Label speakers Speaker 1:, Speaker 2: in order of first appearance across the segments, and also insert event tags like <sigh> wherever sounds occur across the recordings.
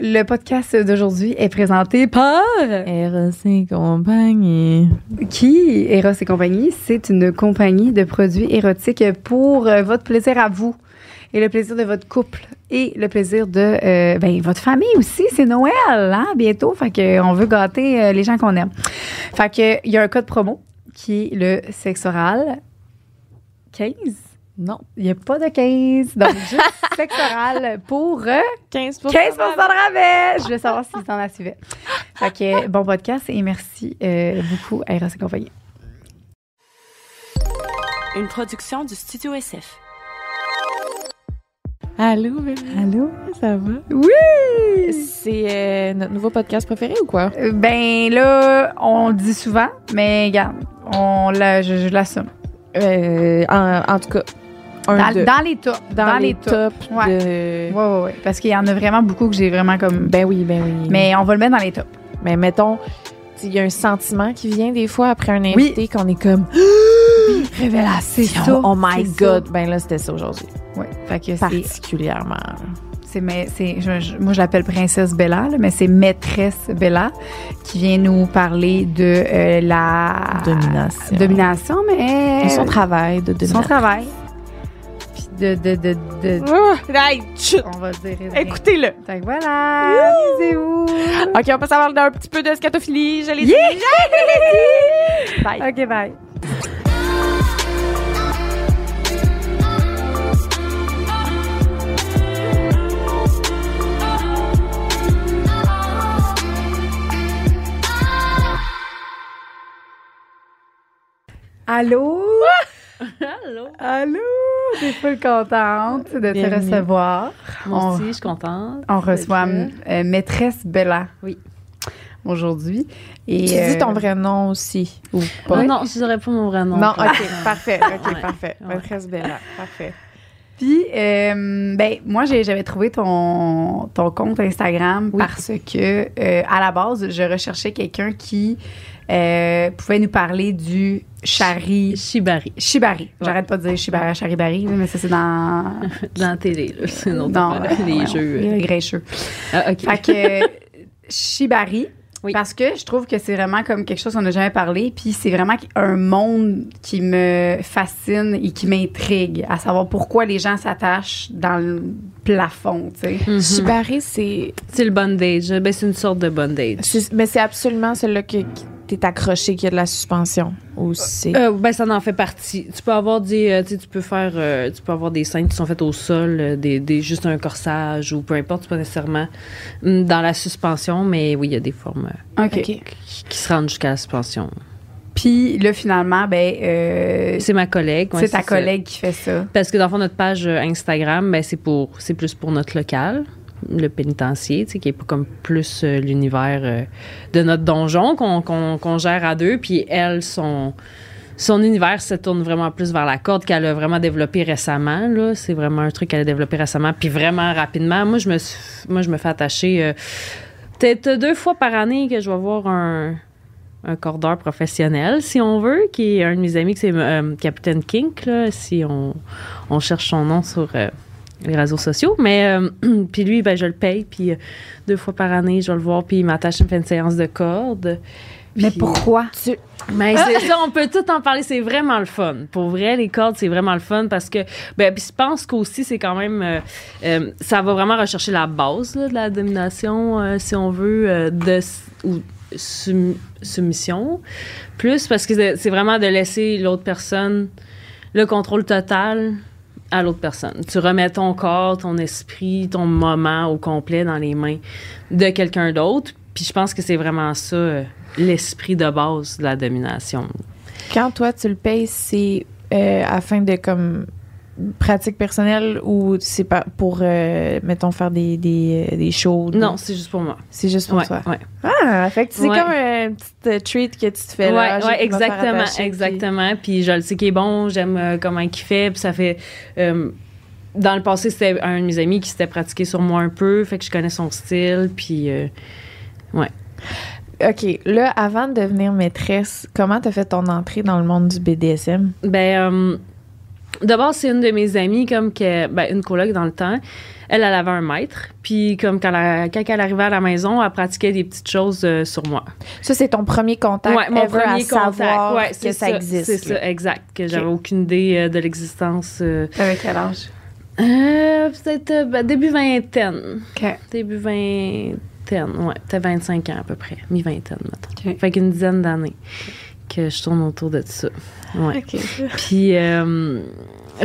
Speaker 1: Le podcast d'aujourd'hui est présenté par
Speaker 2: Eros et E compagnie.
Speaker 1: qui Eros et compagnie, c'est une compagnie de produits érotiques pour euh, votre plaisir à vous et le plaisir de votre couple et le plaisir de euh, ben, votre famille aussi. C'est Noël hein, bientôt, fait que on veut gâter euh, les gens qu'on aime. Fait que il y a un code promo qui est le sexe oral 15.
Speaker 2: Non.
Speaker 1: Il n'y a pas de 15, donc juste sexe oral pour euh,
Speaker 2: 15
Speaker 1: 15 de rabais! Je voulais savoir si t'en la suivais. Fait que, euh, bon podcast et merci euh, beaucoup à Eros et compagnie.
Speaker 3: Une production du Studio SF.
Speaker 2: Allô, bébé.
Speaker 1: Allô?
Speaker 2: Ça va?
Speaker 1: Oui!
Speaker 2: C'est euh, notre nouveau podcast préféré ou quoi?
Speaker 1: Ben là, on le dit souvent, mais regarde, on la, je, je l'assume.
Speaker 2: Euh, en, en tout cas, un
Speaker 1: Dans,
Speaker 2: de-
Speaker 1: dans les tops.
Speaker 2: dans les tops
Speaker 1: Ouais. Ouais,
Speaker 2: de...
Speaker 1: ouais, ouais. Parce qu'il y en a vraiment beaucoup que j'ai vraiment comme.
Speaker 2: Ben oui, ben oui.
Speaker 1: Mais on va le mettre dans les tops.
Speaker 2: Mais mettons, il y a un sentiment qui vient des fois après un invité qu'on est comme
Speaker 1: Révélation.
Speaker 2: oh, oh my god, ben là c'était ça aujourd'hui,
Speaker 1: Ouais. Fait que c'est.
Speaker 2: particulièrement.
Speaker 1: C'est, mais, c'est, je- je- moi, je l'appelle Princesse Bella, là, mais c'est Maîtresse Bella qui vient nous parler de euh, la
Speaker 2: Domination.
Speaker 1: domination, mais
Speaker 2: Et Ah, son travail de
Speaker 1: son
Speaker 2: domination.
Speaker 1: travail. Puis de, de, de, de-
Speaker 2: Ah!
Speaker 1: on va dire.
Speaker 2: Écoutez-le.
Speaker 1: Donc voilà, lisez-vous.
Speaker 2: Ok, on passe à parler d'un petit peu de scatophilie. Je l'ai dit.
Speaker 1: <laughs> Yeah!
Speaker 2: Bye.
Speaker 1: ok, bye. Allô?
Speaker 4: Allô?
Speaker 1: Allô? T'es full contente de te
Speaker 2: Bienvenue.
Speaker 1: recevoir.
Speaker 4: Moi
Speaker 1: On-
Speaker 4: aussi, je suis contente.
Speaker 1: On reçoit
Speaker 4: Fait
Speaker 1: euh, maîtresse Bella.
Speaker 4: Oui.
Speaker 1: Aujourd'hui. Et
Speaker 2: Tu
Speaker 1: euh,
Speaker 2: dis ton vrai nom aussi ou
Speaker 4: que-
Speaker 2: pas
Speaker 4: Ah non, je dirais pas mon vrai nom. Euh,
Speaker 2: Non,
Speaker 4: Pas-
Speaker 2: ok, parfait, ok,
Speaker 4: Ouais.
Speaker 2: parfait.
Speaker 4: Ouais.
Speaker 2: Maîtresse Bella, parfait.
Speaker 1: Puis, euh, ben, moi, j'ai- j'avais trouvé ton, ton compte Instagram
Speaker 2: Oui.
Speaker 1: parce que, euh, à la base, je recherchais quelqu'un qui euh, pouvait nous parler du
Speaker 4: Je
Speaker 1: Shari.
Speaker 4: suis barrée
Speaker 1: Shibari. J'arrête pas de dire Shibari, Charibari, mais ça, c'est
Speaker 2: <laughs>
Speaker 1: dans.
Speaker 4: dans la télé. là. C'est une autre
Speaker 1: dans
Speaker 4: affaire, les
Speaker 1: ouais,
Speaker 4: jeux. euh.
Speaker 1: les
Speaker 2: euh.
Speaker 1: grincheux.
Speaker 4: Ah, ok.
Speaker 1: Fait que, euh, <laughs> Shibari.
Speaker 4: Oui.
Speaker 1: Parce que je trouve que c'est vraiment comme quelque chose qu'on n'a jamais parlé, puis c'est vraiment un monde qui me fascine et qui m'intrigue, à savoir pourquoi les gens s'attachent dans le plafond, tu sais.
Speaker 4: Mhm.
Speaker 2: Shibari, c'est.
Speaker 4: <laughs> C'est le bondage. Ben, c'est une sorte de bondage.
Speaker 2: c'est- Mais c'est absolument celui-là que que t'es accroché, qui a de la suspension. Ou c'est.
Speaker 4: Euh, ben, ça en fait partie. Tu peux avoir des, euh, tu sais, tu peux faire, euh, tu peux avoir des scènes qui sont faites au sol, euh, des, des- juste un corsage ou peu importe, c'est pas nécessairement hum, dans la suspension, mais oui, il y a des formes euh,
Speaker 1: OK.
Speaker 4: qui, qui se rendent jusqu'à la suspension.
Speaker 1: Puis là, finalement, ben, euh,
Speaker 4: C'est ma collègue. ouais,
Speaker 1: c'est ta
Speaker 4: ça.
Speaker 1: collègue qui fait ça.
Speaker 4: Parce que dans le fond, notre page euh, Instagram, ben, c'est pour c'est plus pour notre local, le pénitencier, tu sais, qui est comme plus euh, l'univers euh, de notre donjon qu'on qu'on- qu'on gère à deux. Puis elle, son, son univers se tourne vraiment plus vers la corde qu'elle a vraiment développé récemment. là. C'est vraiment un truc qu'elle a développé récemment, puis vraiment rapidement. Moi, je me, suis- moi, je me fais attacher euh, peut-être deux fois par année que je vais voir un un cordeur professionnel, si on veut, qui est un de mes amis, que c'est euh, Capitaine Kink, là, si on, on cherche son nom sur euh, les réseaux sociaux. Mais euh, <clears throat> puis lui, ben, je le paye, puis euh, deux fois par année, je vais le voir, puis il m'attache une fin de séance de cordes.
Speaker 1: Mais
Speaker 4: Puis-
Speaker 1: pourquoi?
Speaker 4: mais Ben, c'est ça, on peut tout en parler. C'est vraiment le fun. Pour vrai, les cordes, c'est vraiment le fun parce que, ben, puis je pense qu'aussi, c'est quand même, euh, euh, ça va vraiment rechercher la base là, de la domination, euh, si on veut, euh, de s- ou sum- soumission. Plus parce que c'est- c'est vraiment de laisser l'autre personne le contrôle total à l'autre personne. Tu remets ton corps, ton esprit, ton moment au complet dans les mains de quelqu'un d'autre. Puis je pense que c'est vraiment ça, euh, l'esprit de base de la domination.
Speaker 2: Quand toi, tu le payes, c'est euh, afin de comme pratique personnelle ou c'est pas pour, euh, mettons, faire des, des, euh, des shows? des-
Speaker 4: Non, c'est juste pour moi.
Speaker 2: C'est juste pour
Speaker 4: Ouais,
Speaker 2: toi.
Speaker 4: ouais.
Speaker 2: Ah, fait que c'est
Speaker 4: Ouais.
Speaker 2: comme un petit euh, treat que tu te fais là.
Speaker 4: Ouais,
Speaker 2: J'ai
Speaker 4: ouais,
Speaker 2: pu me faire
Speaker 4: exactement,
Speaker 2: attacher, puis-
Speaker 4: exactement. Puis je le sais qu'il est bon, j'aime euh, comment il fait, puis ça fait. euh, dans le passé, c'était un de mes amis qui s'était pratiqué sur moi un peu, fait que je connais son style, puis. euh,
Speaker 2: OK, là, avant de devenir maîtresse, comment t'as fait ton entrée dans le monde du BDSM?
Speaker 4: Ben, euh, d'abord, c'est une de mes amies, comme que, ben, une coloc dans le temps, Elle, elle avait un maître. Puis, comme quand, la- quand elle arrivait à la maison, elle pratiquait des petites choses euh, sur moi.
Speaker 2: Ça, c'est ton premier contact
Speaker 4: Ouais,
Speaker 2: ever à savoir
Speaker 4: ouais,
Speaker 2: que
Speaker 4: c'est
Speaker 2: ça, existe.
Speaker 4: C'est
Speaker 2: là.
Speaker 4: ça, exact. Que j'avais aucune idée euh, de l'existence. euh,
Speaker 1: Avec quel âge?
Speaker 4: euh, peut-être euh, ben, début vingtaine.
Speaker 1: OK.
Speaker 4: Début vingtaine, ouais, peut-être 25 ans à peu près, mi-vingtaine maintenant.
Speaker 1: Ok.
Speaker 4: Fait qu'une dizaine d'années que je tourne autour de ça. Ouais. Puis, euh,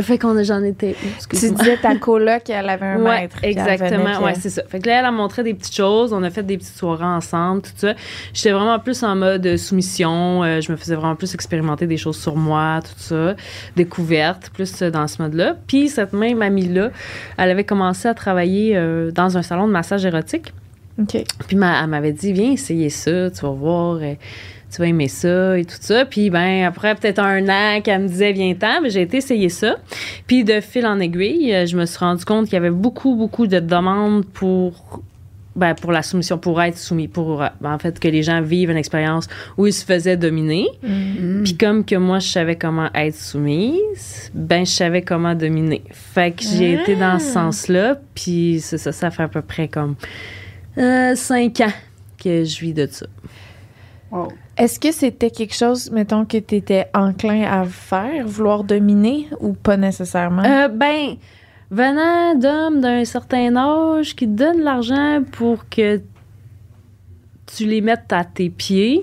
Speaker 4: fait qu'on a, j'en étais où,
Speaker 2: Tu
Speaker 4: excuse-moi.
Speaker 2: disais ta coloc qu'elle avait un
Speaker 4: Ouais,
Speaker 2: maître. puis elle venait,
Speaker 4: exactement.
Speaker 2: puis euh,
Speaker 4: Ouais,
Speaker 2: elle-
Speaker 4: c'est ça. Fait que là, elle a montré des petites choses. On a fait des petites soirées ensemble, tout ça. J'étais vraiment plus en mode soumission. euh, je me faisais vraiment plus expérimenter des choses sur moi, tout ça. Découverte, plus euh, dans ce mode-là. Puis, cette même amie-là, elle avait commencé à travailler euh, dans un salon de massage érotique.
Speaker 2: OK.
Speaker 4: Puis ma- elle m'avait dit, viens essayer ça, tu vas voir, euh, tu vas aimer ça et tout ça. Puis ben après peut-être un an qu'elle me disait, viens-t'en, mais j'ai été essayer ça. Puis de fil en aiguille, euh, je me suis rendu compte qu'il y avait beaucoup, beaucoup de demandes pour... Ben, pour la soumission, pour être soumis, pour euh, ben, en fait que les gens vivent une expérience où ils se faisaient dominer.
Speaker 2: Mm.
Speaker 1: Hmm.
Speaker 4: Puis
Speaker 2: Hmm.
Speaker 4: comme que moi, je savais comment être soumise, ben je savais comment dominer. Fait que j'ai été dans ce
Speaker 2: Ah.
Speaker 4: sens-là, puis c'est ça, ça fait à peu près comme euh, cinq ans que je vis de ça.
Speaker 1: Wow.
Speaker 2: Est-ce que c'était quelque chose, mettons, que tu étais enclin à faire, vouloir dominer ou pas nécessairement?
Speaker 4: Euh, ben, venant d'hommes d'un certain âge qui te donnent l'argent pour que tu les mettes à tes pieds,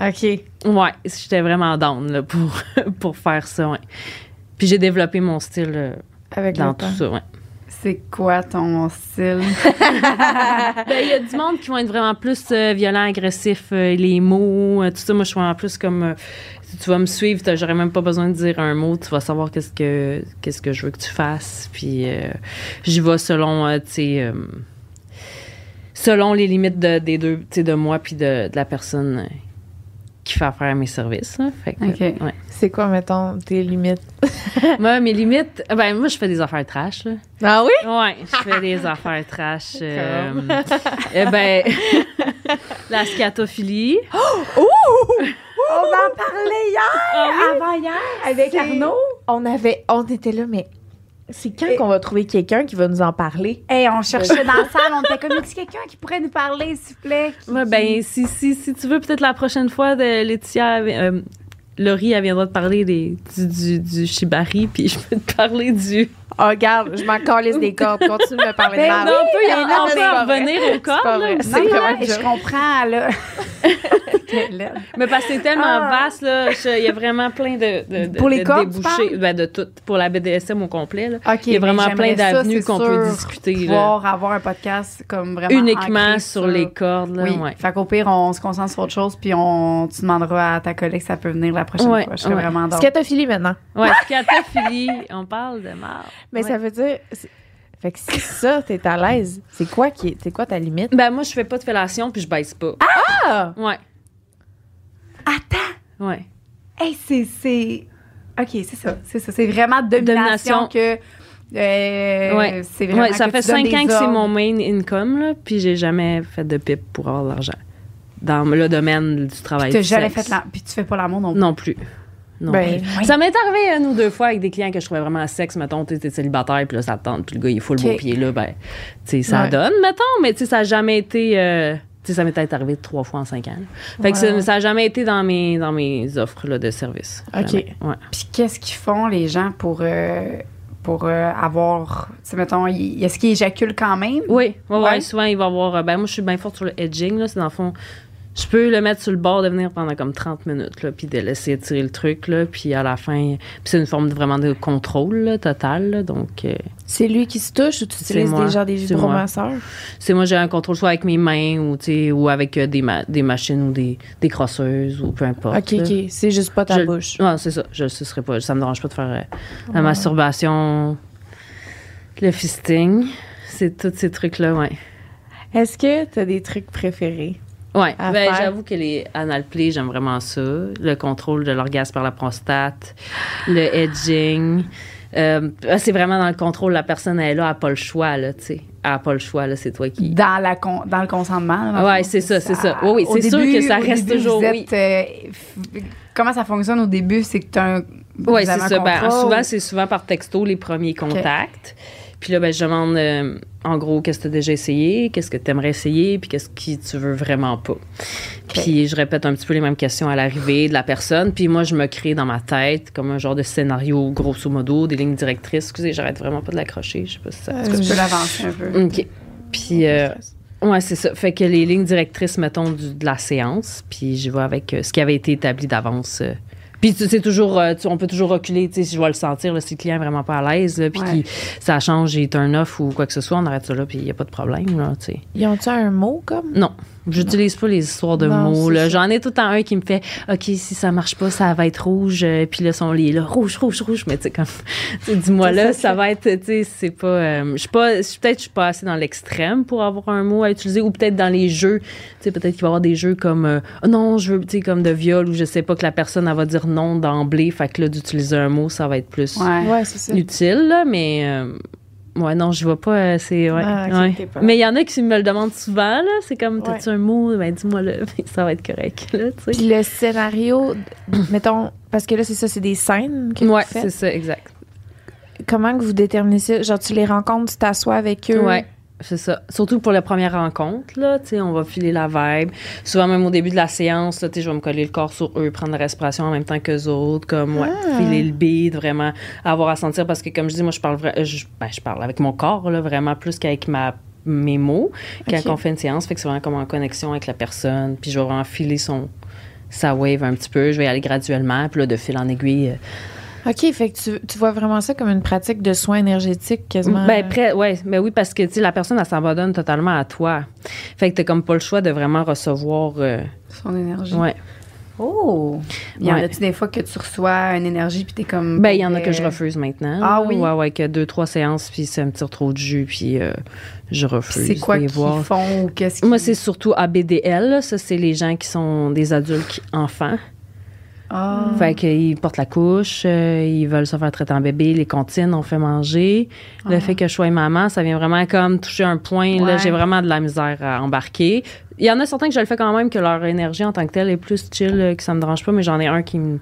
Speaker 2: OK.
Speaker 4: Ouais, j'étais vraiment down là, pour, <laughs> pour faire ça, ouais. Puis j'ai développé mon style euh,
Speaker 2: Avec
Speaker 4: dans
Speaker 2: le
Speaker 4: tout
Speaker 2: temps.
Speaker 4: ça, ouais.
Speaker 1: C'est quoi ton style?
Speaker 4: Ben, il y a du monde qui vont être vraiment plus euh, violent, agressif, euh, les mots, euh, tout ça. Moi, je suis vraiment plus comme. euh, si tu vas me suivre, t'as- j'aurais même pas besoin de dire un mot. Tu vas savoir qu'est-ce que qu'est-ce que je veux que tu fasses. Puis euh, j'y vais selon, euh, tu sais, euh, selon les limites de, des deux, tu sais, de moi puis de, de la personne euh, qui fait affaire à mes services. là. Fait que,
Speaker 1: OK.
Speaker 4: ouais.
Speaker 2: C'est quoi, mettons, tes limites?
Speaker 4: moi, mes limites, ben moi, je fais des affaires trash. Là.
Speaker 2: Ah oui?
Speaker 4: Ouais, je fais
Speaker 1: <laughs>
Speaker 4: des affaires trash. euh, eh ben, <laughs> la scatophilie.
Speaker 1: Oh, On en parlait hier, avant-hier, avec
Speaker 2: C'est-
Speaker 1: Arnaud.
Speaker 2: On avait, on était là, mais c'est quand
Speaker 1: Et-
Speaker 2: qu'on va trouver quelqu'un qui va nous en parler?
Speaker 1: Hey, on cherchait dans la salle, on était comme, est quelqu'un qui pourrait nous parler, s'il vous plaît? Qui-
Speaker 4: Ouais, ben, si, si, si tu veux, peut-être la prochaine fois, de Laetitia, euh, Laurie, elle viendra te parler des, du, du, du shibari, puis je peux te parler du.
Speaker 2: Oh, regarde, je m'en calisse des cordes. Continue de me parler de
Speaker 1: Ben
Speaker 2: mal.
Speaker 1: non,
Speaker 4: on peut, y
Speaker 2: mais non,
Speaker 4: on
Speaker 2: mais
Speaker 4: peut
Speaker 2: c'est pas vrai.
Speaker 4: revenir au corps,
Speaker 2: pas
Speaker 4: là,
Speaker 2: vrai.
Speaker 4: aussi.
Speaker 1: Non, non,
Speaker 2: vraiment une
Speaker 1: je
Speaker 2: joke.
Speaker 1: comprends, <laughs> là. Quelle laide.
Speaker 4: Mais parce que c'est tellement
Speaker 1: Ah.
Speaker 4: vaste, là, je- il y a vraiment plein de, de, de-
Speaker 1: Pour les
Speaker 4: de
Speaker 1: cordes, tu
Speaker 4: débouchés,
Speaker 1: parles?
Speaker 4: ben, de tout, pour la BDSM au complet, là.
Speaker 1: OK,
Speaker 4: Il y a vraiment
Speaker 1: mais
Speaker 4: plein
Speaker 1: j'aimerais ça,
Speaker 4: d'avenues
Speaker 1: c'est
Speaker 4: qu'on peut
Speaker 1: sûr,
Speaker 4: discuter, là.
Speaker 1: Pouvoir avoir un podcast comme vraiment
Speaker 4: Uniquement
Speaker 1: ancré
Speaker 4: sur les cordes, là,
Speaker 1: Oui.
Speaker 4: ouais.
Speaker 1: Fait qu'au pire, on se concentre sur autre chose, puis on tu demanderas à ta collègue si ça peut venir la prochaine
Speaker 4: Ouais,
Speaker 1: fois. Je serais
Speaker 4: ouais.
Speaker 1: vraiment dans.
Speaker 2: Scatophilie maintenant.
Speaker 4: Ouais, scatophilie, on parle de mort.
Speaker 2: Mais
Speaker 4: Ouais.
Speaker 2: ça veut dire. c'est- Fait que si ça, t'es à l'aise, c'est quoi, qui est- c'est quoi ta limite?
Speaker 4: Ben moi, je fais pas de fellation puis je baisse pas.
Speaker 2: Ah!
Speaker 4: Ouais,
Speaker 1: Attends!
Speaker 4: ouais.
Speaker 1: Hey, c'est. c'est- OK, c'est ça. C'est ça. C'est vraiment domination,
Speaker 4: Domination.
Speaker 1: que. euh,
Speaker 4: Ouais.
Speaker 1: C'est vraiment
Speaker 4: Ouais, ça
Speaker 1: que
Speaker 4: fait
Speaker 1: tu donnes
Speaker 4: cinq
Speaker 1: des
Speaker 4: ans que c'est
Speaker 1: ordres.
Speaker 4: mon main income là, puis j'ai jamais fait de pipe pour avoir de l'argent dans le domaine du travail.
Speaker 1: T'as
Speaker 4: du
Speaker 1: jamais
Speaker 4: sexe.
Speaker 1: fait la. Puis tu fais pas l'amour non plus.
Speaker 4: Non plus. Non
Speaker 2: Ben,
Speaker 4: plus.
Speaker 1: oui.
Speaker 4: Ça m'est arrivé une ou deux fois avec des clients que je trouvais vraiment à sexe, mettons, t'es t'es célibataire, puis là, ça te tente, puis le gars, il faut le beau
Speaker 2: Ok.
Speaker 4: pied, là, ben, tu sais, ça
Speaker 2: Ouais.
Speaker 4: donne, mettons, mais tu sais, ça a jamais été, euh, tu sais, ça m'est peut-être arrivé trois fois en cinq ans. là. Fait que
Speaker 2: Ouais,
Speaker 4: ça-
Speaker 2: ouais.
Speaker 4: ça a jamais été dans mes, dans mes offres, là, de service.
Speaker 2: Ok.
Speaker 4: Jamais. Ouais.
Speaker 1: Puis qu'est-ce qu'ils font, les gens, pour. euh, pour euh, avoir. Tu sais, mettons, ils- est-ce qu'ils éjaculent quand même?
Speaker 4: Oui, ouais, ouais,
Speaker 1: Ouais.
Speaker 4: souvent il va y avoir. euh, Ben, moi, je suis bien forte sur le edging, là. C'est dans le fond, je peux le mettre sur le bord de venir pendant comme 30 minutes, là, puis de laisser tirer le truc, là. Puis à la fin, puis c'est une forme de, vraiment de contrôle, là, total, là. Donc, euh,
Speaker 2: C'est lui qui se touche ou tu
Speaker 4: C'est
Speaker 2: utilises
Speaker 4: moi.
Speaker 2: des, genre des
Speaker 4: C'est moi.
Speaker 2: vibromasseurs?
Speaker 4: c'est moi, j'ai un contrôle soit avec mes mains ou, tu sais, ou avec euh, des, ma- des machines ou des, des crosseuses ou peu importe.
Speaker 2: Ok,
Speaker 4: là.
Speaker 2: ok. C'est juste pas ta
Speaker 4: Je-
Speaker 2: bouche.
Speaker 4: Ouais, c'est ça. Je le sucerai pas. Ça me dérange pas de faire euh, la masturbation, le fisting. C'est tous ces trucs-là, ouais.
Speaker 2: Est-ce que t'as des trucs préférés?
Speaker 4: Ouais,
Speaker 2: à
Speaker 4: ben,
Speaker 2: faire.
Speaker 4: j'avoue que les analplés, j'aime vraiment ça. Le contrôle de l'orgasme par la prostate, le edging. Euh, c'est vraiment dans le contrôle. La personne elle est là, elle n'a pas le choix, là, tu sais. Elle n'a pas le choix, là, c'est toi qui.
Speaker 1: Dans, la con- dans le consentement. là, dans le
Speaker 4: Ouais,
Speaker 1: fond.
Speaker 4: c'est ça, c'est ça. Oui, oui,
Speaker 1: au
Speaker 4: c'est sûr
Speaker 1: début-
Speaker 4: que ça
Speaker 1: au
Speaker 4: reste
Speaker 1: début,
Speaker 4: toujours,
Speaker 1: vous
Speaker 4: oui.
Speaker 1: êtes, euh, f- comment ça fonctionne au début? C'est que tu as un. vous
Speaker 4: Oui,
Speaker 1: avez
Speaker 4: c'est
Speaker 1: un
Speaker 4: ça. Ben,
Speaker 1: contrat ou-
Speaker 4: souvent, c'est souvent par texto les premiers contacts. Puis là, ben, je demande euh, en gros qu'est-ce que tu as déjà essayé, qu'est-ce que tu aimerais essayer, puis qu'est-ce que tu veux vraiment pas. Puis je répète un petit peu les mêmes questions à l'arrivée de la personne. Puis moi, je me crée dans ma tête comme un genre de scénario, grosso modo, des lignes directrices. Excusez, j'arrête vraiment pas de l'accrocher. Je sais pas si ça.
Speaker 1: Est-ce que tu peux l'avancer un peu?
Speaker 4: OK. Puis, euh, ouais, c'est ça. Fait que les lignes directrices, mettons, du- de la séance, puis je vais avec euh, ce qui avait été établi d'avance. euh. Puis, tu sais, toujours, euh, tu- on peut toujours reculer, tu sais, si je vais le sentir, là, si le client est vraiment pas à l'aise, là, puis
Speaker 1: Ouais.
Speaker 4: qu'il- ça change, il est un off ou quoi que ce soit, on arrête ça là, puis il n'y a pas de problème, là, tu sais.
Speaker 2: Ils ont-tu un mot comme?
Speaker 4: Non, j'utilise pas les histoires de
Speaker 2: Non,
Speaker 4: mots,
Speaker 2: c'est
Speaker 4: là.
Speaker 2: ça.
Speaker 4: J'en ai tout le temps un qui me fait, OK, si ça marche pas, ça va être rouge, euh, puis là, sont les, là, rouge, rouge, rouge, mais tu sais, comme, <laughs> tu sais, dis-moi
Speaker 2: Ça,
Speaker 4: là,
Speaker 2: ça
Speaker 4: ça va être, tu sais, c'est pas, euh, je suis pas, je suis- peut-être, je suis pas assez dans l'extrême pour avoir un mot à utiliser, ou peut-être dans les jeux, tu sais, peut-être qu'il va y avoir des jeux comme, euh, Ah non, je veux, tu sais, comme de viol, ou je sais pas que la personne, elle va dire non d'emblée, fait que là, d'utiliser un mot, ça va être plus
Speaker 1: Ouais.
Speaker 2: Ouais, c'est ça.
Speaker 4: utile, là, mais. euh, Ouais, non, je vois pas. euh, C'est, ouais,
Speaker 2: Ah, ok,
Speaker 4: ouais.
Speaker 2: t'es pas-
Speaker 4: Mais il y en a qui me le demandent souvent, là. C'est comme,
Speaker 2: Ouais.
Speaker 4: t'as-tu un mot? Ben, dis-moi le. <laughs> ça va être correct, là, tu sais.
Speaker 2: Puis le scénario, mettons, parce que là, c'est ça, c'est des scènes que
Speaker 4: Ouais,
Speaker 2: vous
Speaker 4: c'est
Speaker 2: faites.
Speaker 4: ça, exact.
Speaker 2: Comment que vous déterminez ça? Genre, tu les rencontres, tu t'assois avec eux.
Speaker 4: Ouais. C'est ça. Surtout pour la première rencontre, là, tu sais, on va filer la vibe. Souvent, même au début de la séance, là, tu sais, je vais me coller le corps sur eux, prendre la respiration en même temps qu'eux autres, comme, ouais,
Speaker 2: Ah.
Speaker 4: filer le bide, vraiment avoir à sentir, parce que, comme je dis, moi, je parle, vra- euh, je, ben, je parle avec mon corps, là, vraiment, plus qu'avec ma, mes mots, quand
Speaker 2: Ok.
Speaker 4: on fait une séance, fait que c'est vraiment comme en connexion avec la personne, puis je vais vraiment filer son, sa wave un petit peu, je vais y aller graduellement, puis là, de fil en aiguille, euh,
Speaker 2: OK, fait que tu, tu vois vraiment ça comme une pratique de soins énergétiques quasiment. euh,
Speaker 4: Ben, près, ouais, ben oui, parce que tu sais, la personne, elle s'abandonne totalement à toi. Fait que t'as comme pas le choix de vraiment recevoir. euh,
Speaker 1: Son énergie.
Speaker 4: ouais.
Speaker 1: Oh! Il y en
Speaker 4: Ouais.
Speaker 1: a-tu des fois que tu reçois une énergie puis t'es comme.
Speaker 4: Ben, il y en a que je
Speaker 1: Euh,
Speaker 4: refuse maintenant.
Speaker 1: Ah
Speaker 4: là.
Speaker 1: oui?
Speaker 4: Ouais, ouais, que deux, trois séances, puis ça me tire trop de jus, puis euh, je
Speaker 1: Puis
Speaker 4: refuse.
Speaker 1: C'est quoi
Speaker 4: de les
Speaker 1: qu'ils
Speaker 4: voir.
Speaker 1: font ou qu'est-ce qu'ils.
Speaker 4: Moi, c'est surtout ABDL. là. Ça, c'est les gens qui sont des adultes qui- enfants.
Speaker 1: Ah.
Speaker 4: Fait qu'ils portent la couche, euh, ils veulent se faire traiter en bébé, les comptines, on fait manger. Le
Speaker 1: Ah.
Speaker 4: fait que je sois maman, ça vient vraiment comme toucher un point.
Speaker 1: Ouais.
Speaker 4: Là, j'ai vraiment de la misère à embarquer. Il y en a certains que je le fais quand même, que leur énergie en tant que telle est plus chill, euh, que ça me dérange pas, mais j'en ai un qui me.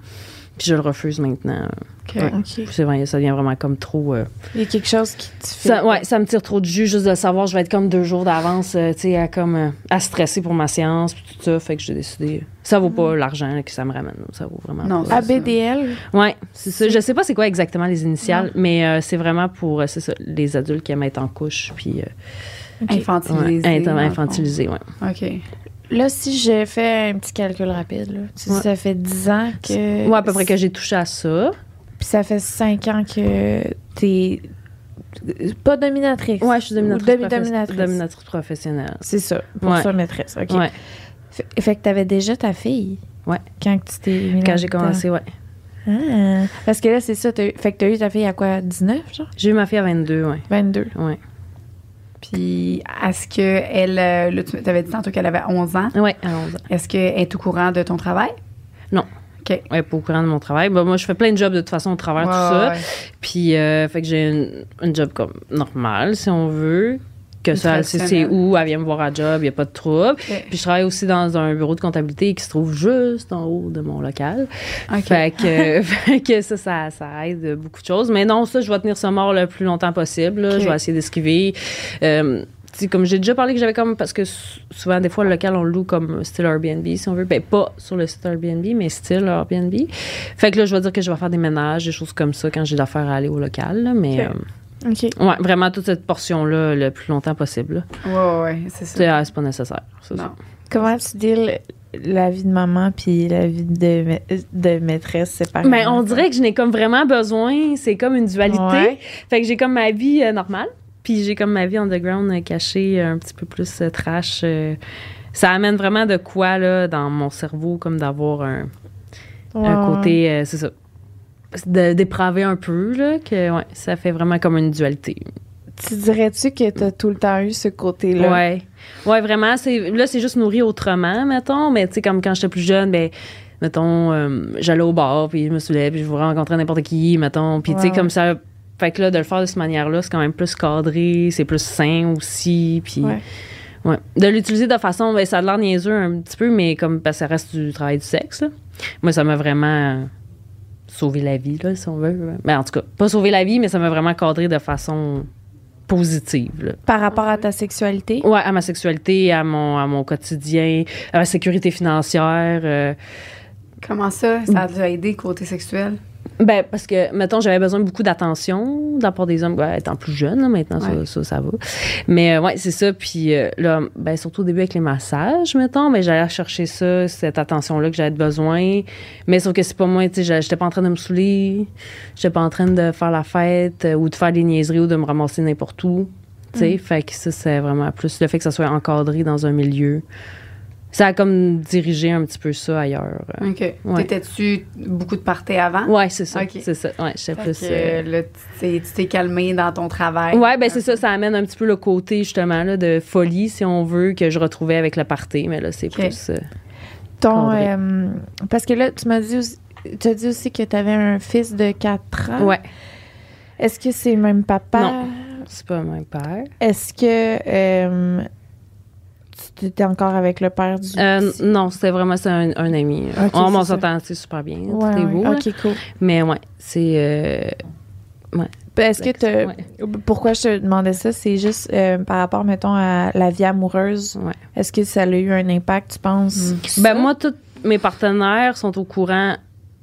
Speaker 4: Puis je le refuse maintenant.
Speaker 1: OK.
Speaker 4: Ouais.
Speaker 2: OK. Il
Speaker 4: C'est vrai, ça devient vraiment comme trop. euh,
Speaker 2: y a quelque chose qui te fait.
Speaker 4: ça, ouais, ça me tire trop de jus juste de savoir, je vais être comme deux jours d'avance, euh, tu sais, à comme euh, à stresser pour ma séance, puis tout ça. Fait que j'ai décidé, ça vaut pas l'argent là, que ça me ramène. Ça vaut vraiment.
Speaker 1: Mm. Non,
Speaker 4: pas.
Speaker 1: ça,
Speaker 2: ABDL.
Speaker 4: Ouais, c'est ça. Je sais pas c'est quoi exactement les initiales, mais euh, c'est vraiment pour euh, c'est ça, les adultes qui aiment être en couche puis euh,
Speaker 2: OK.
Speaker 4: ouais,
Speaker 1: Infantilisé.
Speaker 4: int-
Speaker 1: dans le fond.
Speaker 4: infantilisés, ouais.
Speaker 1: OK.
Speaker 2: Là, si j'ai fait un petit calcul rapide, là, tu sais,
Speaker 4: Ouais.
Speaker 2: ça fait 10 ans que.
Speaker 4: Ouais, à peu près que j'ai touché à ça.
Speaker 2: Puis ça fait 5 ans que t'es. Pas dominatrice.
Speaker 4: Ouais, je suis dominatrice,
Speaker 2: Ou demi-
Speaker 4: professe-
Speaker 2: dominatrice.
Speaker 4: dominatrice professionnelle.
Speaker 2: C'est ça, pour
Speaker 4: Ouais.
Speaker 2: ça, maîtresse. OK.
Speaker 4: Ouais,
Speaker 2: Fait, fait que t'avais déjà ta fille.
Speaker 4: Ouais.
Speaker 2: Quand que tu t'es. mis
Speaker 4: quand j'ai
Speaker 2: là-dedans.
Speaker 4: commencé, ouais.
Speaker 2: Ah. Parce que là, c'est ça. t'as eu- fait que t'as eu ta fille à quoi 19, genre
Speaker 4: J'ai eu ma fille à 22, ouais.
Speaker 2: 22.
Speaker 4: Ouais.
Speaker 1: Puis, est-ce que elle. euh, Là, tu avais dit tantôt qu'elle avait 11 ans.
Speaker 4: Ouais, à 11 ans.
Speaker 1: Est-ce qu'elle est au courant de ton travail?
Speaker 4: Ouais, pas au courant de mon travail. Bah, moi, je fais plein de jobs de toute façon au travers de tout
Speaker 1: Ouais,
Speaker 4: ça.
Speaker 1: ouais.
Speaker 4: Puis, euh, fait que j'ai une, une job comme normale, si on veut. Que
Speaker 1: Une
Speaker 4: ça, elle sait c'est
Speaker 1: traditionnelle.
Speaker 4: où, elle vient me voir à job, il n'y a pas de trouble.
Speaker 1: Ok.
Speaker 4: Puis je travaille aussi dans un bureau de comptabilité qui se trouve juste en haut de mon local.
Speaker 1: OK.
Speaker 4: Fait que, euh, <laughs> fait que ça, ça, ça aide beaucoup de choses. Mais non, ça, je vais tenir ça mort le plus longtemps possible. là.
Speaker 1: Ok.
Speaker 4: Je vais essayer d'esquiver. Euh, tu sais, comme j'ai déjà parlé que j'avais comme parce que sou- souvent des fois le local on le loue comme style Airbnb si on veut ben pas sur le site Airbnb mais style Airbnb fait que là je vais dire que je vais faire des ménages des choses comme ça quand j'ai d'affaires à aller au local là. mais
Speaker 2: Ok. OK.
Speaker 4: euh, ouais vraiment toute cette portion là le plus longtemps possible là.
Speaker 1: Ouais, ouais, ouais, c'est
Speaker 4: Tu sais,
Speaker 1: ça.
Speaker 4: ah, c'est pas nécessaire ça,
Speaker 1: Non.
Speaker 2: Comment tu deals la vie de maman puis la vie de, ma- de maîtresse séparée?
Speaker 4: Mais Ben, on dirait que je n'ai comme vraiment besoin. C'est comme une dualité.
Speaker 2: Ouais.
Speaker 4: Fait que j'ai comme ma vie euh, normale, puis j'ai comme ma vie underground euh, cachée, euh, un petit peu plus euh, trash. euh. ça amène vraiment de quoi là dans mon cerveau, comme d'avoir un, un côté, euh, c'est ça, de dépraver un peu là. Que ouais, ça fait vraiment comme une dualité.
Speaker 2: Tu dirais-tu que t'as tout le temps eu ce côté-là?
Speaker 4: Ouais. Ouais, vraiment. C'est, là, c'est juste nourri autrement, mettons. Mais tu sais, comme quand j'étais plus jeune, ben, mettons, euh, j'allais au bar, puis je me soulevais, puis je vous rencontrais n'importe qui, mettons. Puis tu
Speaker 2: Ouais,
Speaker 4: sais,
Speaker 2: ouais.
Speaker 4: comme ça. Fait que là, de le faire de cette manière-là, c'est quand même plus cadré, c'est plus sain aussi. Puis.
Speaker 2: Ouais.
Speaker 4: Ouais. De l'utiliser de façon. Ben, ça a l'air niaiseux un petit peu, mais comme. Parce que ça reste du travail du sexe, là. Moi, ça m'a vraiment Ben, sauvé la vie, là, si on veut. Mais en tout cas, pas sauvé la vie, mais ça m'a vraiment cadré de façon positive. là.
Speaker 2: Par rapport à ta sexualité?
Speaker 4: Ouais, à ma sexualité, à mon, à mon quotidien, à ma sécurité financière. euh,
Speaker 1: Comment ça, ça t'a aidé côté sexuel?
Speaker 4: ben, parce que, mettons, j'avais besoin de beaucoup d'attention de la part des hommes, ouais, étant plus jeune, là, maintenant,
Speaker 1: Ouais.
Speaker 4: ça, ça, ça va. Mais euh, ouais, c'est ça. Puis euh, là, ben, surtout au début avec les massages, mettons, ben, j'allais chercher ça, cette attention-là que j'avais besoin. Mais sauf que c'est pas moi, tu sais, j'a- j'étais pas en train de me saouler, j'étais pas en train de faire la fête euh, ou de faire des niaiseries ou de me ramasser n'importe où. Tu
Speaker 1: Mm.
Speaker 4: sais, fait que ça, c'est vraiment plus le fait que ça soit encadré dans un milieu. Ça a comme dirigé un petit peu ça ailleurs. euh.
Speaker 1: OK.
Speaker 4: Ouais.
Speaker 1: T'étais-tu beaucoup de parties avant?
Speaker 4: Ouais, c'est ça.
Speaker 1: Ok.
Speaker 4: C'est ça. Ouais, j'étais
Speaker 1: Fait
Speaker 4: plus.
Speaker 1: que,
Speaker 4: euh,
Speaker 1: là, tu t'es- tu t'es calmé dans ton travail.
Speaker 4: Ouais, ben c'est ça, ça amène un petit peu le côté justement là, de folie, si on veut, que je retrouvais avec la party, mais là c'est
Speaker 1: Ok.
Speaker 4: plus. euh,
Speaker 2: Ton,
Speaker 4: Condré.
Speaker 2: euh, parce que là, tu m'as dit, aussi- tu as dit aussi que tu avais un fils de 4 ans.
Speaker 4: Ouais,
Speaker 2: Est-ce que c'est le même papa?
Speaker 4: Non. c'est pas mon père.
Speaker 2: Est-ce que euh, tu étais encore avec le père du.
Speaker 4: Euh,
Speaker 2: petit?
Speaker 4: non, c'était vraiment c'est un, un ami. Oh,
Speaker 2: Ok,
Speaker 4: on
Speaker 2: c'est
Speaker 4: m'en
Speaker 2: ça.
Speaker 4: s'entend c'est super bien,
Speaker 2: Ouais,
Speaker 4: tout est
Speaker 2: ouais.
Speaker 4: beau. là.
Speaker 2: Ok, cool.
Speaker 4: Mais ouais, c'est. euh,
Speaker 2: Ben, Est-ce que t'as-
Speaker 4: ouais.
Speaker 2: Pourquoi je te demandais ça, c'est juste euh, par rapport, mettons, à la vie amoureuse.
Speaker 4: Ouais.
Speaker 2: Est-ce que ça a eu un impact, tu penses? Ça?
Speaker 4: Ben moi, tous mes partenaires sont au courant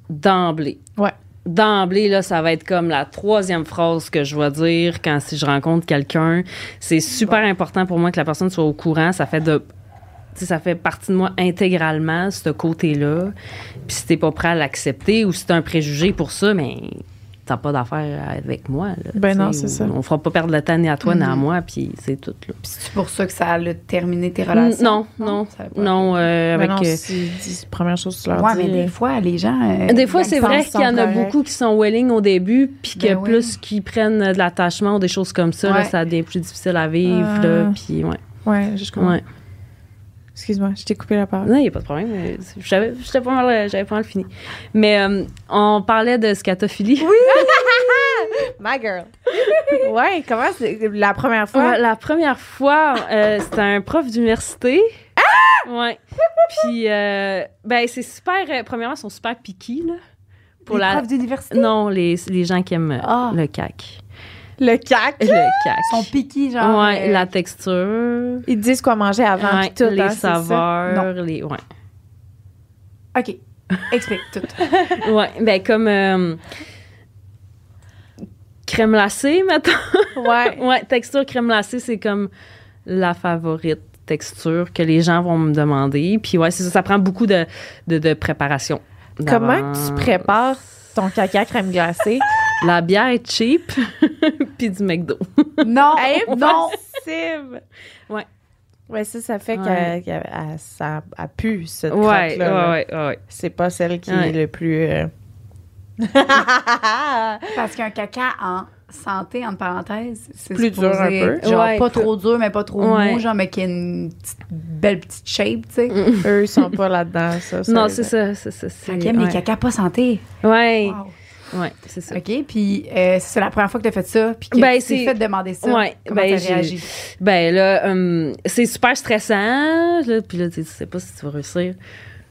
Speaker 4: d'emblée.
Speaker 2: Ouais.
Speaker 4: D'emblée, là, ça va être comme la troisième phrase que je vais dire quand si je rencontre quelqu'un. C'est super important pour moi que la personne soit au courant. Ça fait de. tu sais, ça fait partie de moi intégralement, ce côté-là. Puis si t'es pas prêt à l'accepter ou si t'as un préjugé pour ça, mais t'as pas d'affaire avec moi. là,
Speaker 2: Ben
Speaker 4: tu sais,
Speaker 2: non, c'est
Speaker 4: ou-
Speaker 2: ça. Mm-hmm.
Speaker 4: On fera pas perdre le temps ni à toi ni à
Speaker 1: Mhm.
Speaker 4: moi, puis c'est tout. là.
Speaker 1: Puis c'est pour ça que ça a terminé tes relations?
Speaker 4: Non, non,
Speaker 1: ça a pas-
Speaker 4: non,
Speaker 2: Ben
Speaker 4: euh, avec.
Speaker 2: non,
Speaker 4: euh,
Speaker 2: c'est- c'est la première chose que tu leur
Speaker 1: Ouais,
Speaker 2: dis.
Speaker 1: mais des fois, les gens. euh,
Speaker 4: Des fois,
Speaker 2: Ils
Speaker 4: c'est
Speaker 2: sont-
Speaker 4: vrai qu'il y en a
Speaker 2: sont
Speaker 4: beaucoup qui sont willing au début, puis que
Speaker 1: Ben oui.
Speaker 4: plus qu'ils prennent euh, de l'attachement ou des choses comme ça, là,
Speaker 1: Ouais. Ah.
Speaker 4: ça devient plus difficile à vivre.
Speaker 2: Euh,
Speaker 4: là, puis ouais.
Speaker 2: Ouais, je comprends.
Speaker 4: ouais.
Speaker 2: Excuse-moi, je t'ai coupé la parole.
Speaker 4: Non, il n'y a pas de problème. euh, c'est- J'avais j'étais pas mal, euh, j'avais pas mal fini. Mais euh, on parlait de scatophilie.
Speaker 2: My girl. <laughs> ouais, comment c'est la première
Speaker 1: hein?
Speaker 2: fois?
Speaker 4: Ouais, la première fois, euh, c'était un prof d'université. Ah! Ouais. Puis, euh, ben, c'est super. euh, premièrement, ils sont super piqués, là. Pour
Speaker 1: les
Speaker 4: la.
Speaker 1: profs d'université
Speaker 4: Non, les, les gens qui aiment euh,
Speaker 2: Ah.
Speaker 4: le cac.
Speaker 2: Le <laughs> cac.
Speaker 4: Le cac.
Speaker 1: sont piqués, genre.
Speaker 4: ouais,
Speaker 1: euh,
Speaker 4: la texture.
Speaker 2: Ils te disent quoi manger Ah, avant
Speaker 4: Ouais,
Speaker 2: pis tout,
Speaker 4: les
Speaker 2: hein, c'est ça?
Speaker 4: saveurs, les ouais.
Speaker 1: OK. Explique tout.
Speaker 4: <laughs> ouais, ben comme euh, crème glacée maintenant.
Speaker 2: Ouais.
Speaker 4: <laughs> ouais, texture crème glacée, c'est comme la favorite texture que les gens vont me demander. Puis ouais, c'est ça, ça prend beaucoup de, de, de préparation.
Speaker 2: Comment
Speaker 4: d'avance.
Speaker 2: tu prépares ton caca crème
Speaker 4: <laughs>
Speaker 2: glacée?
Speaker 4: La bière est cheap, <laughs> puis du McDo.
Speaker 1: Non, non.
Speaker 2: Impossible!
Speaker 4: Eh, Ouais.
Speaker 2: Ouais, ça, ça fait
Speaker 4: Ouais.
Speaker 2: qu'elle qu'elle- elle- ça a pu, cette
Speaker 4: Ouais, ouais,
Speaker 2: là
Speaker 4: ouais, ouais.
Speaker 2: C'est pas celle qui
Speaker 4: Ouais.
Speaker 2: est le
Speaker 4: <laughs>
Speaker 2: plus... euh,
Speaker 1: Parce qu'un caca en santé, entre parenthèses, c'est
Speaker 2: Plus
Speaker 1: supposé
Speaker 2: dur un peu.
Speaker 1: être Genre,
Speaker 4: Ouais,
Speaker 1: pas
Speaker 4: peu-
Speaker 1: trop dur, mais pas trop
Speaker 4: Ouais. Mm.
Speaker 1: mou, genre, mais qui a une petite- belle petite shape, tu sais.
Speaker 2: Eux, ils sont pas là-dedans, ça.
Speaker 4: Non, c'est ça, c'est ça. c'est-
Speaker 1: Fait qu'ils aiment
Speaker 4: ouais.
Speaker 1: les cacas pas santé.
Speaker 4: Ouais,
Speaker 1: Wow.
Speaker 4: ouais, c'est ça.
Speaker 1: OK, puis euh, c'est la première fois que t'as fait ça, puis que tu t'es
Speaker 4: Ben, c'est-
Speaker 1: fait demander ça.
Speaker 4: Ouais,
Speaker 1: comment
Speaker 4: ben,
Speaker 1: t'as
Speaker 4: j'ai-
Speaker 1: réagi?
Speaker 4: Ben là, hum, c'est super stressant. Là, puis là, tu sais, tu sais pas si tu vas réussir.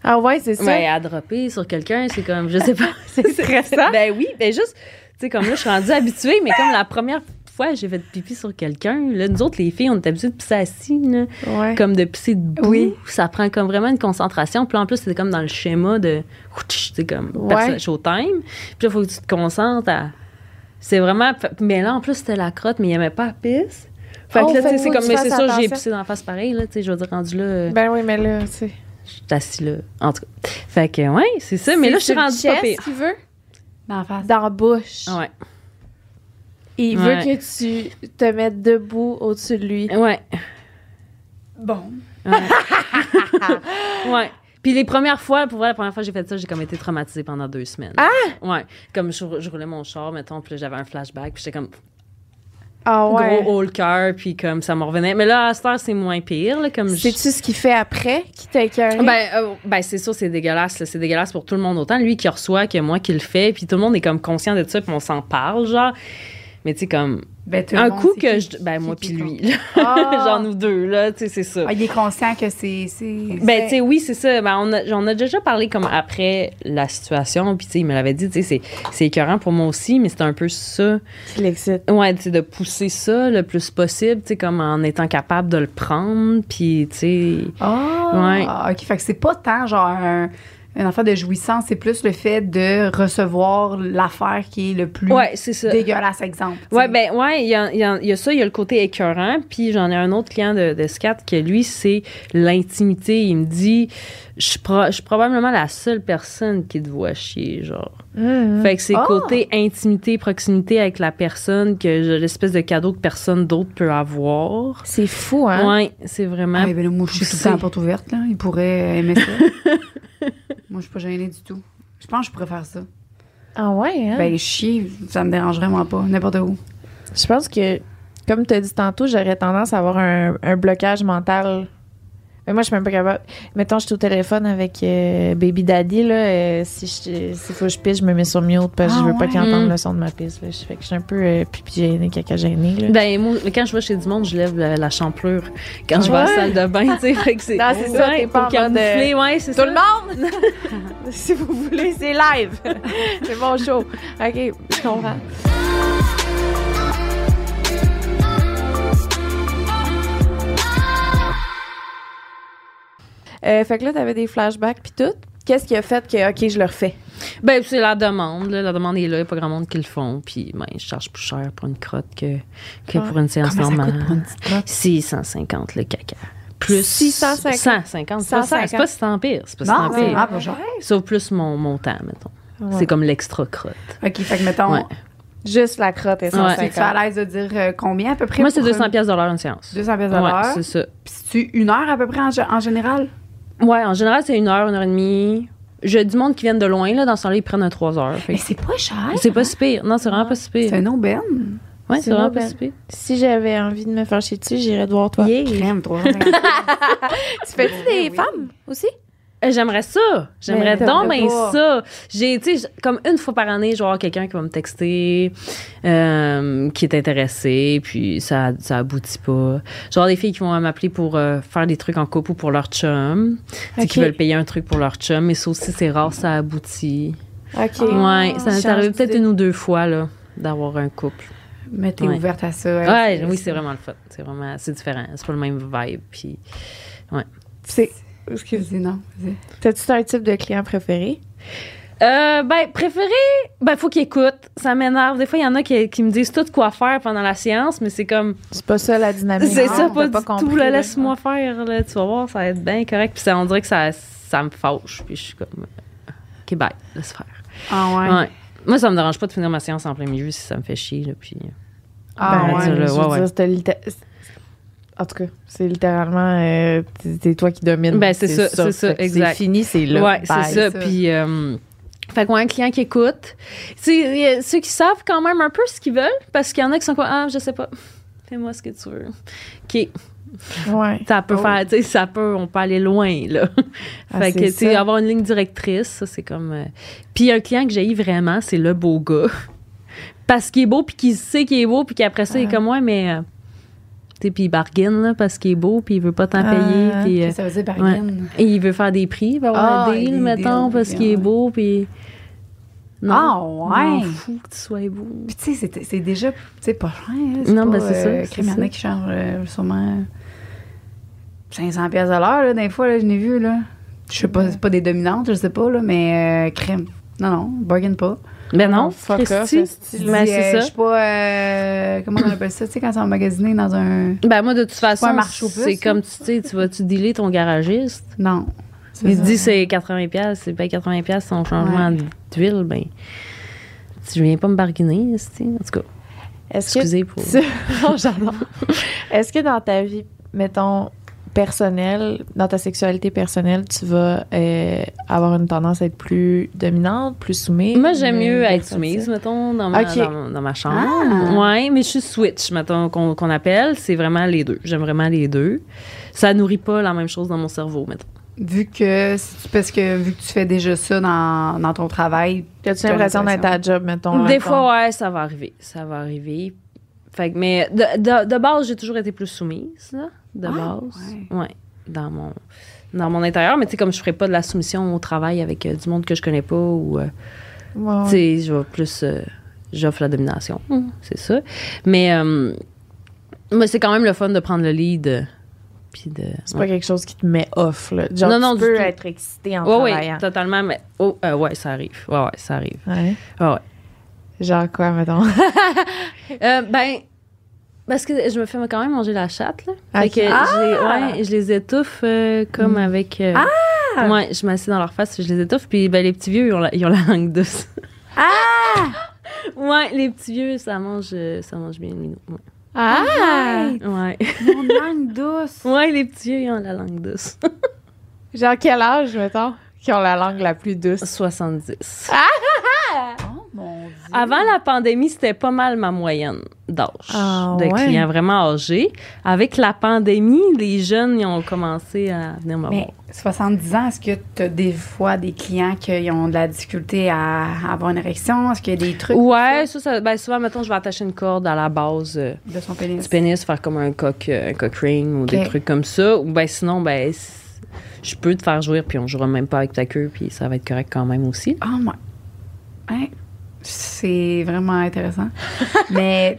Speaker 2: Ah ouais, c'est ça.
Speaker 4: Ben, à dropper sur quelqu'un, c'est comme, je sais pas.
Speaker 2: <laughs> c'est
Speaker 4: <laughs>
Speaker 2: stressant.
Speaker 4: ben oui, ben juste, tu sais, comme là, je suis rendue habituée, mais comme la première fois, j'ai fait pipi sur quelqu'un, là, nous autres, les filles, on est habituées de pisser assis, là,
Speaker 2: ouais.
Speaker 4: comme de pisser debout.
Speaker 1: Oui.
Speaker 4: Ça prend comme vraiment une concentration. Puis là, en plus, c'est comme dans le schéma de, c'est comme,
Speaker 2: Ouais.
Speaker 4: perso- showtime. Puis là, faut que tu te concentres à. C'est vraiment. Mais là, en plus, c'était la crotte, mais il n'y avait pas la pisse. Fait
Speaker 2: Oh,
Speaker 4: que là,
Speaker 2: fait que
Speaker 4: tu sais, c'est
Speaker 2: faut que
Speaker 4: comme,
Speaker 2: tu
Speaker 4: mais
Speaker 2: fasses
Speaker 4: c'est sûr, j'ai
Speaker 2: attention.
Speaker 4: pissé dans la face pareil, là, tu sais, je veux dire, rendu là. euh,
Speaker 2: Ben oui, mais là, tu sais...
Speaker 4: je suis assis là. En tout cas. Fait que, ouais, c'est ça. Mais là, je suis rendue pas pire.
Speaker 2: qu'il veut?
Speaker 1: D'en face.
Speaker 2: Dans la bouche.
Speaker 4: Ouais.
Speaker 2: Il
Speaker 4: Ouais.
Speaker 2: veut que tu te mettes debout au-dessus de lui.
Speaker 4: Ouais.
Speaker 1: Bon.
Speaker 4: Ouais. Puis les premières fois, pour vrai, la première fois que j'ai fait ça, j'ai comme été traumatisée pendant deux semaines.
Speaker 2: Ah!
Speaker 4: Ouais. Comme je, je roulais mon char, mettons, puis là, j'avais un flashback, puis j'étais comme
Speaker 2: Ah ouais.
Speaker 4: gros haut le cœur, puis comme ça me revenait. Mais là, à cette heure, c'est moins pire, là, comme je-
Speaker 2: Sais-tu ce qu'il fait après qui t'a écœuré?
Speaker 4: Ben, euh, ben c'est sûr, c'est dégueulasse. là. C'est dégueulasse pour tout le monde, autant lui qui reçoit que moi qui le fais. Puis tout le monde est comme conscient de ça, puis on s'en parle, genre. Mais tu sais, comme,
Speaker 1: Ben, tout le
Speaker 4: un
Speaker 1: monde
Speaker 4: coup
Speaker 1: sait
Speaker 4: que
Speaker 1: qui-
Speaker 4: je. Ben,
Speaker 1: qui-
Speaker 4: moi,
Speaker 1: qui
Speaker 4: puis lui,
Speaker 1: compte.
Speaker 4: là. <laughs>
Speaker 1: Ah!
Speaker 4: genre nous deux, là, tu sais, c'est ça.
Speaker 1: Ah, il est conscient que c'est. c'est-
Speaker 4: Ben, tu sais, oui, c'est ça. Ben, on, a, j'en a déjà parlé comme après la situation. Puis, tu sais, il me l'avait dit, tu sais, c'est, c'est écœurant pour moi aussi, mais c'est un peu ça.
Speaker 2: Qui l'excite.
Speaker 4: Ouais, tu sais, de pousser ça le plus possible, tu sais, comme en étant capable de le prendre. Puis, tu sais.
Speaker 1: Ah, OK. Fait que c'est pas tant genre un, un affaire de jouissance, c'est plus le fait de recevoir l'affaire qui est le plus
Speaker 4: Ouais, c'est ça.
Speaker 1: dégueulasse, exemple. tu
Speaker 4: Ouais,
Speaker 1: sais.
Speaker 4: ben, ouais, il y a, il y a- il y a ça, il y a le côté écœurant. Puis j'en ai un autre client de, de SCAT que lui, c'est l'intimité. Il me dit, je suis pro- je suis probablement la seule personne qui te voit chier, genre.
Speaker 2: Mm-hmm.
Speaker 4: Fait que c'est
Speaker 1: Ah!
Speaker 4: côté intimité, proximité avec la personne, que j'ai l'espèce de cadeau que personne d'autre peut avoir.
Speaker 2: C'est fou, hein?
Speaker 4: Ouais, c'est vraiment.
Speaker 1: Ah, ben là, moi, je suis tout le temps à la porte ouverte, là. Il pourrait aimer
Speaker 4: <laughs>
Speaker 1: ça. moi, je suis pas gênée du tout. Je pense que je pourrais faire ça.
Speaker 2: Ah ouais, hein?
Speaker 1: Ben, chier, ça me dérange vraiment pas, n'importe où.
Speaker 2: Je pense que, comme tu as dit tantôt, j'aurais tendance à avoir un, un blocage mental. Mais moi, je suis même pas capable. Mettons, je suis au téléphone avec euh, Baby Daddy, là. euh, si je- s'il faut que je pisse, je me mets sur mute parce que
Speaker 1: Ah
Speaker 2: je veux pas
Speaker 1: ouais.
Speaker 2: qu'il entende
Speaker 4: Mm.
Speaker 2: le son de ma pisse. Là. Je fais que je suis un peu euh, pipi gênée, caca gênée, là.
Speaker 4: Ben, moi, quand je vais chez du monde, je lève la, la champlure. Quand je vais à la
Speaker 2: Ouais.
Speaker 4: salle de bain, tu sais, fait que c'est.
Speaker 2: Non, c'est ça,
Speaker 4: Ouais,
Speaker 2: t'es pas
Speaker 4: pour
Speaker 2: en mode, euh,
Speaker 4: camoufler, ouais, c'est
Speaker 2: Tout
Speaker 4: ça.
Speaker 2: le monde! <laughs> si vous voulez, c'est <laughs> live! c'est mon show. OK, je comprends. Euh, fait que là, t'avais des flashbacks puis tout. Qu'est-ce qui a fait que, OK, je le refais?
Speaker 4: Ben, c'est la demande, là. La demande est là, il n'y a pas grand monde qui le font. Puis, ben, je charge plus cher pour une crotte que, que
Speaker 2: Ouais.
Speaker 4: pour une séance
Speaker 2: Comment ça
Speaker 4: normale.
Speaker 2: coûte pour une petite crotte?
Speaker 4: 650 le caca. Plus
Speaker 2: 650.
Speaker 4: 150. C'est pas ça, C'est pas si tant pire. C'est pas si
Speaker 1: Non,
Speaker 4: tant
Speaker 1: c'est
Speaker 4: pire.
Speaker 1: ah, ben, j'aurais.
Speaker 4: Sauf plus mon montant, mettons.
Speaker 2: Ouais.
Speaker 4: C'est comme l'extra crotte.
Speaker 1: OK, fait que mettons,
Speaker 4: Ouais.
Speaker 2: Juste la crotte est
Speaker 4: Ouais.
Speaker 1: es-tu à
Speaker 2: 150.
Speaker 1: l'aise de dire euh, combien à peu près?
Speaker 4: Moi, c'est
Speaker 1: pour
Speaker 4: 200
Speaker 1: une-
Speaker 4: pièces de l'heure une séance.
Speaker 1: 200 pièces de l'heure.
Speaker 4: Ouais, c'est ça.
Speaker 1: Puis c'est-tu une heure à peu près en, gé- en général?
Speaker 4: Ouais, en général, c'est une heure, une heure et demie. J'ai du monde qui viennent de loin, là, dans ce temps-là, ils prennent un 3 heures. Fait
Speaker 1: Mais
Speaker 4: que
Speaker 1: c'est pas cher.
Speaker 4: C'est pas si pire. Non, c'est vraiment pas si
Speaker 1: C'est
Speaker 4: pire.
Speaker 1: une aubaine.
Speaker 4: Ouais,
Speaker 2: c'est
Speaker 4: c'est vraiment
Speaker 2: une
Speaker 4: pas si pire.
Speaker 2: Si j'avais envie de me faire chier dessus, j'irais te voir toi. Ah
Speaker 1: Crème, 350.
Speaker 4: <laughs>
Speaker 2: Tu fais-tu des
Speaker 1: Oui.
Speaker 2: femmes aussi?
Speaker 4: Euh, J'aimerais ça. J'aimerais
Speaker 2: Mais
Speaker 4: donc
Speaker 1: t'aimerais
Speaker 4: bien
Speaker 1: pas.
Speaker 4: ça. J'ai, tu sais, j- comme une fois par année, je vais avoir quelqu'un qui va me texter, euh, qui est intéressé, puis ça, ça aboutit pas. Genre des filles qui vont m'appeler pour euh, faire des trucs en couple ou pour leur chum, tu sais, qui
Speaker 2: Ok.
Speaker 4: veulent payer un truc pour leur chum, mais ça aussi, c'est rare, ça aboutit.
Speaker 2: OK.
Speaker 4: ouais, ça m'est
Speaker 2: Change
Speaker 4: arrivé peut-être
Speaker 2: d'idée.
Speaker 4: une ou deux fois, là, d'avoir un couple.
Speaker 1: Mais t'es
Speaker 4: Ouais.
Speaker 1: ouverte à ça.
Speaker 4: Ouais, oui, c'est vraiment le fun. C'est vraiment, c'est différent. C'est pas le même vibe, puis...
Speaker 1: C'est. Excusez, non. vas-y.
Speaker 2: T'as-tu un type de client préféré?
Speaker 4: Euh, ben, préféré, ben, faut qu'ils écoutent. Ça m'énerve. Des fois, il y en a qui, qui me disent tout quoi faire pendant la séance, mais c'est comme,
Speaker 2: C'est pas ça la dynamique.
Speaker 4: c'est
Speaker 1: non,
Speaker 4: ça,
Speaker 2: Ah, T'as
Speaker 4: pas, du
Speaker 2: compris,
Speaker 4: tout, là,
Speaker 2: là.
Speaker 4: laisse-moi faire, là, tu vas voir, ça va être bien correct. Puis ça, on dirait que ça, ça me fâche, puis je suis comme, euh, ok, bye, laisse faire.
Speaker 1: Ah ouais.
Speaker 4: Ouais. Moi, ça me dérange pas de finir ma séance en plein milieu si ça me fait chier, là, puis... euh,
Speaker 1: Ah
Speaker 2: Ben,
Speaker 4: ouais.
Speaker 2: je veux
Speaker 4: Ouais, ouais.
Speaker 2: dire, c'était litté- En tout cas, c'est littéralement. euh, c'est- c'est toi qui domine.
Speaker 4: Ben, c'est ça, c'est ça, exact.
Speaker 2: C'est fini, c'est là.
Speaker 4: Ouais,
Speaker 2: Bye.
Speaker 4: c'est ça.
Speaker 1: Ça.
Speaker 4: Puis, euh, fait qu'on a un client qui écoute. C'est il y a ceux qui savent quand même un peu ce qu'ils veulent, parce qu'il y en a qui sont quoi, ah, je sais pas, fais-moi ce que tu veux. OK,
Speaker 2: Ouais.
Speaker 4: ça peut
Speaker 1: Oh.
Speaker 4: faire, tu sais, ça peut, on peut aller loin, là.
Speaker 2: Ah,
Speaker 4: <laughs> fait
Speaker 2: c'est
Speaker 4: que, tu sais,
Speaker 2: ça.
Speaker 4: avoir une ligne directrice, ça, c'est comme. euh, Puis, un client que j'ai vraiment, c'est le beau gars. <laughs> parce qu'il est beau, puis qu'il sait qu'il est beau, puis qu'après ça, il est
Speaker 2: Ah.
Speaker 4: comme, ouais, mais. euh, tu sais, puis il bargaine, là, parce qu'il est beau, puis il veut pas t'en
Speaker 2: Ah,
Speaker 4: payer, puis. euh,
Speaker 1: Qu'est-ce que Ça veut dire bargaine.
Speaker 4: et il veut faire des prix, il va avoir
Speaker 1: Ah,
Speaker 4: un deal,
Speaker 1: des
Speaker 4: mettons,
Speaker 1: deals,
Speaker 4: parce
Speaker 1: des
Speaker 4: qu'il est
Speaker 1: deals,
Speaker 4: beau, puis.
Speaker 1: Ah
Speaker 4: On
Speaker 1: ouais.
Speaker 4: fou que tu sois beau.
Speaker 1: Puis tu sais, c'est- c'est déjà tu sais, pas cher. hein, c'est
Speaker 4: Non,
Speaker 1: pas,
Speaker 4: ben, c'est ça,
Speaker 1: euh,
Speaker 4: c'est
Speaker 1: crime, il y en a
Speaker 4: ça.
Speaker 1: qui chargent euh, sûrement 500 pièces à l'heure, là, des fois, là, je n'ai vu, là. Je sais pas, c'est pas des dominantes, je sais pas, là, mais euh, crème. Non, non, bargain pas.
Speaker 4: Ben non,
Speaker 2: Non, fuck off,
Speaker 4: Christy.
Speaker 2: esti.
Speaker 4: Ben
Speaker 1: Dis, euh,
Speaker 4: c'est
Speaker 1: Je
Speaker 4: ça.
Speaker 1: sais pas, euh, comment on appelle ça, tu sais, quand c'est emmagasiné dans un.
Speaker 4: Ben moi, de toute
Speaker 1: un
Speaker 4: façon,
Speaker 1: marché aux
Speaker 4: c'est
Speaker 1: puces,
Speaker 4: comme, tu sais, tu vas-tu dealer ton garagiste?
Speaker 1: Non. C'est
Speaker 4: Il
Speaker 1: ça.
Speaker 4: te dit c'est 80$, piastres, c'est pas 80$ piastres son changement
Speaker 1: Ouais.
Speaker 4: d'huile, ben. Tu viens pas me barguiner, esti. en tout cas.
Speaker 2: Est-ce que. <laughs>
Speaker 4: Excusez pour.
Speaker 2: Non, j'adore. Est-ce que dans ta vie, mettons, personnelle, dans ta sexualité personnelle, tu vas euh, avoir une tendance à être plus dominante, plus soumise?
Speaker 4: Moi, j'aime mieux
Speaker 2: euh,
Speaker 4: être
Speaker 2: personne-
Speaker 4: soumise, mettons, dans ma,
Speaker 2: Ok.
Speaker 4: dans, dans ma chambre.
Speaker 1: Ah.
Speaker 4: Ouais, mais je suis switch, mettons, qu'on qu'on appelle. C'est vraiment les deux. J'aime vraiment les deux. Ça nourrit pas la même chose dans mon cerveau, mettons.
Speaker 1: Vu que, si tu- parce que vu que tu fais déjà ça dans, dans ton travail,
Speaker 2: T'as-tu l'impression d'être à la job, mettons?
Speaker 4: Des
Speaker 2: hein,
Speaker 4: fois, ouais, ça va arriver. Ça va arriver. Fait que, mais de, de- de base, j'ai toujours été plus soumise, là, de
Speaker 1: Ah,
Speaker 4: base. Ouais, dans mon dans mon intérieur. Mais tu sais, comme je ferais pas de la soumission au travail avec euh, du monde que je connais pas ou... euh,
Speaker 2: qu'on- Ouais, ouais.
Speaker 4: tu sais, je vais plus. euh, J'offre la domination,
Speaker 2: Mm.
Speaker 4: Hum, c'est ça. Mais, euh, mais c'est quand même le fun de prendre le lead. euh, Puis de.
Speaker 2: C'est pas quelque chose qui te met off, là. Genre,
Speaker 4: Non,
Speaker 2: tu
Speaker 4: non, du
Speaker 2: peux
Speaker 4: tout.
Speaker 2: être excité en
Speaker 4: ouais, ouais,
Speaker 2: travaillant.
Speaker 4: totalement. Mais, oh, euh, ouais, ça arrive. Ouais, ouais, ça arrive.
Speaker 2: Ouais.
Speaker 4: Ouais, ouais.
Speaker 2: Genre quoi, mettons? <laughs>
Speaker 4: Euh, ben, parce que je me fais quand même manger la chatte, là. Fait
Speaker 2: Ah, Ok. Ah! Mm.
Speaker 4: que j'ai- ouais, je les étouffe euh, comme avec. euh, Ouais, je m'assieds dans leur face, je les étouffe. Puis ben, les petits vieux, ils ont la, ils ont la langue douce. Ah! <laughs> ouais, les petits vieux, ça mange, euh, ça mange bien le minou. Ouais.
Speaker 2: Ah!
Speaker 4: ouais.
Speaker 1: mon langue douce.
Speaker 4: Ouais, les petits yeux, ils ont la langue douce.
Speaker 1: <laughs>
Speaker 2: Genre quel âge, mettons, qui ont la langue la plus douce?
Speaker 4: 70.
Speaker 1: Oh mon Dieu.
Speaker 4: Ah! Avant la pandémie, c'était pas mal ma moyenne d'âge
Speaker 2: Ah,
Speaker 4: de
Speaker 2: ouais.
Speaker 4: clients vraiment âgés. Avec la pandémie, les jeunes, ils ont commencé à venir me
Speaker 1: Mais
Speaker 4: voir.
Speaker 1: 70 ans, est-ce que tu as des fois des clients qui ont de la difficulté à avoir une érection? Est-ce qu'il y a des trucs
Speaker 4: Ouais, ça, ça- ben souvent, mettons, je vais attacher une corde à la base euh,
Speaker 1: de son pénis?
Speaker 4: du pénis, faire comme un cock, euh, un cock ring ou des
Speaker 1: Ok.
Speaker 4: trucs comme ça. Ou ben sinon, ben, c- je peux te faire jouir, puis on jouera même pas avec ta queue, puis ça va être correct quand même aussi.
Speaker 1: Ah, ouais. Ouais. C'est vraiment intéressant.
Speaker 4: <laughs>
Speaker 1: Mais,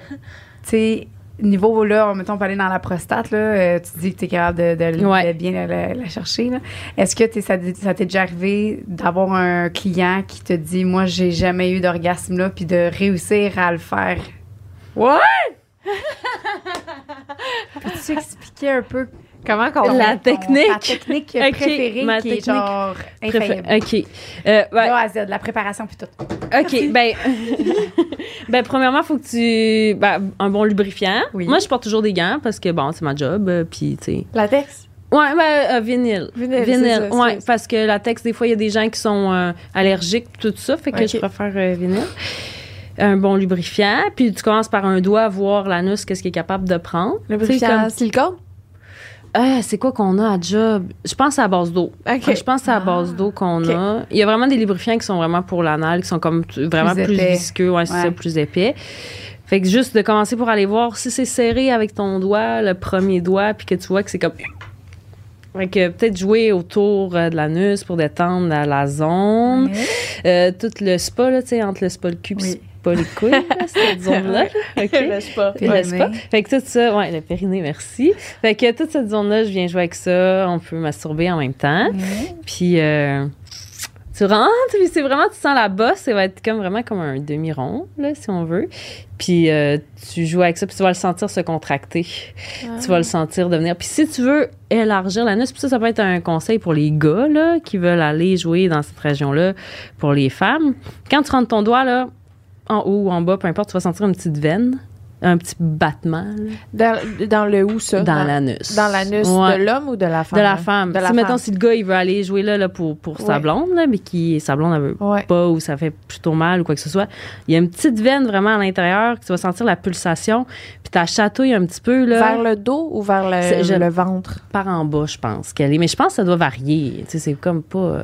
Speaker 1: tu sais, niveau, là, mettons, on peut aller dans la prostate, là, euh, tu dis que tu es capable de, de-
Speaker 4: Ouais.
Speaker 1: de bien la, la chercher. là. Est-ce que t'es- ça, t'est- ça t'est déjà arrivé d'avoir un client qui te dit, moi, j'ai jamais eu d'orgasme là, puis de réussir à le faire? Ouais! <laughs> Peux-tu expliquer un peu
Speaker 2: Comment qu'on...
Speaker 1: ton- ton- ta
Speaker 4: La technique?
Speaker 1: technique
Speaker 4: <laughs> Ok,
Speaker 1: préférée
Speaker 4: ma
Speaker 1: qui
Speaker 4: technique
Speaker 1: est genre infaillible?
Speaker 4: Ok. Euh, ben,
Speaker 1: De A à Z, la préparation puis tout.
Speaker 4: OK, ben, <laughs> ben premièrement, faut que tu... Ben, un bon lubrifiant.
Speaker 1: Oui.
Speaker 4: Moi, je porte toujours des gants parce que, bon, c'est ma job, euh, puis, tu sais...
Speaker 2: Latex?
Speaker 4: Ouais, ben, euh, vinyle.
Speaker 2: Vinyle, c'est ça, c'est
Speaker 4: ouais,
Speaker 2: ça.
Speaker 4: parce que la texte, des fois, il y a des gens qui sont euh, allergiques, tout ça, fait que
Speaker 2: Ok.
Speaker 4: je préfère euh, vinyle. Un bon lubrifiant, puis tu commences par un doigt, voir l'anus, qu'est-ce qu'il est capable de prendre.
Speaker 2: Le
Speaker 4: Tu sais,
Speaker 2: bruit
Speaker 4: comme-
Speaker 2: en silicone?
Speaker 4: Ah, c'est quoi qu'on a à job? Je pense à la base d'eau.
Speaker 2: OK.
Speaker 4: Je pense à la base d'eau qu'on
Speaker 2: Ok.
Speaker 4: a. Il y a vraiment des lubrifiants qui sont vraiment pour l'anal, qui sont comme t- vraiment plus,
Speaker 1: épais.
Speaker 4: visqueux, ouais, c'est
Speaker 1: Ouais.
Speaker 4: ça, plus épais. Fait que juste de commencer pour aller voir si c'est serré avec ton doigt, le premier doigt, puis que tu vois que c'est comme. Fait que peut-être jouer autour euh, de l'anus pour détendre la, la zone. Euh, tout le spa, là, tu sais, entre le spa, le cul, puis
Speaker 1: Oui.
Speaker 4: le spa, les couilles, là, cette zone-là.
Speaker 2: <laughs>
Speaker 4: OK.
Speaker 2: Lâche pas.
Speaker 1: Puis-
Speaker 4: Ouais, c'est
Speaker 1: Périnée.
Speaker 4: pas- Fait que tout ça, ouais, le périnée, merci. Fait que toute cette zone-là, je viens jouer avec ça. On peut masturber en même temps. Puis euh, tu rentres, puis c'est vraiment, tu sens la bosse. Ça va être comme vraiment comme un demi-rond, là, si on veut. Puis euh, tu joues avec ça, puis tu vas le sentir se contracter. Tu vas le sentir devenir. Puis si tu veux élargir l'anus, puis ça, ça peut être un conseil pour les gars, là, qui veulent aller jouer dans cette région-là pour les femmes. Quand tu rentres ton doigt, là, en haut ou en bas, peu importe, tu vas sentir une petite veine, un petit battement là,
Speaker 2: Dans, dans le où, ça?
Speaker 4: dans l'anus.
Speaker 2: Dans l'anus
Speaker 4: Ouais.
Speaker 2: de l'homme ou de la femme?
Speaker 4: De la femme.
Speaker 2: De la
Speaker 4: si, mettons,
Speaker 2: femme.
Speaker 4: si le gars, il veut aller jouer là, là pour, pour sa
Speaker 2: Ouais.
Speaker 4: blonde, là, mais qui, sa blonde, elle veut
Speaker 2: Ouais.
Speaker 4: pas ou ça fait plutôt mal ou quoi que ce soit, il y a une petite veine vraiment à l'intérieur que tu vas sentir la pulsation, puis ta chatouille un petit peu, là,
Speaker 2: Vers le dos ou vers le,
Speaker 4: C'est- je-
Speaker 2: le ventre?
Speaker 4: par en bas, je pense qu'elle est. Mais je pense que ça doit varier. Tu sais, c'est comme pas... euh,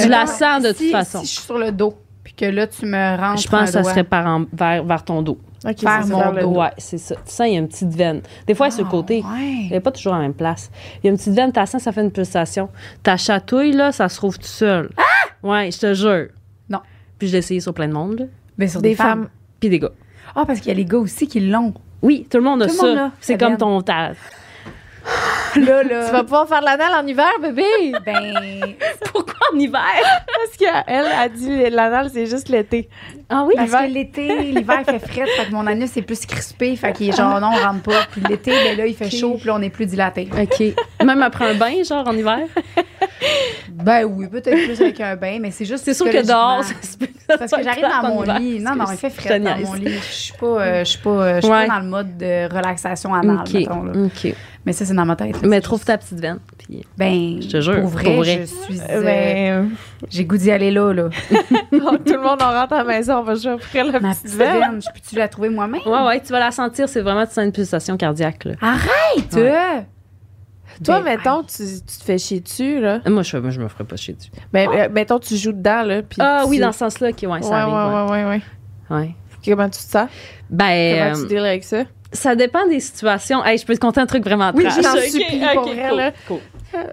Speaker 4: tu la sens de toute façon.
Speaker 1: Si je suis sur le dos, puis que là, tu me rentres.
Speaker 4: je pense que
Speaker 1: un
Speaker 4: ça
Speaker 1: doigt.
Speaker 4: serait par en- vers, vers ton dos.
Speaker 2: OK,
Speaker 1: Vers
Speaker 2: c'est
Speaker 1: mon
Speaker 2: vers le
Speaker 1: dos.
Speaker 4: Ouais, c'est ça. Tu sens, il y a une petite veine. Des fois, elle est sur le côté.
Speaker 1: Ah,
Speaker 4: Elle
Speaker 1: ouais.
Speaker 4: n'est pas toujours à la même place. Il y a une petite veine, ta sens, ça fait une pulsation. Ta chatouille, là, ça se trouve tout seul. Ah! Ouais, je te jure.
Speaker 1: Non.
Speaker 4: Puis je l'ai essayé sur plein de monde, là.
Speaker 1: Mais sur
Speaker 2: Des,
Speaker 1: des,
Speaker 2: femmes.
Speaker 1: femmes.
Speaker 4: Puis des gars.
Speaker 1: Ah, parce qu'il y a les gars aussi qui l'ont.
Speaker 4: Oui, tout le monde a
Speaker 1: Tout le
Speaker 4: ça.
Speaker 1: monde a
Speaker 4: c'est
Speaker 1: la
Speaker 4: comme
Speaker 1: veine.
Speaker 4: ton. ta-
Speaker 1: <laughs> Là,
Speaker 2: Tu
Speaker 1: <laughs>
Speaker 2: vas
Speaker 1: là.
Speaker 2: pouvoir faire de l'anal en hiver, bébé?
Speaker 1: ben.
Speaker 4: Pourquoi en hiver?
Speaker 2: Parce qu'elle, a dit l'anal, c'est juste l'été.
Speaker 4: Ah oui?
Speaker 1: Parce que l'été, l'hiver, il fait frais, fait que mon anus est plus crispé, fait qu'il est genre non, on rentre pas. Puis l'été, ben là, il fait
Speaker 4: Ok.
Speaker 1: chaud, puis là, on est plus dilaté.
Speaker 4: OK. Même après un bain, genre
Speaker 1: <laughs>
Speaker 4: en hiver?
Speaker 1: Ben oui, peut-être plus avec un bain, mais c'est juste.
Speaker 4: C'est sûr que dehors, ça
Speaker 1: psychologiquement.
Speaker 4: se peut. que ça
Speaker 1: Parce
Speaker 4: soit
Speaker 1: que j'arrive dans
Speaker 4: plate en
Speaker 1: mon
Speaker 4: hiver.
Speaker 1: lit. Non, non, il fait
Speaker 4: Excuse,
Speaker 1: frais
Speaker 4: je te
Speaker 1: dans
Speaker 4: niaise.
Speaker 1: mon lit. Je suis pas, euh, je suis pas, euh, je suis pas
Speaker 4: Ouais.
Speaker 1: dans le mode de relaxation anale,
Speaker 4: OK.
Speaker 1: mettons, là.
Speaker 4: OK.
Speaker 1: Mais ça, c'est dans ma tête. là.
Speaker 4: Mais
Speaker 1: C'est
Speaker 4: trouve
Speaker 1: juste-
Speaker 4: ta petite veine. Puis...
Speaker 1: Ben,
Speaker 4: Je te jure,
Speaker 1: Pour vrai,
Speaker 4: pour vrai.
Speaker 1: je suis. euh,
Speaker 2: Ben,
Speaker 1: J'ai goût d'y aller là,
Speaker 2: <laughs>
Speaker 1: là.
Speaker 2: tout le monde, on rentre à la maison, on va jouer après la
Speaker 1: Ma
Speaker 2: petite veine.
Speaker 1: je peux-tu la trouver moi-même?
Speaker 4: Ouais, ouais, tu vas la sentir. C'est vraiment, tu sens une pulsation cardiaque, là.
Speaker 1: Arrête! euh!
Speaker 2: Toi,
Speaker 1: Ben,
Speaker 2: mettons, tu, tu te fais chier dessus, là.
Speaker 4: Moi, je, moi, je me ferais pas chier dessus.
Speaker 2: Ben, euh, mettons, tu joues dedans, là. puis
Speaker 4: Ah
Speaker 2: tu-
Speaker 4: oui, dans ce sens-là, ok, ouais,
Speaker 2: Ouais,
Speaker 4: ça
Speaker 2: ouais,
Speaker 4: arrive. ouais.
Speaker 2: ouais, ouais, ouais.
Speaker 4: Ouais.
Speaker 2: Comment tu te sens?
Speaker 4: Ben,
Speaker 2: Comment tu
Speaker 4: euh,
Speaker 2: deals avec ça?
Speaker 4: ça dépend des situations. Hey, je peux te conter un truc vraiment
Speaker 2: Oui,
Speaker 4: trash.
Speaker 2: je t'en
Speaker 4: Ok,
Speaker 2: supplie,
Speaker 4: ok,
Speaker 2: pour vrai,
Speaker 4: cool,
Speaker 2: là.
Speaker 4: cool.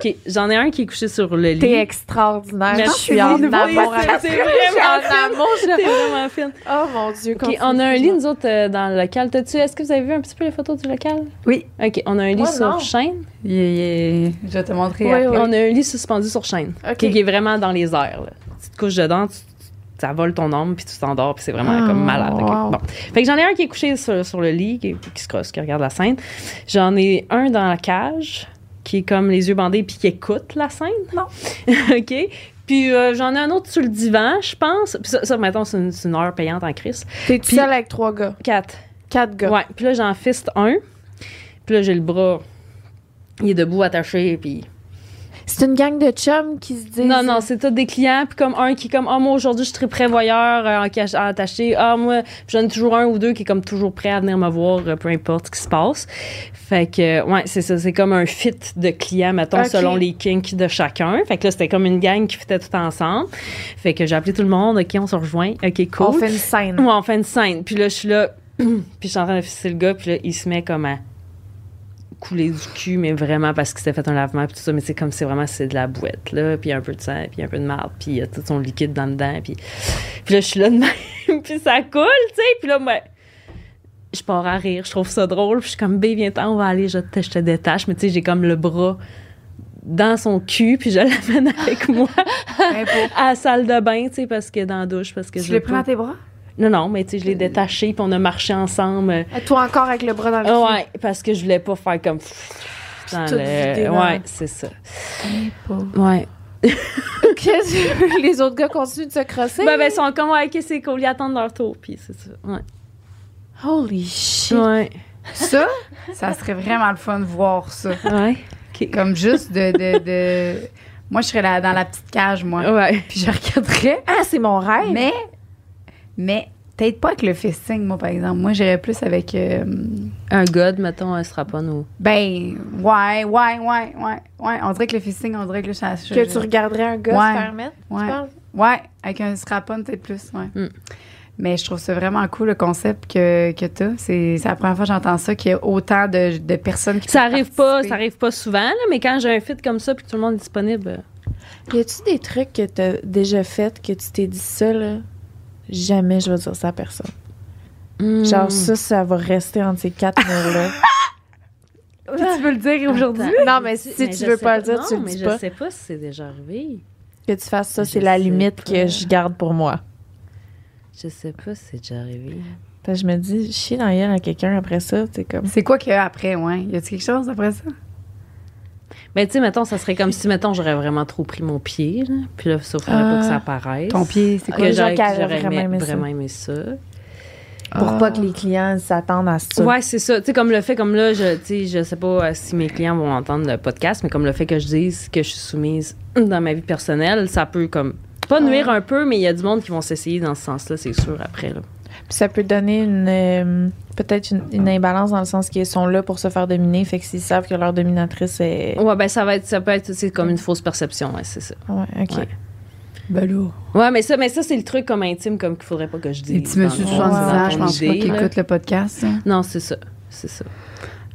Speaker 4: Ok, j'en ai un qui est couché sur le lit.
Speaker 2: T'es extraordinaire.
Speaker 4: Merci.
Speaker 2: Je suis
Speaker 4: <laughs>
Speaker 2: en
Speaker 1: Oui,
Speaker 2: amour
Speaker 1: c'est-
Speaker 2: avec
Speaker 4: c'est
Speaker 2: toi.
Speaker 4: vraiment
Speaker 2: <laughs> Je suis en
Speaker 4: fine.
Speaker 2: amour.
Speaker 4: T'es
Speaker 2: je-
Speaker 4: vraiment fine.
Speaker 2: Oh mon Dieu.
Speaker 4: OK, on a un lit, nous autres, euh, dans le local. T'as-tu, est-ce que vous avez vu un petit peu les photos du local?
Speaker 1: Oui.
Speaker 4: OK, on a un lit
Speaker 2: Moi,
Speaker 4: sur
Speaker 2: non.
Speaker 4: chaîne.
Speaker 1: Il est- il est- Je vais te montrer.
Speaker 2: Oui,
Speaker 1: après.
Speaker 2: oui.
Speaker 4: On a un lit suspendu sur chaîne.
Speaker 2: OK.
Speaker 4: qui- qui est vraiment dans les airs. là. Tu te couches dedans, tu- tu- ça vole ton âme, puis tu t'endors, puis c'est vraiment
Speaker 2: Ah,
Speaker 4: comme malade. ok.
Speaker 2: wow.
Speaker 4: Bon. Fait que j'en ai un qui est couché sur, sur le lit, qui, qui se crosse, qui regarde la scène. J'en ai un dans la cage, qui est comme les yeux bandés, puis qui écoute la scène.
Speaker 1: Non.
Speaker 4: <laughs> OK? Puis euh, j'en ai un autre sur le divan, je pense. Puis ça, ça mettons, c'est une, c'est une heure payante en crise.
Speaker 2: T'es tout
Speaker 4: Puis-
Speaker 2: seul avec trois gars.
Speaker 4: Quatre.
Speaker 2: Quatre gars.
Speaker 4: Ouais. Puis là, j'en fiste un. Puis là, j'ai le bras. Il est debout, attaché, puis
Speaker 2: C'est une gang de chums qui se disent.
Speaker 4: Non, non, c'est tout des clients. Puis comme un qui est comme, ah, moi, aujourd'hui, je suis très prévoyeur euh, en cash- en attaché. Ah, moi, puis j'en ai toujours un ou deux qui est comme toujours prêt à venir me voir, euh, peu importe ce qui se passe. Fait que, euh, ouais, c'est ça. C'est comme un fit de clients, mettons,
Speaker 2: Ok.
Speaker 4: selon les kinks de chacun. Fait que là, c'était comme une gang qui fitait tout ensemble. Fait que j'ai appelé tout le monde. OK, on se rejoint. OK, cool.
Speaker 2: On fait une
Speaker 1: Mm.
Speaker 2: scène.
Speaker 4: Ouais, on fait une scène. Puis là, je suis là, <clears throat> puis je suis en train de fisser le gars, puis là, il se met comme à couler du cul, mais vraiment parce qu'il s'est fait un lavement, puis tout ça. Mais c'est comme, c'est vraiment, c'est de la bouette, là, puis un peu de sang, puis un peu de marde, puis il y a tout son liquide dans le dedans, puis, puis là, je suis là de même, <laughs> puis ça coule, tu sais, puis là, moi... Je pars à rire, je trouve ça drôle, puis je suis comme, bé, viens-t'en, on va aller, je te, je te détache, mais tu sais, j'ai comme le bras dans son cul, puis je <laughs> l'amène avec moi
Speaker 1: Ben, pour-
Speaker 4: à la salle de bain, tu sais, parce que dans la douche, parce que je
Speaker 1: Tu le
Speaker 4: veux
Speaker 1: prends
Speaker 4: pas-
Speaker 1: dans tes bras?
Speaker 4: non, non, mais tu sais, je l'ai détaché, puis on a marché ensemble. Euh,
Speaker 2: Toi encore avec le bras dans le cul.
Speaker 4: ouais, parce que je voulais pas faire comme. Dans
Speaker 2: tout vidé
Speaker 4: le...
Speaker 2: dans-
Speaker 4: Ouais, c'est ça. Ouais.
Speaker 2: Qu'est-ce que- les autres gars continuent de se crosser?
Speaker 4: Ben, ben, ils sont comme, ouais, ok, c'est cool, ils attendent leur tour, puis c'est ça. Ouais.
Speaker 2: Holy shit.
Speaker 4: Ouais.
Speaker 1: Ça, ça serait vraiment le fun de voir ça.
Speaker 4: Ouais.
Speaker 1: Comme juste de. de, de- Moi, je serais là- dans la petite cage, moi.
Speaker 4: Ouais.
Speaker 1: Puis je regarderais.
Speaker 2: Ah, c'est mon rêve.
Speaker 1: Mais. Mais. Peut-être pas avec le fisting, moi, par exemple. Moi, j'irais plus avec. euh,
Speaker 4: Un god, mettons, un strapon ou.
Speaker 1: ben, ouais, ouais, ouais, ouais, ouais. On dirait que le fisting, on dirait que le chasse.
Speaker 2: que tu regarderais un gars
Speaker 1: Ouais.
Speaker 2: se faire mettre. tu
Speaker 1: Ouais.
Speaker 2: parles?
Speaker 1: Ouais, avec un strapon, peut-être plus, ouais.
Speaker 4: Mm.
Speaker 1: Mais je trouve ça vraiment cool, le concept que, que t'as. C'est c'est la première fois que j'entends ça, qu'il y a autant de, de personnes qui
Speaker 4: Ça
Speaker 1: peuvent
Speaker 4: arrive pas,
Speaker 1: participer.
Speaker 4: ça arrive pas souvent, là, mais quand j'ai un fit comme ça, puis tout le monde est disponible. euh,
Speaker 2: Y a-tu des trucs que t'as déjà fait que tu t'es dit ça, là? Jamais je vais dire ça à personne.
Speaker 4: hmm.
Speaker 2: Genre, ça, ça va rester entre ces quatre murs-là.
Speaker 1: <laughs> Tu peux le dire aujourd'hui?
Speaker 4: Attends,
Speaker 2: Non, mais si
Speaker 4: je
Speaker 2: tu veux
Speaker 4: sais
Speaker 2: pas le dire, tu
Speaker 4: non,
Speaker 2: le
Speaker 4: mais
Speaker 2: dis
Speaker 4: je
Speaker 2: pas.
Speaker 4: sais pas si c'est déjà arrivé.
Speaker 2: que tu fasses ça,
Speaker 4: Je
Speaker 2: c'est la
Speaker 4: sais
Speaker 2: limite
Speaker 4: pas.
Speaker 2: que je garde pour moi.
Speaker 4: Je sais pas si c'est déjà arrivé.
Speaker 2: Parce que je me dis, chier dans la gueule à quelqu'un après ça, c'est comme.
Speaker 1: C'est quoi qu'il y a après, ouais? Y a-t-il quelque chose après ça?
Speaker 4: Ben, tu sais, mettons, ça serait comme si, mettons, j'aurais vraiment trop pris mon pied, là. Puis là, ça ferait pas que ça apparaisse.
Speaker 1: Ah. Ton pied, c'est
Speaker 4: Que
Speaker 1: quoi?
Speaker 2: Les gens
Speaker 4: j'aurais-
Speaker 2: qui
Speaker 4: que
Speaker 2: auraient
Speaker 4: j'aurais
Speaker 2: vraiment
Speaker 4: aimé-
Speaker 2: aimé ça.
Speaker 4: vraiment aimé ça.
Speaker 2: Pour pas que les clients s'attendent à ça.
Speaker 4: Ouais, c'est ça. Tu sais, comme le fait, comme là, je, tu sais, je sais pas euh, si mes clients vont entendre le podcast, mais comme le fait que je dise que je suis soumise dans ma vie personnelle, ça peut, comme, pas nuire un peu, mais il y a du monde qui vont s'essayer dans ce sens-là, c'est sûr, après, là.
Speaker 2: Puis ça peut donner une. euh, Peut-être une,
Speaker 4: Ah.
Speaker 2: une imbalance dans le sens qu'ils sont là pour se faire dominer, fait que s'ils savent que leur dominatrice est.
Speaker 4: Ouais, ben, ça va être, ça peut être, c'est comme une fausse perception, ouais, c'est ça.
Speaker 2: Ouais, ok.
Speaker 4: Oh. Ouais.
Speaker 1: Ben là.
Speaker 4: Ouais, mais ça, mais ça, c'est le truc comme intime, comme qu'il faudrait pas que je dise.
Speaker 1: Les petits messieurs de
Speaker 4: Ah, dans-
Speaker 1: 70
Speaker 4: dans
Speaker 1: ans,
Speaker 4: ton
Speaker 1: je pense pas
Speaker 4: idée,
Speaker 1: qu'ils
Speaker 4: là.
Speaker 1: écoutent le podcast. hein.
Speaker 4: Non, c'est ça. C'est ça.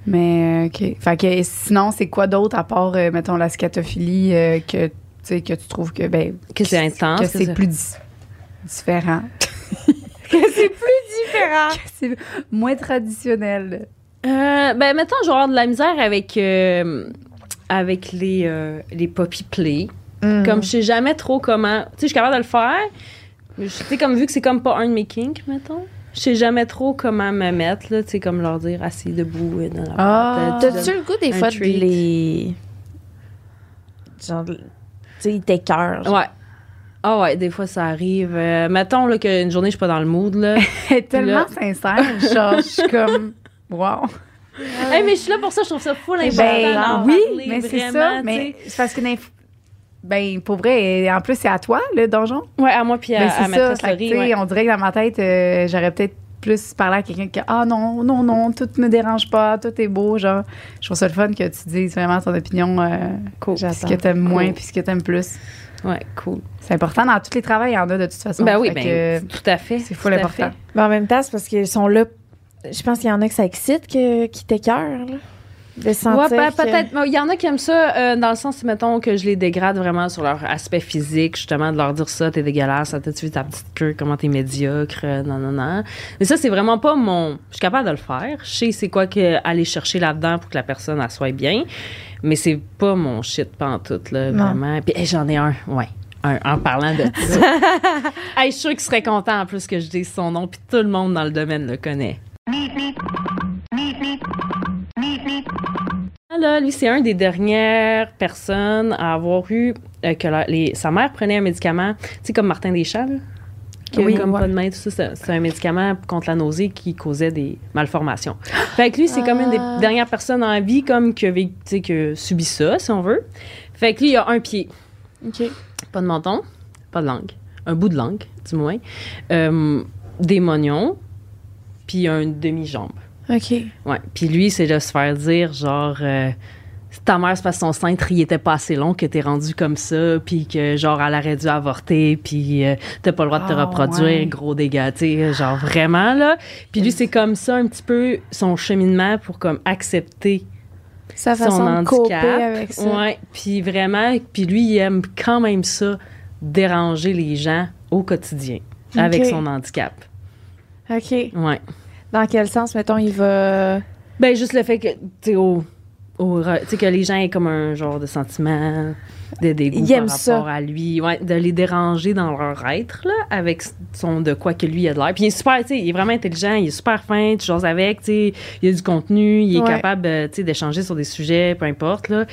Speaker 1: Mais, euh, OK. Fait que sinon, c'est quoi d'autre à part, euh, mettons, la scatophilie euh, que, tu sais, que tu trouves que, ben,
Speaker 4: Que Ah, c'est intense.
Speaker 1: que c'est
Speaker 4: ça-
Speaker 1: plus dis- différent?
Speaker 4: Ah.
Speaker 2: Différent!
Speaker 1: c'est moins traditionnel.
Speaker 4: Euh, ben, mettons, je vais avoir de la misère avec, euh, avec les, euh, les poppy play.
Speaker 1: Mm-hmm.
Speaker 2: Hmm.
Speaker 4: Comme je sais jamais trop comment. Tu sais, je suis capable de le faire. mais je- Tu sais, comme vu que c'est comme pas un de mes kinks, mettons. Je sais jamais trop comment me mettre, là. Tu sais, comme leur dire assis debout et dans la
Speaker 1: Ah.
Speaker 4: porte,
Speaker 2: T'as-tu le goût des
Speaker 4: Un
Speaker 2: fois de
Speaker 4: treat.
Speaker 2: les. Genre. Tu sais, ils t'écœurent. genre.
Speaker 4: Ouais. Ah ouais, des fois ça arrive. Euh, mettons là, qu'une journée je suis pas dans le
Speaker 1: <laughs>
Speaker 4: mood là.
Speaker 1: Elle est tellement
Speaker 4: Là.
Speaker 1: sincère. Genre, je suis comme,
Speaker 4: <laughs>
Speaker 1: wow.
Speaker 4: Hey, Eh, mais je suis là pour ça, je trouve ça fou important.
Speaker 1: Ben,
Speaker 4: d'en
Speaker 1: oui,
Speaker 4: parler,
Speaker 1: mais c'est
Speaker 4: vraiment,
Speaker 1: ça.
Speaker 4: tu
Speaker 1: Mais c'est parce que, dans les f- ben, pour vrai, en plus, c'est à toi, le donjon.
Speaker 4: sais. Ouais, à moi puis à,
Speaker 1: Ben,
Speaker 4: à
Speaker 1: c'est
Speaker 4: ma
Speaker 1: ça. Fait que, tu sais, On dirait que dans ma tête, euh, j'aurais peut-être plus parler à quelqu'un que Ah non, non, non, tout me dérange pas, tout est beau. Genre, je trouve ça le fun que tu dises vraiment ton opinion, euh,
Speaker 2: Cool.
Speaker 1: puis ce que t'aimes moins, puis ce que t'aimes plus.
Speaker 4: Ouais, cool.
Speaker 1: C'est important dans tous les travails, il y en a de toute façon.
Speaker 4: Ben oui,
Speaker 1: Hein, Fait
Speaker 4: ben,
Speaker 1: que
Speaker 4: tout à fait.
Speaker 1: c'est
Speaker 4: tout
Speaker 1: fou
Speaker 4: à
Speaker 1: l'important.
Speaker 4: fait.
Speaker 2: Mais en même temps, c'est parce qu'ils sont là. Je pense qu'il y en a que ça excite, que, qui t'écœurent, là. De sentir.
Speaker 4: Ouais, ben,
Speaker 2: que-
Speaker 4: peut-être. mais Il y en a qui aiment ça euh, dans le sens, mettons, que je les dégrade vraiment sur leur aspect physique, justement, de leur dire ça, t'es dégueulasse, t'as tu vu ta petite queue, comment t'es médiocre, euh, non, non, non. Mais ça, c'est vraiment pas mon. Je suis capable de le faire. Je sais c'est quoi que aller chercher là-dedans pour que la personne, elle soit bien. Mais c'est pas mon shit pantoute, là,
Speaker 2: Non.
Speaker 4: vraiment. Puis hey, j'en ai un, ouais. un, en parlant de
Speaker 1: <laughs>
Speaker 4: ça. hey, je suis sûre qu'il serait content en plus que je dise son nom, puis tout le monde dans le domaine le connaît. Ah Là, lui, c'est un des dernières personnes à avoir eu euh, que la- les- sa mère prenait un médicament, tu sais, comme Martin Deschamps, là, qui a
Speaker 2: Oui,
Speaker 4: comme
Speaker 2: ouais.
Speaker 4: pas de main, tout ça. C'est- C'est un médicament contre la nausée qui causait des malformations. Fait que lui, c'est comme une des
Speaker 2: Ah.
Speaker 4: dernières personnes en vie comme qui a, vécu- tu sais, qui a subi ça, si on veut. Fait que lui, il a un pied.
Speaker 2: Ok.
Speaker 4: Pas de menton, pas de langue. Un bout de langue, du moins. Euh, des moignons, puis un demi-jambe.
Speaker 2: Ok.
Speaker 4: Ouais. Puis lui, c'est de se faire dire, genre, euh, ta mère, c'est parce que son cintre, il était pas assez long que t'es rendu comme ça, puis que, genre, elle aurait dû avorter, puis euh, t'as pas le droit de te
Speaker 1: Ah,
Speaker 4: reproduire,
Speaker 1: ouais.
Speaker 4: gros dégâts, tu sais, genre, vraiment, là. Puis lui, c'est comme ça, un petit peu, son cheminement pour, comme, accepter
Speaker 2: Sa
Speaker 4: son
Speaker 2: façon de coper
Speaker 4: handicap.
Speaker 2: avec ça.
Speaker 4: Ouais, puis vraiment, puis lui, il aime quand même ça, déranger les gens au quotidien, avec
Speaker 2: Ok.
Speaker 4: son handicap.
Speaker 2: Ok.
Speaker 4: Ouais.
Speaker 2: Dans quel sens, mettons, il va.
Speaker 4: Ben, juste le fait que, tu sais, au- au re- tu sais, que les gens aient comme un genre de sentiment de dégoût
Speaker 2: Ils
Speaker 4: par
Speaker 2: aiment
Speaker 4: rapport
Speaker 2: ça.
Speaker 4: à lui, ouais, de les déranger dans leur être, là, avec son de quoi que lui a de l'air. Puis il est super, tu sais, il est vraiment intelligent, il est super fin, tu choses avec, tu sais, il a du contenu, il est
Speaker 2: Ouais.
Speaker 4: capable, euh, tu sais, d'échanger sur des sujets, peu importe, là.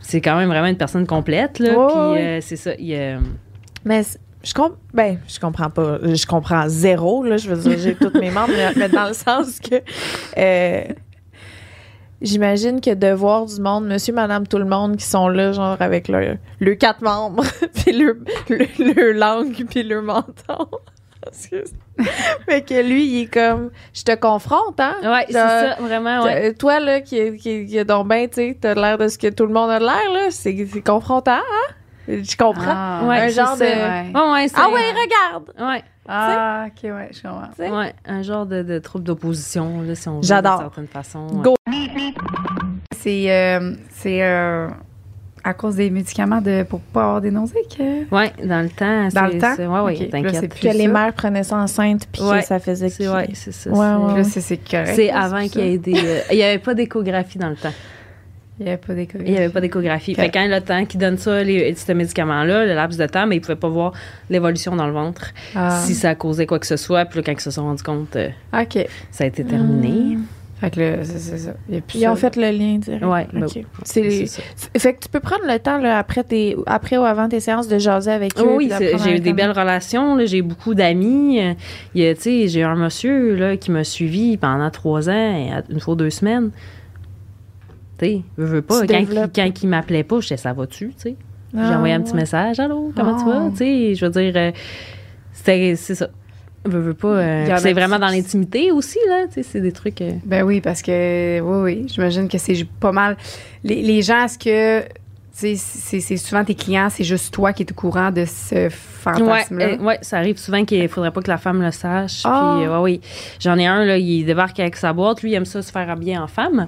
Speaker 4: C'est quand même vraiment une personne complète, là.
Speaker 2: Ouais,
Speaker 4: puis
Speaker 2: ouais.
Speaker 4: euh, c'est ça, il, euh,
Speaker 2: Mais c- je comprends. Ben, je comprends pas. Je comprends zéro, là. Je veux dire, j'ai toutes mes membres, mais- mais dans le sens que. euh, J'imagine que de voir du monde, monsieur, madame, tout le monde qui sont là, genre avec leurs leurs quatre membres, <laughs> puis leur, leur, leur langue, puis leur menton. Excuse. Mais que lui, il est comme, je te confronte, hein?
Speaker 4: ouais, c'est
Speaker 2: Genre,
Speaker 4: ça, vraiment, ouais.
Speaker 2: Euh, Toi, là, qui, qui, qui a donc ben, tu sais, t'as l'air de ce que tout le monde a de l'air, là. C'est c'est confrontant, hein? Je comprends.
Speaker 1: Ah,
Speaker 4: Ouais,
Speaker 2: un
Speaker 4: c'est
Speaker 2: genre
Speaker 4: ça. Oh,
Speaker 2: de-
Speaker 1: ouais.
Speaker 4: Ah ouais, c'est-
Speaker 2: Ah, ouais, regarde!
Speaker 4: ouais.
Speaker 1: Ah, ok, ouais, je comprends.
Speaker 2: sais?
Speaker 4: Ouais, un genre de, de trouble d'opposition, là, si on veut, d'une
Speaker 2: J'adore.
Speaker 4: certaine façon. ouais.
Speaker 2: Go!
Speaker 1: C'est euh, c'est, euh, à cause des médicaments de, pour pas avoir des nausées que.
Speaker 4: Ouais, dans le temps.
Speaker 1: Dans
Speaker 4: c'est-
Speaker 1: le temps?
Speaker 4: c'est- Ouais, ouais,
Speaker 1: Ok, là, c'est
Speaker 4: t'inquiète.
Speaker 1: plus-
Speaker 2: Que les
Speaker 1: ça.
Speaker 2: mères prenaient ça enceinte, puis
Speaker 4: Ouais,
Speaker 2: que ça faisait
Speaker 4: C'est
Speaker 2: qu'il-
Speaker 4: ouais, c'est ça.
Speaker 2: Ouais,
Speaker 4: c'est-
Speaker 2: ouais,
Speaker 1: Là, c'est c'est correct.
Speaker 4: C'est
Speaker 1: là,
Speaker 4: avant
Speaker 1: pour
Speaker 4: qu'il y
Speaker 1: ça.
Speaker 4: ait des. euh, il n'y avait pas d'échographie dans le temps.
Speaker 1: Il n'y avait pas d'écho.
Speaker 4: Il n'y avait pas d'échographie.
Speaker 1: Ok.
Speaker 4: Fait quand le temps qui donne ça, les, euh, ce médicament-là, le laps de temps, mais ils ne pouvaient pas voir l'évolution dans le ventre,
Speaker 1: Ah,
Speaker 4: si ça causait quoi que ce soit. Puis là, quand ils se sont rendus compte, euh,
Speaker 1: OK.
Speaker 4: ça a été
Speaker 1: Ah.
Speaker 4: terminé.
Speaker 1: Fait que là, c'est c'est ça. Il n'y a plus
Speaker 2: Ils
Speaker 1: ça.
Speaker 2: ont fait le lien direct.
Speaker 4: Ouais, ben
Speaker 2: Ok.
Speaker 4: oui.
Speaker 2: C'est-
Speaker 4: C'est ça.
Speaker 2: Fait que tu peux prendre le temps, là, après, tes... après ou avant tes séances, de jaser avec eux.
Speaker 4: Oh oui,
Speaker 2: puis
Speaker 4: c'est-
Speaker 2: d'apprendre
Speaker 4: j'ai eu
Speaker 2: avec
Speaker 4: des
Speaker 2: ta
Speaker 4: belles relations, là, j'ai beaucoup d'amis. euh, il y a, tu sais, j'ai un monsieur là, qui m'a suivi pendant trois ans, et à- une fois deux semaines. Tu sais, veux, veux pas.
Speaker 2: Tu
Speaker 4: Quand, il,
Speaker 2: développes.
Speaker 4: quand il m'appelait pas, je disais, ça va-tu, tu sais?
Speaker 2: mère.
Speaker 4: J'ai envoyé un petit
Speaker 2: Ah, ouais.
Speaker 4: message, allô, comment tu
Speaker 1: Oh.
Speaker 4: vas? Tu sais, je veux dire, euh, c'était- c'est ça. Veux, veux pas. euh,
Speaker 1: Il y en a
Speaker 4: c'est
Speaker 1: qui-
Speaker 4: vraiment dans l'intimité aussi, là, tu sais, c'est des trucs. euh,
Speaker 1: Ben oui, parce que oui, oui, j'imagine que c'est pas mal. Les, les gens, est-ce que tu sais, c'est c'est souvent tes clients, c'est juste toi qui es au courant de ce
Speaker 4: Ouais,
Speaker 1: fantasme-là?
Speaker 4: euh, ouais, ça arrive souvent qu'il faudrait pas que la femme le sache.
Speaker 1: Ah.
Speaker 4: Puis, euh, ouais, oui. J'en ai un, là, il débarque avec sa boîte. Lui, il aime ça se faire habiller en femme.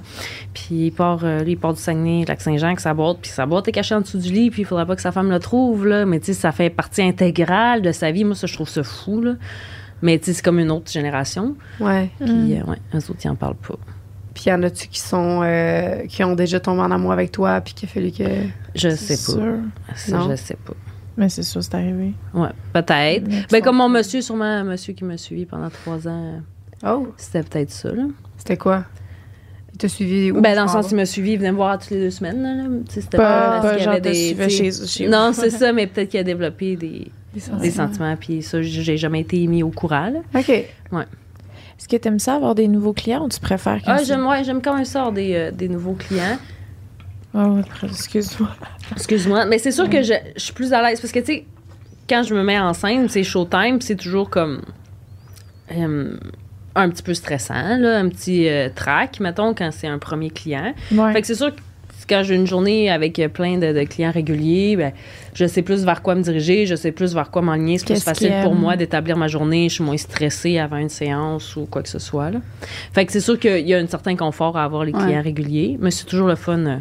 Speaker 4: Puis, il part, euh, lui, il part du Saguenay, Lac-Saint-Jean, avec sa boîte. Puis, sa boîte est cachée en dessous du lit. Puis, il faudrait pas que sa femme le trouve, là. Mais, tu sais, ça fait partie intégrale de sa vie. Moi, ça, je trouve ça fou, là. Mais, tu sais, c'est comme une autre génération.
Speaker 1: Ouais.
Speaker 4: Puis,
Speaker 2: Mm.
Speaker 4: euh, ouais, eux autres, ils en parlent pas.
Speaker 1: Puis y en a-tu qui sont euh, qui ont déjà tombé en amour avec toi, puis qu'il a fallu que.
Speaker 4: Je sais
Speaker 2: C'est
Speaker 4: pas.
Speaker 2: sûr.
Speaker 4: Ça,
Speaker 1: Non.
Speaker 4: Je sais pas.
Speaker 2: Mais c'est sûr, c'est arrivé.
Speaker 4: Ouais, peut-être.
Speaker 2: Mais
Speaker 4: Ben,
Speaker 2: ça-
Speaker 4: comme mon monsieur, sûrement, un monsieur qui m'a suivi pendant trois ans, euh,
Speaker 1: Oh,
Speaker 4: c'était peut-être ça, là.
Speaker 1: c'était quoi? Il t'a suivi où?
Speaker 4: Ben, dans le
Speaker 1: tu
Speaker 4: sens,
Speaker 1: t'en
Speaker 4: il
Speaker 1: vas?
Speaker 4: m'a suivi, il venait me voir toutes les deux semaines. Là, là. Tu sais, C'était
Speaker 2: Pas,
Speaker 4: parce
Speaker 2: pas
Speaker 4: qu'il y
Speaker 2: genre
Speaker 4: avait
Speaker 2: de
Speaker 4: des.
Speaker 2: suivre
Speaker 4: tu sais,
Speaker 2: chez, chez
Speaker 4: non, c'est ça, mais peut-être qu'il a développé des,
Speaker 1: Des
Speaker 4: des
Speaker 1: sentiments.
Speaker 4: sentiments, puis ça, j- j'ai jamais été mis au courant. là.
Speaker 1: OK.
Speaker 2: Est-ce que t'aimes ça avoir des nouveaux clients ou tu préfères quand
Speaker 4: Ah,
Speaker 2: c'est-
Speaker 4: j'aime ouais, j'aime quand même ça, avoir des, euh, des nouveaux clients.
Speaker 2: Ah ouais, après, excuse-moi.
Speaker 4: Excuse-moi, mais c'est sûr que je, je suis plus à l'aise, parce que, tu sais, quand je me mets en scène, c'est showtime, puis c'est toujours comme. euh, un petit peu stressant, là, un petit euh, trac, mettons, quand c'est un premier client.
Speaker 2: Ouais.
Speaker 4: Fait que c'est sûr que quand j'ai une journée avec euh, plein de, de clients réguliers, ben, je sais plus vers quoi me diriger, je sais plus vers quoi m'aligner. C'est plus
Speaker 2: Qu'est-ce
Speaker 4: facile
Speaker 2: qu'il
Speaker 4: pour
Speaker 2: aime?
Speaker 4: moi d'établir ma journée. Je suis moins stressée avant une séance ou quoi que ce soit. Là. Fait que c'est sûr qu'il y a un certain confort à avoir les
Speaker 1: Ouais.
Speaker 4: clients réguliers, mais c'est toujours le fun euh,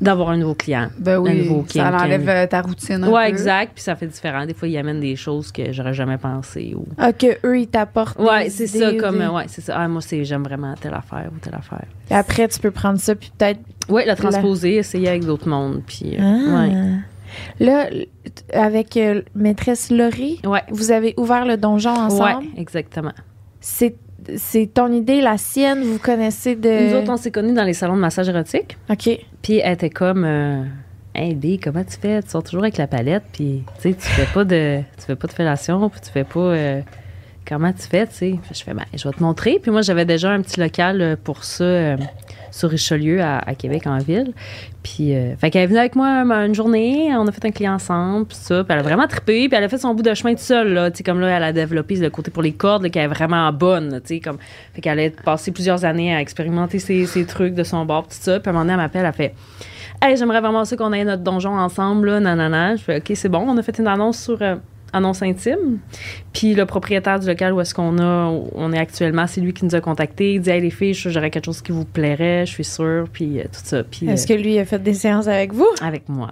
Speaker 4: d'avoir un nouveau client.
Speaker 1: Ben
Speaker 4: Un nouveau
Speaker 1: oui, ça
Speaker 4: Ken
Speaker 1: enlève
Speaker 4: Ken.
Speaker 1: euh, ta routine un
Speaker 4: Ouais,
Speaker 1: peu.
Speaker 4: exact. Puis ça fait différent. Des fois, ils amènent des choses que j'aurais jamais pensé. Ou...
Speaker 2: Ah, que eux, ils t'apportent.
Speaker 4: Ouais,
Speaker 2: des
Speaker 4: c'est ça.
Speaker 2: idées,
Speaker 4: Comme,
Speaker 2: des-
Speaker 4: euh, ouais, c'est ça. Ah, moi, c'est, j'aime vraiment telle affaire ou telle affaire.
Speaker 2: Puis Après, tu peux prendre ça, puis peut-être.
Speaker 4: Ouais, la transposer, essayer avec d'autres mondes. Puis, euh, ouais.
Speaker 2: Ah. Là, l- avec euh, maîtresse Laurie,
Speaker 4: Ouais.
Speaker 2: vous avez ouvert le donjon ensemble.
Speaker 4: Ouais, exactement.
Speaker 2: C'est, c'est ton idée, la sienne, vous connaissez de.
Speaker 4: Nous autres, on s'est connus dans les salons de massage érotique.
Speaker 2: OK.
Speaker 4: Puis elle était comme, euh, hey B, comment tu fais Tu sors toujours avec la palette, puis tu sais, tu fais pas de, tu fais pas de fellation, puis tu fais pas. euh, comment tu fais, tu sais Fait que Je fais, ben, je vais te montrer. Puis moi, j'avais déjà un petit local euh, pour ça euh, sur Richelieu à, à Québec en ville. Puis, euh, fait qu'elle est venue avec moi um, une journée, on a fait un client ensemble, puis ça. Puis elle a vraiment trippé, puis elle a fait son bout de chemin toute seule, là. Tu sais, comme là, elle a développé le côté pour les cordes, là, qu'elle est vraiment bonne, là, tu sais, comme. Fait qu'elle a passé plusieurs années à expérimenter ses, ses trucs de son bord, puis tout ça. Puis à un moment donné, elle m'appelle, elle fait Hey, j'aimerais vraiment ça qu'on ait notre donjon ensemble, là, nanana. Je fais OK, c'est bon, on a fait une annonce sur. euh, annonce intime. Puis le propriétaire du local où est-ce qu'on a, où on est actuellement, c'est lui qui nous a contactés. Il dit, hey les filles, je suis sûre que j'aurais quelque chose qui vous plairait, je suis sûre, puis euh, tout ça. Puis,
Speaker 2: Est-ce que lui a fait des séances avec vous?
Speaker 4: avec moi.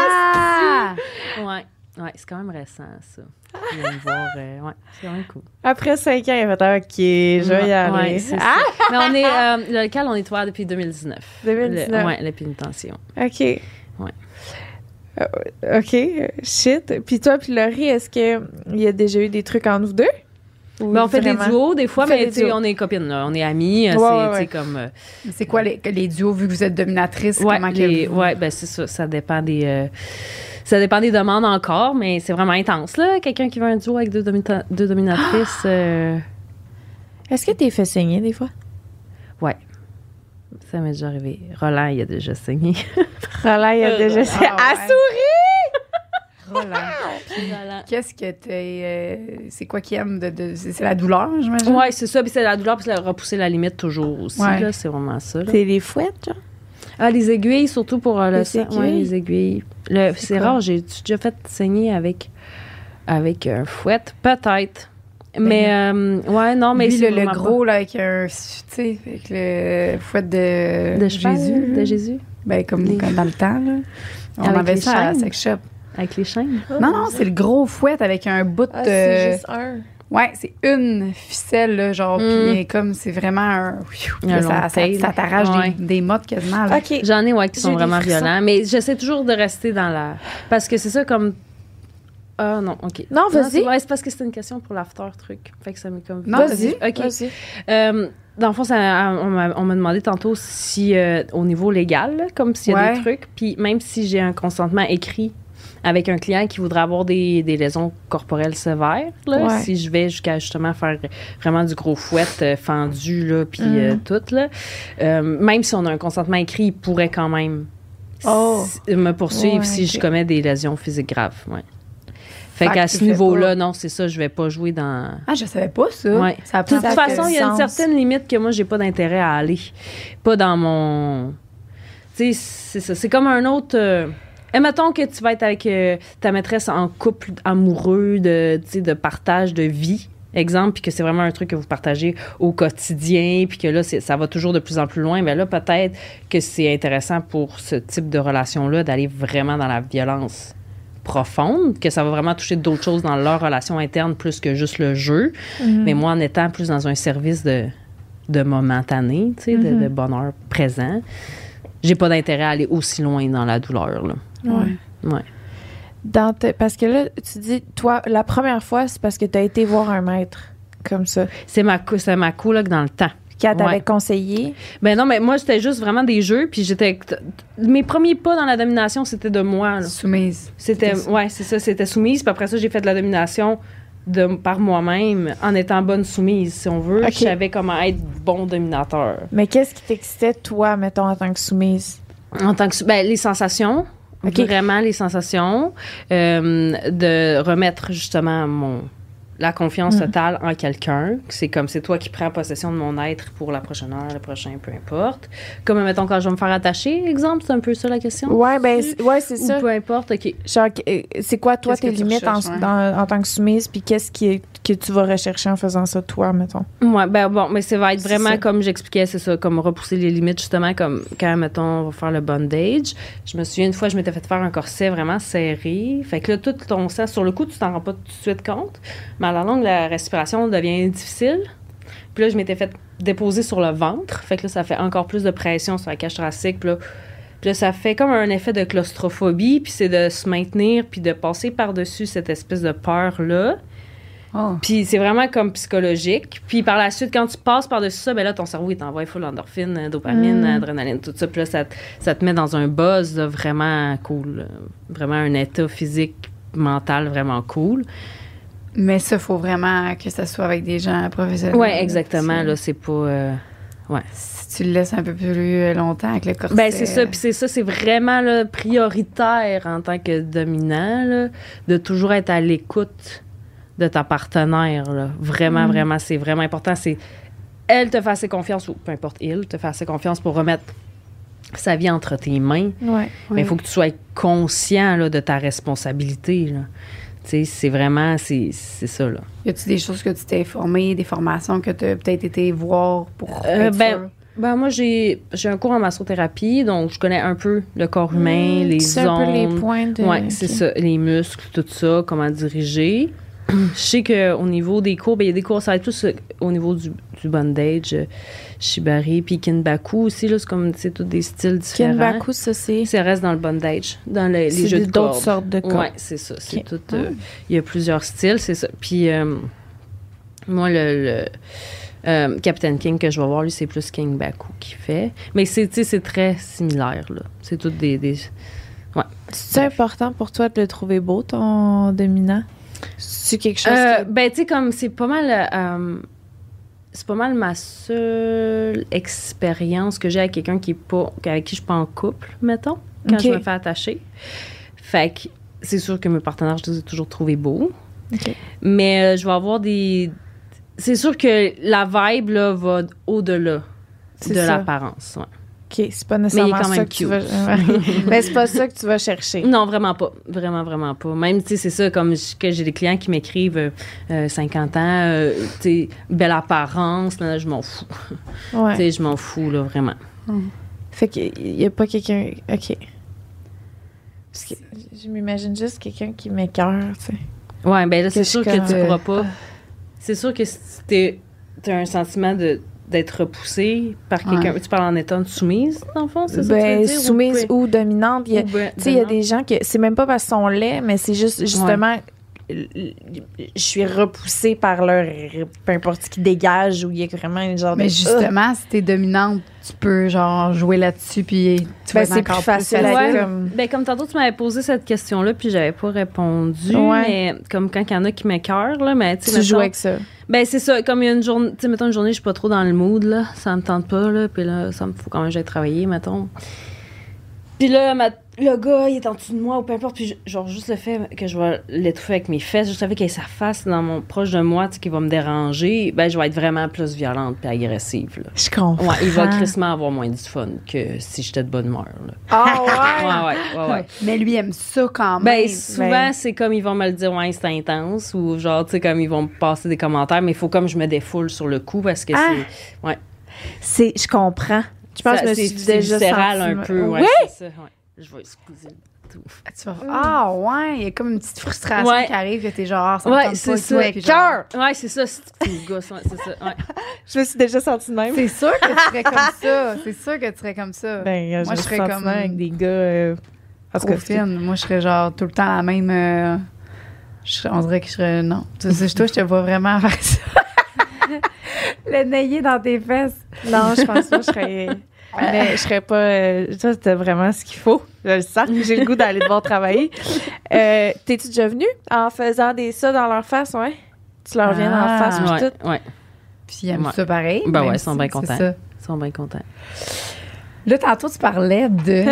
Speaker 1: Ah!
Speaker 4: Ouais. Ouais, c'est quand même récent, ça. Il vient me voir. euh, ouais, c'est quand même cool.
Speaker 2: Après cinq ans, il a fait ah, OK, je vais y
Speaker 4: Ouais,
Speaker 2: aller.
Speaker 4: ouais, c'est
Speaker 2: Ah,
Speaker 4: ça. Mais on est, euh, le local, on est ouvert depuis 2019.
Speaker 2: 2019.
Speaker 4: Le, ouais, le pénitencier. ouais.
Speaker 2: Ah! OK. Euh, OK, euh, shit. Puis toi, puis Laurie, est-ce qu'il y a déjà eu des trucs entre vous deux? Ou
Speaker 4: Ben, on fait
Speaker 2: vraiment-
Speaker 4: des duos des fois,
Speaker 2: Vous faites
Speaker 4: mais
Speaker 2: des
Speaker 4: tu sais,
Speaker 2: duos.
Speaker 4: on est copines, là. on est amies. euh,
Speaker 2: Ouais,
Speaker 4: c'est
Speaker 2: ouais,
Speaker 4: tu sais,
Speaker 2: ouais.
Speaker 4: comme. euh,
Speaker 1: C'est quoi les, les duos, vu que vous êtes dominatrice?
Speaker 4: ouais,
Speaker 1: comment que
Speaker 4: les-
Speaker 1: vous-
Speaker 4: ouais, ben c'est ça. Ça dépend des. euh, ça dépend des demandes encore, mais c'est vraiment intense, là. Quelqu'un qui veut un duo avec deux, domita- deux dominatrices.
Speaker 2: Ah!
Speaker 4: euh,
Speaker 2: Est-ce que t'es fait saigner des fois?
Speaker 4: ça m'est déjà arrivé. Roland, il a déjà saigné.
Speaker 2: Roland, il a
Speaker 4: Euh,
Speaker 2: déjà.
Speaker 1: ah,
Speaker 2: <laughs> Ah,
Speaker 1: ouais. Roland.
Speaker 4: Roland.
Speaker 1: Qu'est-ce que t'es. euh, c'est quoi qui aime de. de- c'est c'est la douleur, j'imagine?
Speaker 4: Ouais, c'est ça. Puis c'est la douleur, puis c'est repousser la limite toujours aussi.
Speaker 1: Ouais.
Speaker 4: là, C'est vraiment ça. là.
Speaker 2: T'es les fouettes, genre?
Speaker 4: Ah, les aiguilles, surtout pour euh, le
Speaker 2: Les
Speaker 4: sang.
Speaker 2: aiguilles.
Speaker 4: Ouais, les aiguilles. Le- C'est
Speaker 2: quoi?
Speaker 4: rare, j'ai j'ai déjà fait saigner avec, avec un fouet, peut-être. Mais, euh, ouais, non, mais
Speaker 1: Lui,
Speaker 4: c'est
Speaker 1: le, le
Speaker 4: vraiment
Speaker 1: gros, là, avec un. Tu sais, avec le fouet de.
Speaker 4: pas- de cheval,
Speaker 1: Jésus. là.
Speaker 4: de Jésus,
Speaker 1: Ben, comme,
Speaker 4: Les-
Speaker 1: comme dans le temps, là. On
Speaker 4: Avec
Speaker 1: avait
Speaker 4: les
Speaker 1: ça à la
Speaker 4: chaînes.
Speaker 1: sex shop.
Speaker 4: avec les chaînes.
Speaker 2: Ah,
Speaker 1: Non, non, c'est le gros fouet avec un bout de.
Speaker 2: un.
Speaker 1: Ouais, c'est une ficelle, là, genre,
Speaker 4: Mm.
Speaker 1: puis comme c'est vraiment un.
Speaker 4: Un
Speaker 1: Là,
Speaker 4: long
Speaker 1: ça, ça,
Speaker 4: tail.
Speaker 1: ça t'arrache des-
Speaker 4: Ouais.
Speaker 1: des, mottes quasiment. là.
Speaker 2: OK.
Speaker 4: J'en ai, ouais, qui
Speaker 2: J'ai
Speaker 4: sont
Speaker 2: des
Speaker 4: vraiment
Speaker 2: frissons.
Speaker 4: violents. Mais j'essaie toujours de rester dans la. Parce que c'est ça comme. Ah, non, OK.
Speaker 2: Non,
Speaker 4: c'est-
Speaker 2: vas-y.
Speaker 4: Ouais, c'est parce que c'était une question pour l'after truc. Fait que ça m'est comme.
Speaker 1: Non, vas-y.
Speaker 4: OK. Euh, dans le fond, ça- on m'a on m'a demandé tantôt si, euh, au niveau légal, là, comme s'il y a
Speaker 1: Ouais.
Speaker 4: des trucs, puis même si j'ai un consentement écrit avec un client qui voudrait avoir des, des lésions corporelles sévères, là,
Speaker 2: Ouais.
Speaker 4: si je vais jusqu'à justement faire vraiment du gros fouet euh, fendu, là, puis
Speaker 2: Mhm.
Speaker 4: euh, tout, là, euh, même si on a un consentement écrit, il pourrait quand même
Speaker 2: Oh.
Speaker 4: s- me poursuivre
Speaker 2: Ouais,
Speaker 4: si je
Speaker 2: ok.
Speaker 4: commets des lésions physiques graves. ouais. Fait
Speaker 1: Fait
Speaker 4: qu'à
Speaker 1: que tu
Speaker 4: ce
Speaker 1: fais
Speaker 4: niveau-là, non, c'est ça, je vais pas jouer dans...
Speaker 1: Ah, je savais pas ça.
Speaker 4: Ouais.
Speaker 1: Ça
Speaker 4: De
Speaker 1: prend
Speaker 4: toute
Speaker 2: Ça fait
Speaker 4: façon, il y a une
Speaker 2: sens.
Speaker 4: certaine limite que moi, j'ai pas d'intérêt à aller. Pas dans mon. Tu sais, c'est ça. C'est comme un autre. euh, eh, mettons que tu vas être avec euh, ta maîtresse en couple amoureux, de, tu sais, de partage de vie, exemple, puis que c'est vraiment un truc que vous partagez au quotidien, puis que là, c'est- ça va toujours de plus en plus loin. Mais là, peut-être que c'est intéressant pour ce type de relation-là d'aller vraiment dans la violence profonde, que ça va vraiment toucher d'autres choses dans leur relation interne plus que juste le jeu. Mais moi, en étant plus dans un service de, de momentané, tu sais, de- de,
Speaker 2: Mhm.
Speaker 4: bonheur présent, j'ai pas d'intérêt à aller aussi loin dans la douleur. Là.
Speaker 1: Ouais.
Speaker 4: Ouais.
Speaker 2: Dans ta- Parce que là, tu dis, toi, la première fois, c'est parce que t'as été voir un maître, comme ça,
Speaker 4: C'est ma, co- c'est ma coloc dans le temps.
Speaker 2: qui t'avait
Speaker 4: Ouais.
Speaker 2: conseillé.
Speaker 4: Ben non, mais moi, c'était juste vraiment des jeux, puis j'étais. t- Mes premiers pas dans la domination, c'était de moi. là.
Speaker 1: Soumise.
Speaker 4: C'était.
Speaker 1: C'était-
Speaker 4: Ouais, c'est ça, c'était soumise, puis après ça, j'ai fait de la domination. De, par moi-même, en étant bonne soumise, si on veut,
Speaker 2: Ok.
Speaker 4: je savais comment être bon dominateur.
Speaker 2: Mais qu'est-ce qui t'excitait, toi, mettons, en tant que soumise?
Speaker 4: En tant que ben, les sensations,
Speaker 2: Ok.
Speaker 4: vraiment les sensations, euh, de remettre justement mon la confiance
Speaker 2: Mhm.
Speaker 4: totale en quelqu'un. C'est comme c'est toi qui prends possession de mon être pour la prochaine heure, le prochain, peu importe. Comme mettons quand je vais me faire attacher, exemple, c'est un peu ça la question.
Speaker 2: Ouais, ben, c'est- ouais, c'est
Speaker 4: Ou
Speaker 2: ça.
Speaker 4: peu importe, ok.
Speaker 2: Genre, euh, c'est quoi, toi,
Speaker 4: Qu'est-ce que
Speaker 2: tes
Speaker 4: tu
Speaker 2: limites en,
Speaker 4: recherches, ouais.
Speaker 2: dans- en tant que soumise, puis qu'est-ce qui est, que tu vas rechercher en faisant ça, toi, mettons?
Speaker 4: Ouais, ben bon, mais ça va être
Speaker 2: C'est
Speaker 4: vraiment
Speaker 2: ça.
Speaker 4: comme j'expliquais, c'est ça, comme repousser les limites, justement, comme quand, mettons, on va faire le bondage. Je me souviens, une fois, je m'étais fait faire un corset vraiment serré. Fait que là, tout ton sang, sur le coup, tu t'en rends pas tout de suite compte, mais à la longue, la respiration devient difficile. Puis là, je m'étais fait déposer sur le ventre. Fait que là, ça fait encore plus de pression sur la cage thoracique. Puis là, puis là, ça fait comme un effet de claustrophobie, puis c'est de se maintenir, puis de passer par-dessus cette espèce de peur-là.
Speaker 1: Oh.
Speaker 4: Puis c'est vraiment comme psychologique. Puis par la suite, quand tu passes par-dessus ça, ben là, ton cerveau, il t'envoie full endorphine, euh, dopamine,
Speaker 2: Mm.
Speaker 4: adrénaline, tout ça. Puis là, ça, te- ça te met dans un buzz là, vraiment cool. là. Vraiment un état physique, mental vraiment cool.
Speaker 1: Mais ça, faut vraiment que ça soit avec des gens professionnels.
Speaker 4: Ouais, exactement.
Speaker 1: C'est-
Speaker 4: Là, Euh, c'est pas... euh,
Speaker 1: Si tu le laisses un peu plus euh, longtemps avec le corset.
Speaker 4: Ben c'est ça, puis c'est ça, c'est vraiment là, prioritaire en tant que dominant, là, de toujours être à l'écoute de ta partenaire. là. Vraiment,
Speaker 2: Mm.
Speaker 4: vraiment, c'est vraiment important. C'est elle te fait assez confiance, ou peu importe, il te fait assez confiance pour remettre sa vie entre tes mains.
Speaker 2: Ouais.
Speaker 4: Mais il faut que tu sois conscient là, de ta responsabilité. là. Tu sais, c'est vraiment, c'est c'est ça, là.
Speaker 1: Y a-tu des choses que tu t'es informé, des formations que tu as peut-être été voir pour.
Speaker 4: Euh,
Speaker 1: être
Speaker 4: ben,
Speaker 1: sûr?
Speaker 4: Ben, moi, j'ai j'ai un cours en massothérapie, donc je connais un peu le corps humain, les
Speaker 2: Mm, C'est un peu
Speaker 4: zones.
Speaker 2: les points de...
Speaker 4: Oui, c'est
Speaker 2: ok.
Speaker 4: ça. Les muscles, tout ça, comment diriger. Je sais qu'au niveau des cours, ben, il y a des cours, ça va être plus euh, au niveau du, du bondage, euh, shibari, puis kinbaku aussi. là, C'est comme, tu sais, tous des styles différents.
Speaker 2: Kinbaku, ça, c'est...
Speaker 4: Ça reste dans le bondage, dans le- les
Speaker 2: c'est
Speaker 4: jeux
Speaker 2: des-
Speaker 4: de
Speaker 2: d'autres
Speaker 4: cordes.
Speaker 2: sortes de cordes.
Speaker 4: Oui, c'est ça. C'est
Speaker 2: Ok. Ah.
Speaker 4: tout. euh, Il y a plusieurs styles, c'est ça. Puis, euh, moi, le. le, euh, Captain King que je vais voir, lui, c'est plus King Baku qui fait. Mais c'est tu sais, c'est très similaire, là. C'est toutes des- des,
Speaker 2: C'est important pour toi de le trouver beau, ton dominant? C'est quelque chose
Speaker 4: Euh,
Speaker 2: qui-
Speaker 4: ben, tu sais, comme c'est pas mal. euh, c'est pas mal ma seule expérience que j'ai avec quelqu'un qui est pas, avec qui je suis pas en couple, mettons, quand
Speaker 2: Ok.
Speaker 4: je me fais attacher. Fait que c'est sûr que mes partenaires, je les ai toujours trouvés beaux.
Speaker 2: Ok.
Speaker 4: Mais euh, je vais avoir des. C'est sûr que la vibe là, va au-delà
Speaker 2: C'est
Speaker 4: de
Speaker 2: ça.
Speaker 4: l'apparence. ouais.
Speaker 2: OK, c'est pas nécessairement
Speaker 4: quand
Speaker 2: ça
Speaker 4: même
Speaker 2: que tu
Speaker 4: cute.
Speaker 2: vas...
Speaker 4: <laughs>
Speaker 2: Ouais. Mais c'est pas ça que tu vas chercher.
Speaker 4: Non, vraiment pas. Vraiment, vraiment pas. Même, tu sais, c'est ça, comme j- que j'ai des clients qui m'écrivent euh, euh, 50 ans, euh, tu sais, belle apparence, là, je m'en fous. Tu
Speaker 2: Ouais.
Speaker 4: sais, je m'en fous, là, vraiment.
Speaker 2: Fait qu'il y a pas quelqu'un... OK. Parce que je m'imagine juste quelqu'un qui m'écœure, tu sais.
Speaker 4: Ouais, ben là,
Speaker 2: Que
Speaker 4: c'est
Speaker 2: je
Speaker 4: sûr
Speaker 2: suis
Speaker 4: que tu
Speaker 2: comme,
Speaker 4: pourras pas. C'est sûr que si t'es- t'as un sentiment de d'être repoussé par quelqu'un. Tu parles en étant soumise, dans le fond, c'est ça que tu veux
Speaker 2: Ben,
Speaker 4: dire,
Speaker 2: soumise
Speaker 4: ou...
Speaker 2: ou, dominante, il y a-
Speaker 4: ou ben-
Speaker 2: Tu sais, il y a
Speaker 4: ben non.
Speaker 2: des gens que c'est même pas parce qu'ils sont laids, mais c'est juste justement. l- l- Je suis repoussée par leur. peu importe ce qui dégage ou il y a vraiment une genre
Speaker 4: euh,
Speaker 1: Mais
Speaker 2: de. Ah,
Speaker 1: justement, si t'es dominante, tu peux genre jouer là-dessus puis tu
Speaker 2: Ben,
Speaker 1: vas être
Speaker 2: c'est
Speaker 1: encore
Speaker 2: plus facile
Speaker 4: à
Speaker 1: facile.
Speaker 4: dire.
Speaker 2: comme-
Speaker 4: Ben, comme tantôt, tu m'avais posé cette question-là, puis j'avais pas répondu.
Speaker 2: Ouais.
Speaker 4: Mais comme quand il y en a qui m'écœurent, là, mais tu
Speaker 2: Tu
Speaker 4: sais,
Speaker 2: joues
Speaker 4: mettons-
Speaker 2: avec ça.
Speaker 4: Ben, c'est ça. Comme il y a une journée, tu sais, mettons une journée, je suis pas trop dans le mood, là. Ça me tente pas, là. Puis là, ça me faut quand même que j'aille travailler, mettons. Puis là, ma- le gars, il est en dessous de moi, ou peu importe. Puis je- genre, juste le fait que je vais l'étouffer avec mes fesses, juste le fait qu'il y ait sa face dans mon, proche de moi, tu sais, qui va me déranger, ben, je vais être vraiment plus violente puis agressive, là.
Speaker 2: Je comprends.
Speaker 4: Ouais, il va crissement avoir moins du fun que si j'étais de bonne humeur, là.
Speaker 2: Ah
Speaker 1: <laughs>
Speaker 2: ouais!
Speaker 4: Ouais, ouais, ouais, ouais.
Speaker 1: Mais lui aime ça quand même.
Speaker 4: Ben, souvent,
Speaker 2: ben-
Speaker 4: c'est comme ils vont me le dire, ouais, c'est intense, ou genre, tu sais, comme ils vont me passer des commentaires, mais il faut comme je me défoule sur le coup parce que
Speaker 2: Ah!
Speaker 4: c'est.
Speaker 2: C'est, je comprends. Je pense
Speaker 4: ça-
Speaker 2: que je me
Speaker 4: c'est-
Speaker 2: suis
Speaker 4: c'est
Speaker 2: déjà
Speaker 4: viscéral
Speaker 2: sentie-
Speaker 4: un peu, ouais.
Speaker 2: Oui!
Speaker 4: c'est ça, ouais. Je vais excuser le tout.
Speaker 1: Tu vas- Ah, ouais, il y a comme une petite frustration
Speaker 4: Ouais.
Speaker 1: qui arrive que t'es genre, ah, ça me
Speaker 4: Ouais,
Speaker 1: tente
Speaker 4: c'est
Speaker 1: pas,
Speaker 4: ça.
Speaker 1: toi, puis genre-
Speaker 4: Ouais, c'est ça, c'est c'est le gosse, ouais, c'est ça. Ouais.
Speaker 2: Je me suis déjà sentie de même.
Speaker 1: C'est sûr que tu serais <laughs> comme ça. C'est sûr que tu serais comme ça.
Speaker 2: Ben, euh,
Speaker 1: Moi,
Speaker 2: me
Speaker 1: je
Speaker 2: suis
Speaker 1: serais
Speaker 2: sentie
Speaker 1: comme-
Speaker 2: de même avec des gars. euh, en tout
Speaker 1: Trop
Speaker 2: cas,
Speaker 1: fine. Moi, je serais genre tout le temps la même. euh, je serais- on dirait que je serais. Non. Tu sais, toi, je te vois vraiment <laughs> faire ça. Le nayer dans tes fesses.
Speaker 2: Non, je pense pas, je <laughs> serais. Mais je serais pas. euh, ça, c'était vraiment ce qu'il faut. Je le sens. J'ai le goût d'aller devoir <laughs> travailler. Euh, T'es-tu déjà venu en faisant des ça dans leur face, ouais? Tu leur viens dans
Speaker 1: Ah.
Speaker 2: la face, puis
Speaker 4: Ouais,
Speaker 2: tout.
Speaker 4: ouais.
Speaker 1: Puis, ils aiment
Speaker 4: Ouais.
Speaker 1: ça pareil.
Speaker 4: Ben
Speaker 1: même
Speaker 4: ouais, ils sont
Speaker 1: si
Speaker 4: bien
Speaker 1: c'est
Speaker 4: contents.
Speaker 1: ça.
Speaker 4: Ils sont bien contents.
Speaker 1: Là, tantôt, tu parlais
Speaker 4: <laughs>
Speaker 1: de.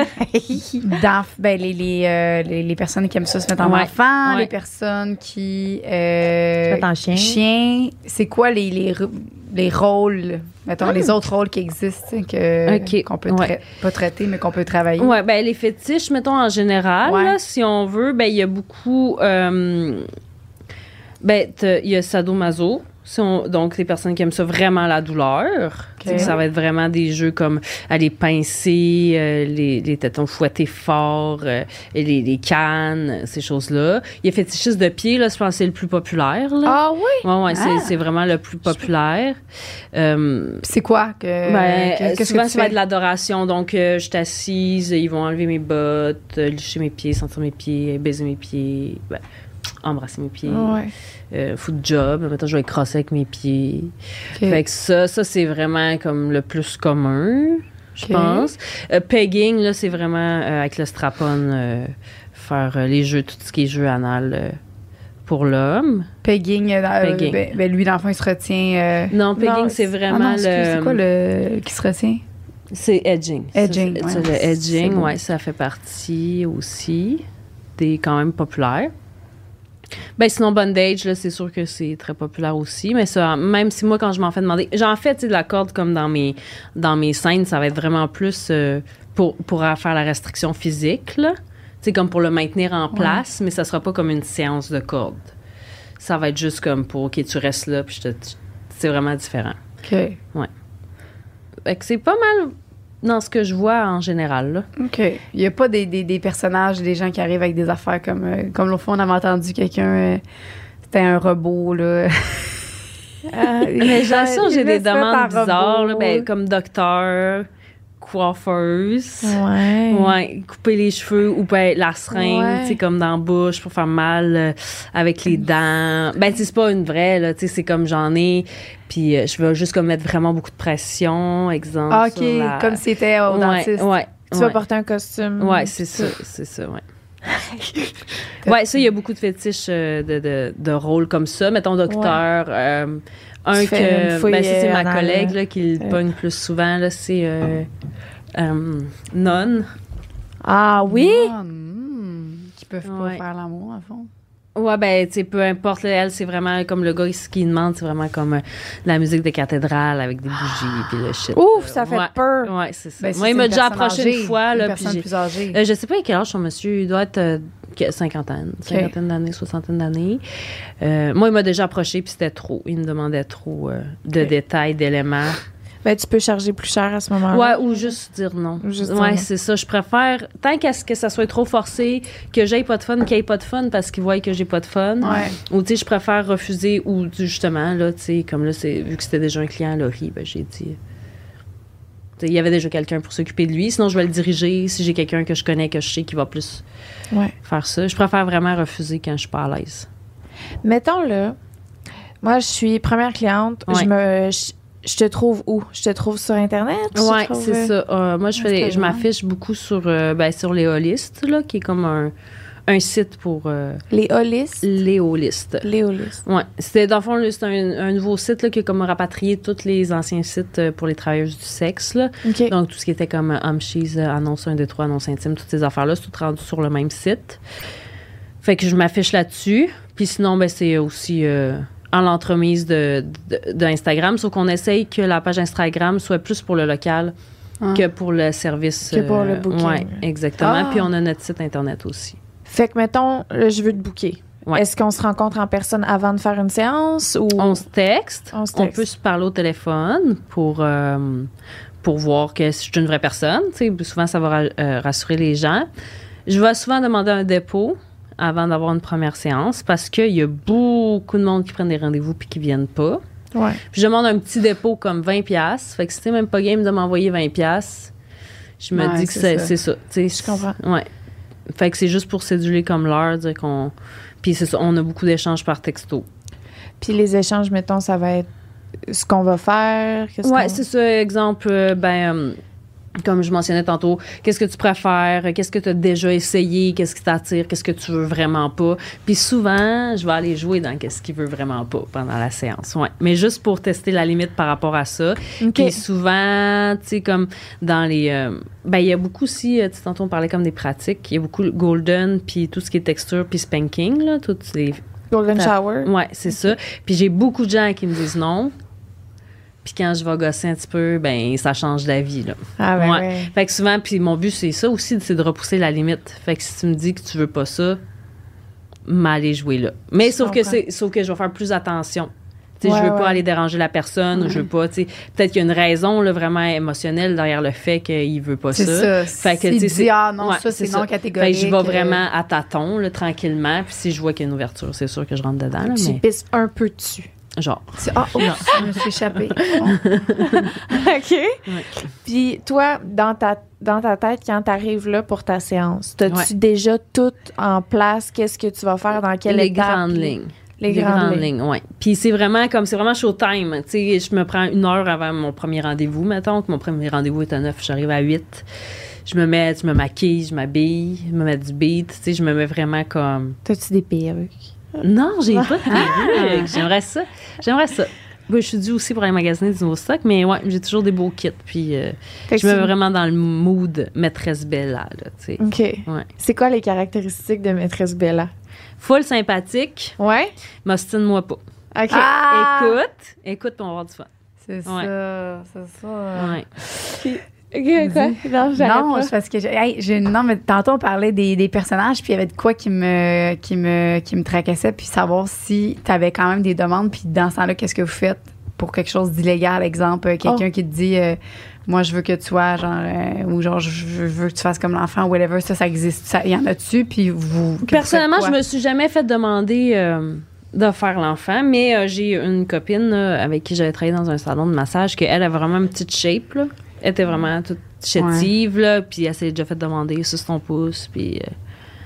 Speaker 1: d'enf- ben, les, les, euh, les, les personnes qui aiment ça se mettre en
Speaker 4: Ouais.
Speaker 1: enfant,
Speaker 4: Ouais.
Speaker 1: les personnes qui. euh,
Speaker 5: Se mettent en chien.
Speaker 1: Chien. C'est quoi les, les, r- les rôles, mettons, les autres rôles qui existent, tu sais, que,
Speaker 4: Ah. Ok,
Speaker 1: qu'on peut tra-
Speaker 4: ouais.
Speaker 1: pas traiter, mais qu'on peut travailler?
Speaker 4: Ouais, ben les fétiches, mettons en général,
Speaker 1: Ouais.
Speaker 4: là, si on veut, ben il y a beaucoup. euh, ben t'as- il y a sadomaso. Si on- donc les personnes qui aiment ça vraiment la douleur.
Speaker 1: Ok.
Speaker 4: Tu sais, Ça va être vraiment des jeux comme aller pincer, euh, les, les tétons fouettés fort, euh, et les, les cannes, ces choses-là. Il y a fétichistes de pied, là, je pense que c'est le plus populaire. Là.
Speaker 2: Ah oui!
Speaker 4: Ouais, ouais, c'est-
Speaker 1: Ah.
Speaker 4: c'est vraiment le plus populaire. Euh,
Speaker 1: Puis c'est quoi? Que,
Speaker 4: ben,
Speaker 1: que- qu'est-ce
Speaker 4: souvent,
Speaker 1: que tu
Speaker 4: ça va
Speaker 1: fais?
Speaker 4: être de l'adoration. Donc, euh, je suis assise, ils vont enlever mes bottes, euh, licher mes pieds, sentir mes pieds, baiser mes pieds, ben, embrasser mes pieds,
Speaker 1: Ah
Speaker 2: Ouais.
Speaker 4: euh, foot job. Maintenant, je vais crosser avec mes pieds.
Speaker 1: Ok.
Speaker 4: Fait que ça, ça c'est vraiment comme le plus commun, je
Speaker 1: Ok.
Speaker 4: pense. Euh, pegging, là, c'est vraiment euh, avec le strapon, euh, faire euh, les jeux, tout ce qui est jeu anal euh, pour l'homme.
Speaker 1: Pegging. euh, dans-
Speaker 4: Pegging.
Speaker 1: Ben, ben, lui, dans le fond, il se retient. euh,
Speaker 4: Non, pegging,
Speaker 2: Non,
Speaker 4: c'est
Speaker 2: c'est-
Speaker 1: ah
Speaker 4: vraiment
Speaker 1: non, excuse,
Speaker 4: le.
Speaker 1: C'est quoi le. qui se retient?
Speaker 4: C'est edging.
Speaker 1: Edging,
Speaker 4: Ça,
Speaker 1: ouais.
Speaker 4: c'est- c'est le edging,
Speaker 1: C'est bon.
Speaker 4: ouais, ça fait partie aussi des quand même populaires. Ben sinon bondage là, c'est sûr que c'est très populaire aussi, mais ça même si moi quand je m'en fais demander, j'en fais tu sais, de la corde comme dans mes dans mes scènes, ça va être vraiment plus euh, pour pour faire la restriction physique là. C'est comme pour le maintenir en place, mais ça sera pas comme une séance de corde. Ça va être juste comme pour OK, tu restes là puis je te tu- c'est vraiment différent.
Speaker 1: OK.
Speaker 4: Fait que c'est pas mal dans ce que je vois en général. Là.
Speaker 1: OK. Il n'y a pas des, des, des personnages, des gens qui arrivent avec des affaires comme. euh, comme l'autre fois, on avait entendu quelqu'un. euh, c'était un robot, là.
Speaker 4: Ah,
Speaker 1: <laughs>
Speaker 4: Mais j'ai l'impression que j'ai
Speaker 1: Il
Speaker 4: des
Speaker 1: laisse faire
Speaker 4: demandes
Speaker 1: par
Speaker 4: bizarres,
Speaker 1: robot.
Speaker 4: là, ben, comme docteur, coiffeuse.
Speaker 2: Ouais.
Speaker 4: Ouais, couper les cheveux ou ben, la seringue,
Speaker 2: Ouais.
Speaker 4: tu sais, comme dans la bouche pour faire mal euh, avec
Speaker 1: Mmh.
Speaker 4: les dents. Ben, tu sais, c'est pas une vraie, là, tu sais, c'est comme j'en ai. Puis euh, je veux juste comme mettre vraiment beaucoup de pression, exemple.
Speaker 1: Ah, OK.
Speaker 4: sur la-
Speaker 1: Comme si c'était au
Speaker 4: Ouais,
Speaker 1: dentiste.
Speaker 4: ouais,
Speaker 2: Tu vas
Speaker 4: ouais.
Speaker 2: porter un costume.
Speaker 4: Ouais, c'est ça, c'est ça, <laughs> ouais. ouais, ça, il y a beaucoup de fétiches euh, de, de, de rôles comme ça. Mettons, docteur, euh, un
Speaker 2: Tu fais
Speaker 4: que.
Speaker 2: une fouille,
Speaker 4: ben, ça, c'est
Speaker 2: euh,
Speaker 4: ma
Speaker 2: anale.
Speaker 4: collègue là, qui le
Speaker 2: Euh.
Speaker 4: pogne plus souvent, là, c'est. Euh, euh, non.
Speaker 2: Ah oui?
Speaker 1: Ah, hmm, qui peuvent
Speaker 4: Ouais.
Speaker 1: pas faire l'amour, à fond.
Speaker 4: Ouais, ben, tu sais, peu importe, là, elle, c'est vraiment comme le gars, ce qu'il demande, c'est vraiment comme euh, de la musique de cathédrale avec des bougies, puis le shit.
Speaker 2: Ouf, ça fait
Speaker 4: Ouais.
Speaker 2: peur.
Speaker 4: Ouais, c'est ça.
Speaker 1: Ben, si
Speaker 4: Moi, il
Speaker 1: c'est
Speaker 4: m'a
Speaker 1: une
Speaker 4: déjà
Speaker 1: personne
Speaker 4: approché
Speaker 1: âgée,
Speaker 4: une fois, là,
Speaker 1: Une
Speaker 4: puis j'ai-
Speaker 1: personne plus âgée.
Speaker 4: Euh, je sais pas à quel âge son monsieur, il doit être euh, que- cinquantaine, cinquantaine d'années, soixantaine d'années. Euh, moi, il m'a déjà approché, puis c'était trop. Il me demandait trop euh, de
Speaker 2: Ok.
Speaker 4: détails, d'éléments.
Speaker 2: Ben, tu peux charger plus cher à ce moment-là.
Speaker 4: Ouais, ou juste dire non.
Speaker 2: Ou Ah. juste dire
Speaker 4: ouais,
Speaker 2: non.
Speaker 4: c'est ça. Je préfère, tant qu'à ce que ça soit trop forcé, que j'aille pas de fun, qu'il n'y ait pas de fun parce qu'il voit que j'ai pas de fun.
Speaker 1: Ouais.
Speaker 4: Ou, tu sais, je préfère refuser, ou du- justement, là, tu sais, comme là, c'est- vu que c'était déjà un client à Laurie, ben, j'ai dit. tu sais, Il y avait déjà quelqu'un pour s'occuper de lui. Sinon, je vais le diriger si j'ai quelqu'un que je connais, que je sais qui va plus
Speaker 2: Ouais.
Speaker 4: faire ça. Je préfère vraiment refuser quand je suis pas à l'aise.
Speaker 2: Mettons là, moi je suis première cliente,
Speaker 4: Ouais.
Speaker 2: je me je, je te trouve où Je te trouve sur internet Je te
Speaker 4: Ouais,
Speaker 2: trouve,
Speaker 4: c'est
Speaker 2: euh,
Speaker 4: ça. Euh, moi, je
Speaker 2: Instagram.
Speaker 4: fais, je m'affiche beaucoup sur, euh, ben, sur les holistes, là, qui est comme un, un site pour euh,
Speaker 2: Les holistes,
Speaker 4: les holistes.
Speaker 2: les holistes.
Speaker 4: Ouais, c'était dans le fond, là, c'est un, un nouveau site là, qui a comme rapatrié tous les anciens sites euh, pour les travailleuses du sexe. Là.
Speaker 2: OK.
Speaker 4: Donc, tout ce qui était comme euh, Humshies, euh, annonce 1, 2, 3, annonce intime, toutes ces affaires-là, c'est tout rendu sur le même site. Fait que je m'affiche là-dessus. Puis sinon, ben, c'est aussi euh, en l'entremise d'Instagram, de, de Instagram, sauf qu'on essaye que la page Instagram soit plus pour le local
Speaker 1: Ah.
Speaker 4: que pour le service. euh,
Speaker 2: Que pour le booking.
Speaker 4: ouais, exactement.
Speaker 1: Ah.
Speaker 4: Puis on a notre site Internet aussi.
Speaker 2: fait que mettons là, je veux te booker.
Speaker 4: Ouais.
Speaker 2: Est-ce qu'on se rencontre en personne avant de faire une séance ou
Speaker 4: On se texte.
Speaker 2: On se
Speaker 4: On
Speaker 2: texte.
Speaker 4: peut se parler au téléphone pour, euh, pour voir que je suis une vraie personne. Tu sais, souvent, ça va ra- euh, rassurer les gens. Je vais souvent demander un dépôt avant d'avoir une première séance parce qu'il y a beaucoup de monde qui prennent des rendez-vous puis qui viennent pas.
Speaker 2: Ouais.
Speaker 4: Puis je demande un petit dépôt comme 20 pièces. Fait que si t'es même pas game de m'envoyer 20 pièces, je me
Speaker 1: Ouais,
Speaker 4: dis que
Speaker 1: c'est
Speaker 4: c'est
Speaker 1: ça.
Speaker 4: c'est ça. tu sais.
Speaker 2: Je comprends.
Speaker 4: Ouais. Fait que c'est juste pour céduler comme l'heure, dire qu'on... Puis c'est ça, on a beaucoup d'échanges par texto.
Speaker 2: Puis les échanges mettons ça va être ce qu'on va faire, qu'est-ce
Speaker 4: Ouais,
Speaker 2: qu'on-
Speaker 4: c'est ça. Exemple, euh, ben, euh, Comme je mentionnais tantôt, qu'est-ce que tu préfères, qu'est-ce que tu as déjà essayé, qu'est-ce qui t'attire, qu'est-ce que tu veux vraiment pas. Puis souvent, je vais aller jouer dans qu'est-ce qu'il veut vraiment pas pendant la séance. Ouais. Mais juste pour tester la limite par rapport à ça.
Speaker 2: OK.
Speaker 4: Puis souvent, tu sais, comme dans les. euh, ben, il y a beaucoup aussi, euh, tu sais, tantôt on parlait comme des pratiques, il y a beaucoup le golden, puis tout ce qui est texture, puis spanking, là, toutes les.
Speaker 2: Golden shower.
Speaker 4: Ouais, c'est ça. Puis j'ai beaucoup de gens qui me disent non. Puis quand je vais gosser un petit peu, ben, ça change d'avis, là.
Speaker 2: Ah ben
Speaker 4: Ouais.
Speaker 2: ouais.
Speaker 4: Fait que souvent, puis mon but, c'est ça aussi, c'est de repousser la limite. Fait que si tu me dis que tu veux pas ça, m'aller jouer là. Mais
Speaker 2: Je
Speaker 4: sauf que,
Speaker 2: comprends.
Speaker 4: c'est, sauf que je vais faire plus attention. Tu sais, je
Speaker 2: Ouais,
Speaker 4: veux
Speaker 2: ouais.
Speaker 4: pas aller déranger la personne ou je veux pas, tu sais, peut-être qu'il y a une raison là, vraiment émotionnelle derrière le fait qu'il veut pas
Speaker 1: C'est
Speaker 4: ça.
Speaker 1: ça.
Speaker 4: Fait que,
Speaker 1: S'il
Speaker 4: tu sais,
Speaker 1: dit,
Speaker 4: c'est-
Speaker 1: ah non,
Speaker 4: ouais,
Speaker 1: ça, c'est
Speaker 4: c'est
Speaker 1: non
Speaker 4: ça.
Speaker 1: catégorique.
Speaker 4: Fait que je vais
Speaker 1: euh,
Speaker 4: vraiment à tâtons, là, tranquillement. Puis si je vois qu'il y a une ouverture, c'est sûr que je rentre dedans, là,
Speaker 2: Tu
Speaker 4: Ah, mais
Speaker 2: pisses un peu dessus.
Speaker 4: genre.
Speaker 1: tu- Ah, oh, je me suis
Speaker 4: <laughs>
Speaker 1: échappée.
Speaker 2: <laughs> OK. Puis toi, dans ta, dans ta tête, quand tu arrives là pour ta séance, t'as-tu
Speaker 4: Ouais.
Speaker 2: déjà tout en place? Qu'est-ce que tu vas faire? Dans quelle
Speaker 4: les
Speaker 2: étape?
Speaker 4: grandes lignes.
Speaker 2: Les grandes lignes.
Speaker 4: oui. Puis c'est vraiment comme, c'est vraiment showtime. Tu sais, je me prends une heure avant mon premier rendez-vous, mettons, que mon premier rendez-vous est à 9, j'arrive à 8. Je me mets, je me maquille, je m'habille, je me mets du beat, tu sais, je me mets vraiment comme...
Speaker 2: T'as-tu des E? perruques?
Speaker 4: Non, j'ai pas de
Speaker 2: Ah!
Speaker 4: perruque. J'aimerais ça. J'aimerais ça. Oui, je suis due aussi pour aller magasiner du nouveau stock, mais ouais, j'ai toujours des beaux kits. Puis euh,
Speaker 2: Fait que Mm.
Speaker 4: je me
Speaker 2: tu-
Speaker 4: mets vraiment dans le mood maîtresse Bella, là, tu sais.
Speaker 2: OK.
Speaker 4: Ouais.
Speaker 2: C'est quoi les caractéristiques de maîtresse Bella?
Speaker 4: Full sympathique,
Speaker 2: Ouais?
Speaker 4: m'ostine-moi pas.
Speaker 2: OK.
Speaker 1: Ah!
Speaker 4: Écoute, écoute, puis on va avoir du fun.
Speaker 1: C'est
Speaker 4: Ouais.
Speaker 1: ça, c'est ça. euh.
Speaker 4: Ouais.
Speaker 2: OK, quoi? Non, j'arrête
Speaker 1: Non,
Speaker 2: pas.
Speaker 1: c'est parce que j'ai- hey, j'ai- non, mais tantôt on parlait des, des personnages, puis il y avait de quoi qui me qui me qui me tracassait, puis savoir si tu avais quand même des demandes, puis dans ce temps-là, qu'est-ce que vous faites pour quelque chose d'illégal, exemple euh, quelqu'un qui te dit euh, moi je veux que tu sois genre euh, ou genre je, je veux que tu fasses comme l'enfant, whatever, ça ça existe, ça- il y en a-tu, puis vous que vous
Speaker 4: Personnellement,
Speaker 1: faites
Speaker 4: je
Speaker 1: quoi?
Speaker 4: me suis jamais fait demander euh, de faire l'enfant, mais euh, j'ai une copine là, avec qui j'avais travaillé dans un salon de massage qu'elle a vraiment une petite shape. Là. Elle était vraiment toute chétive, là, puis elle s'est déjà fait demander sur son pouce, puis euh,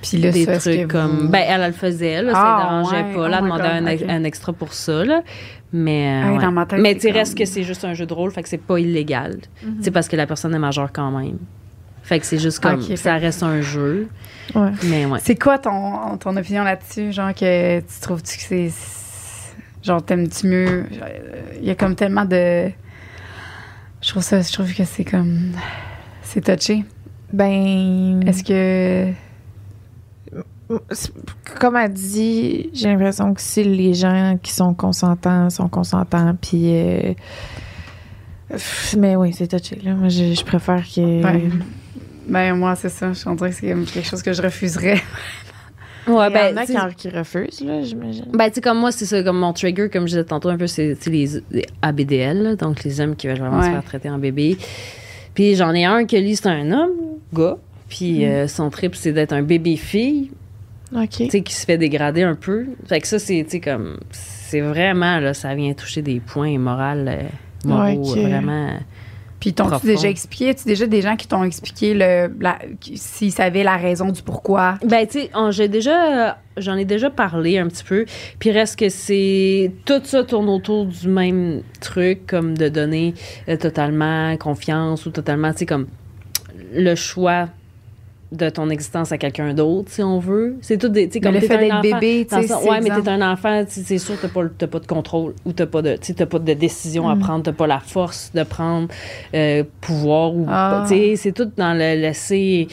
Speaker 1: puis là,
Speaker 4: des
Speaker 1: ça, est-ce que
Speaker 4: trucs comme...
Speaker 1: vous-
Speaker 4: Ben, elle, elle le faisait, là,
Speaker 1: Ah,
Speaker 4: ça ne dérangeait
Speaker 1: ouais.
Speaker 4: pas. Là,
Speaker 1: Oh
Speaker 4: elle
Speaker 1: my
Speaker 4: demandait un,
Speaker 1: God,
Speaker 4: ex-
Speaker 1: ok.
Speaker 4: un extra pour ça, là. Mais, euh,
Speaker 1: Hey,
Speaker 4: ouais.
Speaker 1: dans ma tête,
Speaker 4: mais
Speaker 1: c'est
Speaker 4: tu sais, reste
Speaker 1: comme- Mm-hmm.
Speaker 4: que c'est juste un jeu de rôle, fait que c'est pas illégal. C'est parce que la personne est majeure quand même. Fait que c'est juste comme,
Speaker 1: Ok, fait
Speaker 4: ça reste un jeu.
Speaker 2: Ouais.
Speaker 4: Mais ouais.
Speaker 1: C'est quoi ton, ton opinion là-dessus? Genre, que tu trouves-tu que c'est. Genre, t'aimes-tu mieux? Euh, Il y a comme tellement de. Je trouve ça. Je trouve que c'est comme. C'est touché.
Speaker 2: Ben,
Speaker 4: Mm.
Speaker 1: Est-ce que.
Speaker 2: c'est- comme elle dit, j'ai l'impression que si les gens qui sont consentants sont consentants, puis. euh, pff, mais oui, c'est touché, là. Moi, je, je préfère que.
Speaker 1: Ouais. Ben, moi, c'est ça. Je dirais que c'est comme quelque chose que je refuserais. <laughs>
Speaker 4: Ouais, ben,
Speaker 2: Il y en a
Speaker 4: tu sais,
Speaker 2: qui, en- qui refusent, là, j'imagine.
Speaker 4: Ben, tu sais, comme moi, c'est ça, comme mon trigger, comme je disais tantôt un peu, c'est tu sais, les, les ABDL, là, donc les hommes qui veulent vraiment se
Speaker 1: Ouais.
Speaker 4: faire traiter en bébé. Puis j'en ai un que lui, c'est un homme, gars, puis euh, son trip, c'est d'être un bébé-fille,
Speaker 2: OK.
Speaker 4: tu sais, qui se fait dégrader un peu. Fait que ça, c'est, tu sais, comme, c'est vraiment, là, ça vient toucher des points moraux, euh, moraux,
Speaker 2: Ouais, ok.
Speaker 4: euh, vraiment.
Speaker 1: Puis, t'ont-tu
Speaker 4: Profond.
Speaker 1: déjà expliqué? Tu déjà des gens qui t'ont expliqué le, la- qui- s'ils savaient la raison du pourquoi?
Speaker 4: Ben, tu sais, on- j'ai déjà, euh, j'en ai déjà parlé un petit peu. Puis reste que c'est tout ça tourne autour du même truc, comme de donner euh, totalement confiance ou totalement, tu sais, comme le choix de ton existence à quelqu'un d'autre, si on veut. C'est tout des, tu sais,
Speaker 1: Mais
Speaker 4: comme
Speaker 1: Ben, le
Speaker 4: t'es
Speaker 1: fait
Speaker 4: un
Speaker 1: d'être
Speaker 4: enfant-
Speaker 1: bébé, tu
Speaker 4: dans
Speaker 1: sais.
Speaker 4: le sens-
Speaker 1: c'est
Speaker 4: ouais, mais t'es
Speaker 1: exemple.
Speaker 4: un enfant, tu sais, c'est sûr, t'as pas, le- t'as pas de contrôle ou t'as pas de, tu sais, t'as pas de décision à
Speaker 2: Mm.
Speaker 4: prendre, t'as pas la force de prendre euh, pouvoir ou,
Speaker 1: Ah.
Speaker 4: tu sais, c'est tout dans le laisser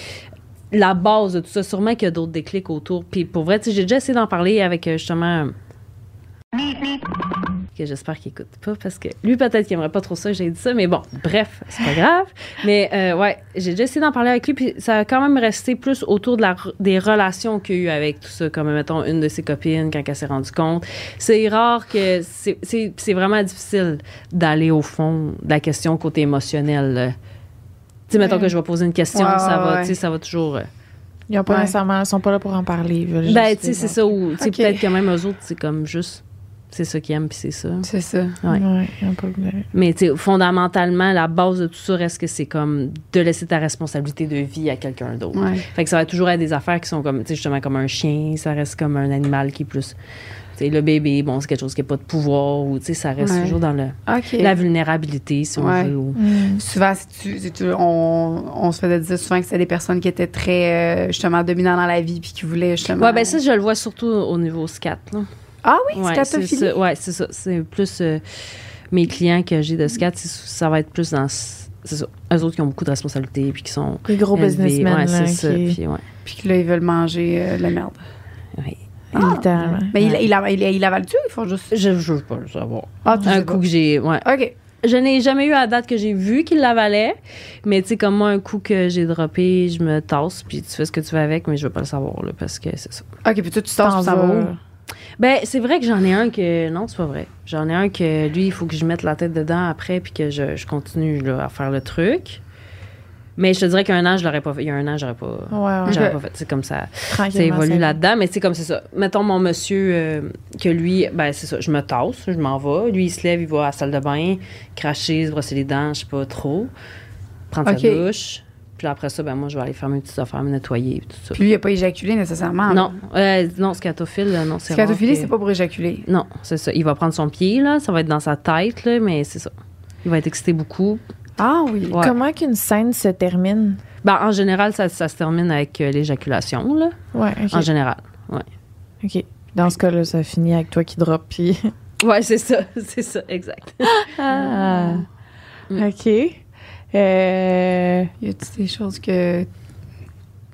Speaker 4: la base de tout ça. Sûrement qu'il y a d'autres déclics autour. Puis pour vrai, tu sais, j'ai déjà essayé d'en parler avec euh, justement. Que j'espère qu'il écoute pas parce que lui, peut-être qu'il aimerait pas trop ça, que j'ai dit ça, mais bon, bref, c'est pas grave. Mais euh, ouais, j'ai déjà essayé d'en parler avec lui, puis ça a quand même resté plus autour de la, re- des relations qu'il y a eu avec tout ça, comme mettons une de ses copines quand elle s'est rendue compte. C'est rare que. c'est- C'est c'est vraiment difficile d'aller au fond de la question côté émotionnel. là. Tu sais, mettons
Speaker 2: Ouais.
Speaker 4: que je vais poser une question,
Speaker 1: Ouais,
Speaker 4: ça
Speaker 1: ouais,
Speaker 4: va,
Speaker 1: ouais.
Speaker 4: tu sais, ça va toujours. euh,
Speaker 2: Ils ont pas
Speaker 1: Ouais.
Speaker 2: nécessairement, ils sont pas là pour en parler. ils veulent
Speaker 4: ben,
Speaker 2: juste
Speaker 4: tu sais, c'est
Speaker 2: les-
Speaker 4: ça. Ou, tu sais,
Speaker 1: Ok.
Speaker 4: peut-être que même eux autres, c'est comme juste, c'est ça qu'ils aiment, puis c'est ça.
Speaker 1: C'est ça.
Speaker 4: ouais.
Speaker 2: Ouais, ils ont pas le-
Speaker 4: Mais, tu sais, fondamentalement, la base de tout ça reste que c'est comme de laisser ta responsabilité de vie à quelqu'un d'autre.
Speaker 1: Ouais.
Speaker 4: Fait que ça va toujours être des affaires qui sont comme, tu sais, justement, comme un chien, ça reste comme un animal qui est plus Tu sais, le bébé, bon, c'est quelque chose qui n'a pas de pouvoir ou tu sais, ça reste
Speaker 1: Ouais.
Speaker 4: toujours dans le,
Speaker 1: OK.
Speaker 4: la vulnérabilité, si on
Speaker 1: Ouais.
Speaker 4: veut. ou-
Speaker 1: Souvent, si tu, si tu- on, on se faisait dire souvent que c'était des personnes qui étaient très, euh, justement, dominantes dans la vie puis qui voulaient, justement.
Speaker 4: Ouais, ben ça, je le vois surtout au niveau scat. Là.
Speaker 1: Ah oui,
Speaker 4: Ouais, c'est
Speaker 1: scatophilie.
Speaker 4: ça. Ouais, c'est ça. C'est plus euh, mes clients que j'ai de scat, c'est- ça va être plus dans. C'est ça. Eux autres qui ont beaucoup de responsabilités puis qui sont.
Speaker 2: Les gros
Speaker 4: élevés.
Speaker 2: businessmen,
Speaker 4: Ouais,
Speaker 2: là,
Speaker 4: c'est
Speaker 2: qui-
Speaker 4: ça. Puis, ouais.
Speaker 1: Puis que là, ils veulent manger euh, de la merde.
Speaker 4: Ouais.
Speaker 1: Ah,
Speaker 2: littéralement.
Speaker 1: Mais il, il, a- il, a- il avale-tu ou ils font juste.
Speaker 4: Je, je veux pas le savoir.
Speaker 1: Ah, tu
Speaker 4: Un
Speaker 1: sais
Speaker 4: coup que j'ai. Ouais.
Speaker 1: pas. OK.
Speaker 4: Je n'ai jamais eu à date que j'ai vu qu'il l'avalait, mais tu sais, comme moi, un coup que j'ai droppé, je me tasse, puis tu fais ce que tu veux avec, mais je veux pas le savoir, là, parce que c'est ça.
Speaker 1: OK, puis toi, tu sors, tu t'en vas où?
Speaker 4: Ben, c'est vrai que j'en ai un que. Non, c'est pas vrai. J'en ai un que lui, il faut que je mette la tête dedans après, puis que je, je continue là, à faire le truc. Mais je te dirais qu'un an, je l'aurais pas fait. Il y a un an, j'aurais pas.
Speaker 2: Ouais, ouais.
Speaker 4: J'aurais
Speaker 1: Ok.
Speaker 4: pas fait. C'est comme ça. Ça
Speaker 2: Tranquillement.
Speaker 4: évolue
Speaker 2: ça-
Speaker 4: là-dedans, mais c'est comme c'est ça. Mettons mon monsieur, euh, que lui, ben c'est ça, je me tasse, je m'en vais. Lui, il se lève, il va à la salle de bain, cracher, se brosser les dents, je sais pas trop, prendre
Speaker 1: Ok.
Speaker 4: sa douche. Puis là, après ça, ben moi, je vais aller faire mes petites affaires, me nettoyer, puis tout ça.
Speaker 1: Puis lui, il n'a pas éjaculé nécessairement.
Speaker 4: non, euh, non, scatophile, euh, non, c'est rare
Speaker 1: Scatophilie,
Speaker 4: que-
Speaker 1: c'est pas pour éjaculer.
Speaker 4: Non, c'est ça. Il va prendre son pied, là, ça va être dans sa tête, là, mais c'est ça. Il va être excité beaucoup.
Speaker 1: Ah oui.
Speaker 4: Ouais.
Speaker 2: Comment qu'une scène se termine?
Speaker 4: Ben, en général, ça, ça se termine avec euh, l'éjaculation, là.
Speaker 2: Ouais,
Speaker 4: En
Speaker 2: OK.
Speaker 4: général.
Speaker 2: OK. Dans ce cas-là, ça finit avec toi qui drop, puis...
Speaker 4: Ouais, c'est ça, <laughs> c'est ça, exact.
Speaker 2: Ah!
Speaker 4: Mm.
Speaker 2: OK. Euh,
Speaker 1: Y a-t-il des choses que,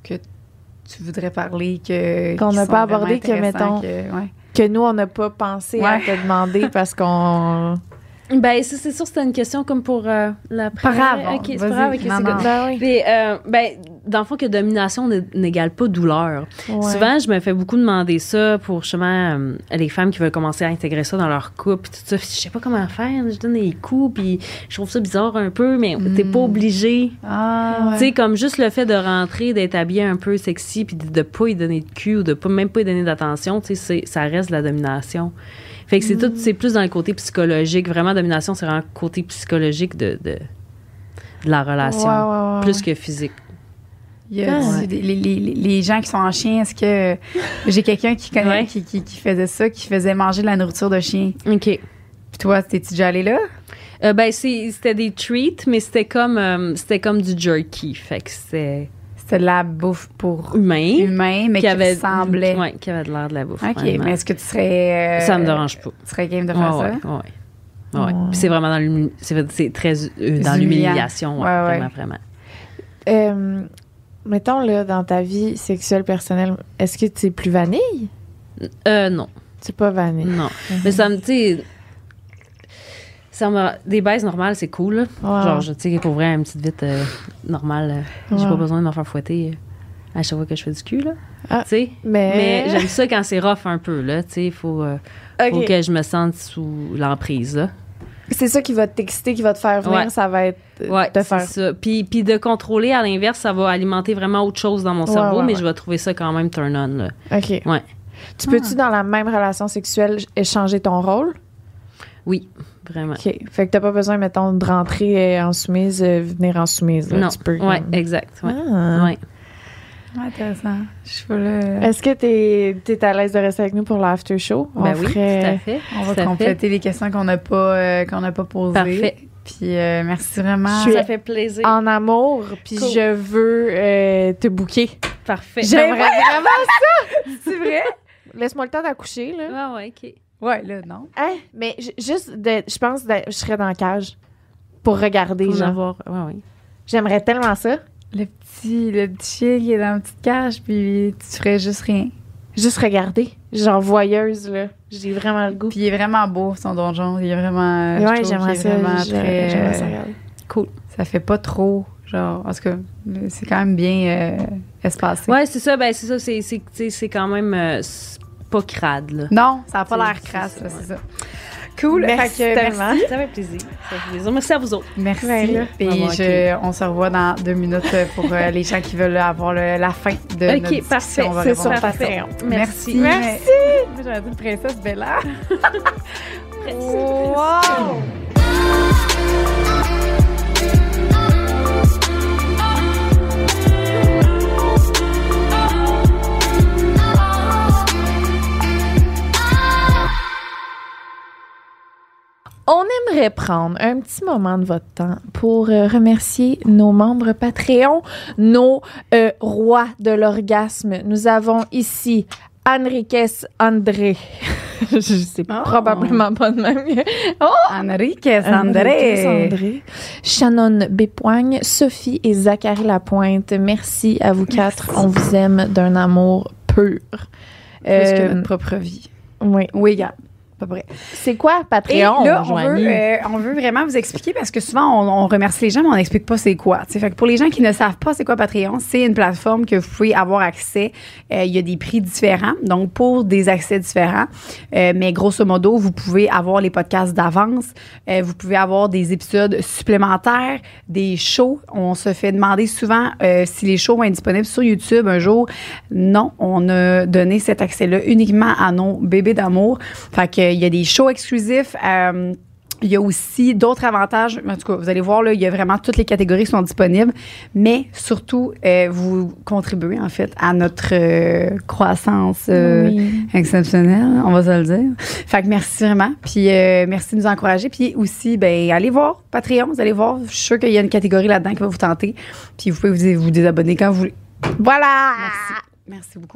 Speaker 1: que tu voudrais parler que
Speaker 2: Qu'on
Speaker 1: qui
Speaker 2: n'a
Speaker 1: sont
Speaker 2: pas
Speaker 1: vraiment
Speaker 2: abordé, que,
Speaker 1: intéressants,
Speaker 2: mettons-
Speaker 1: que- ouais.
Speaker 2: que nous, on n'a pas pensé à
Speaker 1: Ouais.
Speaker 2: te demander parce
Speaker 4: <laughs>
Speaker 2: qu'on...
Speaker 4: Ben, ça, c'est sûr, c'était une question comme pour euh, la
Speaker 1: Pas grave,
Speaker 4: Ok, c'est pas
Speaker 1: vas-y,
Speaker 4: grave, ok, c'est
Speaker 1: maman.
Speaker 4: good.
Speaker 2: Ben oui.
Speaker 4: Puis, euh, ben, dans le fond, que domination n- n'égale pas douleur.
Speaker 2: Ouais.
Speaker 4: Souvent, je me fais beaucoup demander ça pour justement euh, les femmes qui veulent commencer à intégrer ça dans leur couple. puis Tout ça. Puis Je sais pas comment faire. Je donne des coups, puis je trouve ça bizarre un peu, mais t'es pas
Speaker 1: Mm.
Speaker 4: obligé.
Speaker 1: Ah, ouais.
Speaker 4: Tu sais, comme juste le fait de rentrer, d'être habillé un peu sexy, puis de, de pas y donner de cul ou de pas, même pas y donner d'attention, tu sais, c'est- ça reste de la domination. Fait que c'est tout, c'est plus dans le côté psychologique. Vraiment, domination, c'est vraiment le côté psychologique de, de, de la relation,
Speaker 2: Ouais, ouais, ouais,
Speaker 4: plus
Speaker 2: ouais.
Speaker 4: que physique.
Speaker 1: Y a
Speaker 2: Ah.
Speaker 1: du- les, les- les- les gens qui sont en chien, est-ce que j'ai quelqu'un qui connaît
Speaker 4: Ouais.
Speaker 1: qui, qui- qui faisait ça, qui faisait manger de la nourriture de chien?
Speaker 4: OK.
Speaker 1: Puis toi, t'es-tu déjà allé là?
Speaker 4: Euh, ben, c'est- c'était des treats, mais c'était comme, euh, c'était comme du jerky. Fait que c'était
Speaker 1: C'était de la bouffe pour
Speaker 4: humain.
Speaker 1: humain, mais qui, ressemblait.
Speaker 4: Ouais, qui avait de l'air de la bouffe.
Speaker 1: OK,
Speaker 4: vraiment.
Speaker 1: mais est-ce que tu serais. euh,
Speaker 4: ça me dérange pas.
Speaker 1: Tu serais game de faire
Speaker 4: Ouais,
Speaker 1: ça?
Speaker 4: ouais, ouais, ouais.
Speaker 2: Ouais.
Speaker 4: Puis c'est vraiment dans l'humi- c'est c'est très euh,
Speaker 1: Humiliant.
Speaker 4: dans l'humiliation, ouais,
Speaker 1: Ouais, ouais.
Speaker 4: vraiment vraiment.
Speaker 2: Euh, mettons, là, dans ta vie sexuelle personnelle, est-ce que tu es plus vanille?
Speaker 4: Euh non,
Speaker 2: Tu pas vanille.
Speaker 4: non. Mais ça me tu sais, ça me des baises normales, c'est cool. là.
Speaker 2: Ouais.
Speaker 4: Genre je- tu sais pour vrai une petite vite euh, normale, euh, j'ai
Speaker 2: Ouais.
Speaker 4: pas besoin de m'en faire fouetter euh, à chaque fois que je fais du cul là.
Speaker 2: Ah.
Speaker 4: Tu sais.
Speaker 2: Mais,
Speaker 4: Mais j'aime ça quand c'est rough un peu là, tu sais, faut, euh, faut
Speaker 2: Ok.
Speaker 4: que je me sente sous l'emprise là.
Speaker 2: c'est ça qui va t'exciter, qui va te faire venir,
Speaker 4: Ouais.
Speaker 2: ça va être euh,
Speaker 4: Ouais,
Speaker 2: te
Speaker 4: c'est
Speaker 2: faire.
Speaker 4: ça. Puis, puis de contrôler à l'inverse, ça va alimenter vraiment autre chose dans mon
Speaker 2: Ouais,
Speaker 4: cerveau,
Speaker 2: ouais,
Speaker 4: mais
Speaker 2: ouais.
Speaker 4: je vais trouver ça quand même turn on là.
Speaker 2: OK.
Speaker 4: Ouais. Ah.
Speaker 2: Tu peux-tu, dans la même relation sexuelle, échanger ton rôle?
Speaker 4: Oui, vraiment.
Speaker 2: OK. Fait que t'as pas besoin, mettons, de rentrer euh, en soumise, euh, venir en soumise. là.
Speaker 4: non.
Speaker 2: Tu peux.
Speaker 4: ouais,
Speaker 2: comme-
Speaker 4: exact. Ouais.
Speaker 2: Ah.
Speaker 4: Ouais.
Speaker 1: Ouais, intéressant. Je suis pas
Speaker 4: Euh,
Speaker 1: là.
Speaker 2: Est-ce que t'es es à l'aise de rester avec nous pour l'after show?
Speaker 4: Ben oui, tout à fait.
Speaker 1: On va
Speaker 4: tout à fait.
Speaker 1: compléter les questions qu'on n'a pas, euh, qu'on n'a pas posées.
Speaker 4: Parfait.
Speaker 1: Puis euh, merci vraiment.
Speaker 2: Je suis-
Speaker 4: Ça fait plaisir.
Speaker 2: en amour, puis
Speaker 4: Cool. Ben,
Speaker 2: je veux euh, te bouquer.
Speaker 4: Parfait.
Speaker 2: J'aimerais vraiment.
Speaker 1: C'est vrai?
Speaker 2: Laisse-moi le temps d'accoucher, là.
Speaker 4: Ouais, ouais, ok.
Speaker 1: Ouais, là, non.
Speaker 2: Hein? Mais ju- juste, de- je pense que je serais dans la cage pour regarder,
Speaker 4: Pour en
Speaker 2: genre.
Speaker 4: avoir- Ouais, ouais.
Speaker 2: J'aimerais tellement ça.
Speaker 1: Le petit, le petit chien qui est dans la petite cage, puis tu ferais juste rien.
Speaker 2: Juste regarder. Genre voyeuse, là. J'ai vraiment le goût.
Speaker 1: Puis il est vraiment beau, son donjon. Il est vraiment. je
Speaker 2: ouais,
Speaker 1: trouve
Speaker 2: j'aimerais
Speaker 1: qu'il est
Speaker 2: ça.
Speaker 1: vraiment
Speaker 2: j'a-
Speaker 1: très,
Speaker 2: j'aimerais ça
Speaker 1: euh,
Speaker 2: regarder.
Speaker 1: ça fait pas trop, genre. En tout cas, c'est quand même bien euh, espacé.
Speaker 4: Ouais, c'est ça. Ben, c'est ça. C'est, c'est, tu sais, c'est quand même euh, c'est pas crade, là.
Speaker 1: Non, ça n'a pas
Speaker 4: C'est-
Speaker 1: l'air
Speaker 4: c'est
Speaker 1: crasse,
Speaker 4: ça,
Speaker 1: là,
Speaker 4: ouais.
Speaker 1: c'est ça. Cool.
Speaker 2: Merci
Speaker 1: fait que,
Speaker 2: tellement.
Speaker 1: merci.
Speaker 4: Ça fait plaisir. Ça fait plaisir. Merci à vous autres.
Speaker 1: Merci.
Speaker 2: Ben là.
Speaker 1: Puis
Speaker 4: Bravo,
Speaker 1: je- on se revoit dans deux minutes euh, pour euh, les gens qui veulent avoir le- la fin de notre
Speaker 4: ok,
Speaker 1: discussion.
Speaker 4: parfait.
Speaker 1: On va
Speaker 2: C'est
Speaker 1: répondre
Speaker 2: sur
Speaker 1: à ça.
Speaker 2: Patreon.
Speaker 1: Merci.
Speaker 2: Merci.
Speaker 1: Moi, J'aurais dit princesse Bella. <laughs>
Speaker 2: Wow!
Speaker 5: ah
Speaker 2: voudrais prendre un petit moment de votre temps pour euh, remercier nos membres Patreon, nos euh, rois de l'orgasme. Nous avons ici Enriquez André. <laughs> Je sais
Speaker 1: Oh.
Speaker 2: probablement pas de même.
Speaker 1: Enrique
Speaker 2: Enriquez
Speaker 1: Sandré.
Speaker 2: André. Shannon Bépoigne, Sophie et Zachary Lapointe. Merci à vous quatre. On vous aime d'un amour pur.
Speaker 1: Plus que
Speaker 2: Euh,
Speaker 1: notre propre vie.
Speaker 2: oui.
Speaker 1: Oui, gars. À peu près.
Speaker 2: C'est quoi Patreon,
Speaker 1: Et là, on
Speaker 2: Joanie?
Speaker 1: veut, euh, on veut vraiment vous expliquer parce que souvent, on, on remercie les gens, mais on n'explique pas c'est quoi. tu sais. Fait que pour les gens qui ne savent pas c'est quoi Patreon, c'est une plateforme que vous pouvez avoir accès. Euh, Il y a des prix différents, donc pour des accès différents. Euh, mais grosso modo, vous pouvez avoir les podcasts d'avance, euh, vous pouvez avoir des épisodes supplémentaires, des shows. On se fait demander souvent euh, si les shows vont être disponibles sur YouTube un jour. Non, on a donné cet accès-là uniquement à nos bébés d'amour. Fait qu'il y a des shows exclusifs. euh, il y a aussi d'autres avantages. En tout cas, vous allez voir, là, il y a vraiment toutes les catégories qui sont disponibles. Mais surtout, euh, vous contribuez, en fait, à notre euh, croissance euh,
Speaker 2: Oui.
Speaker 1: exceptionnelle, on va se le dire. Fait que merci vraiment. Puis euh, merci de nous encourager. Puis aussi, ben allez voir Patreon. Vous allez voir. Je suis sûre qu'il y a une catégorie là-dedans qui va vous tenter. Puis vous pouvez vous, vous désabonner quand vous voulez.
Speaker 2: Voilà!
Speaker 1: euh, Merci. Merci beaucoup.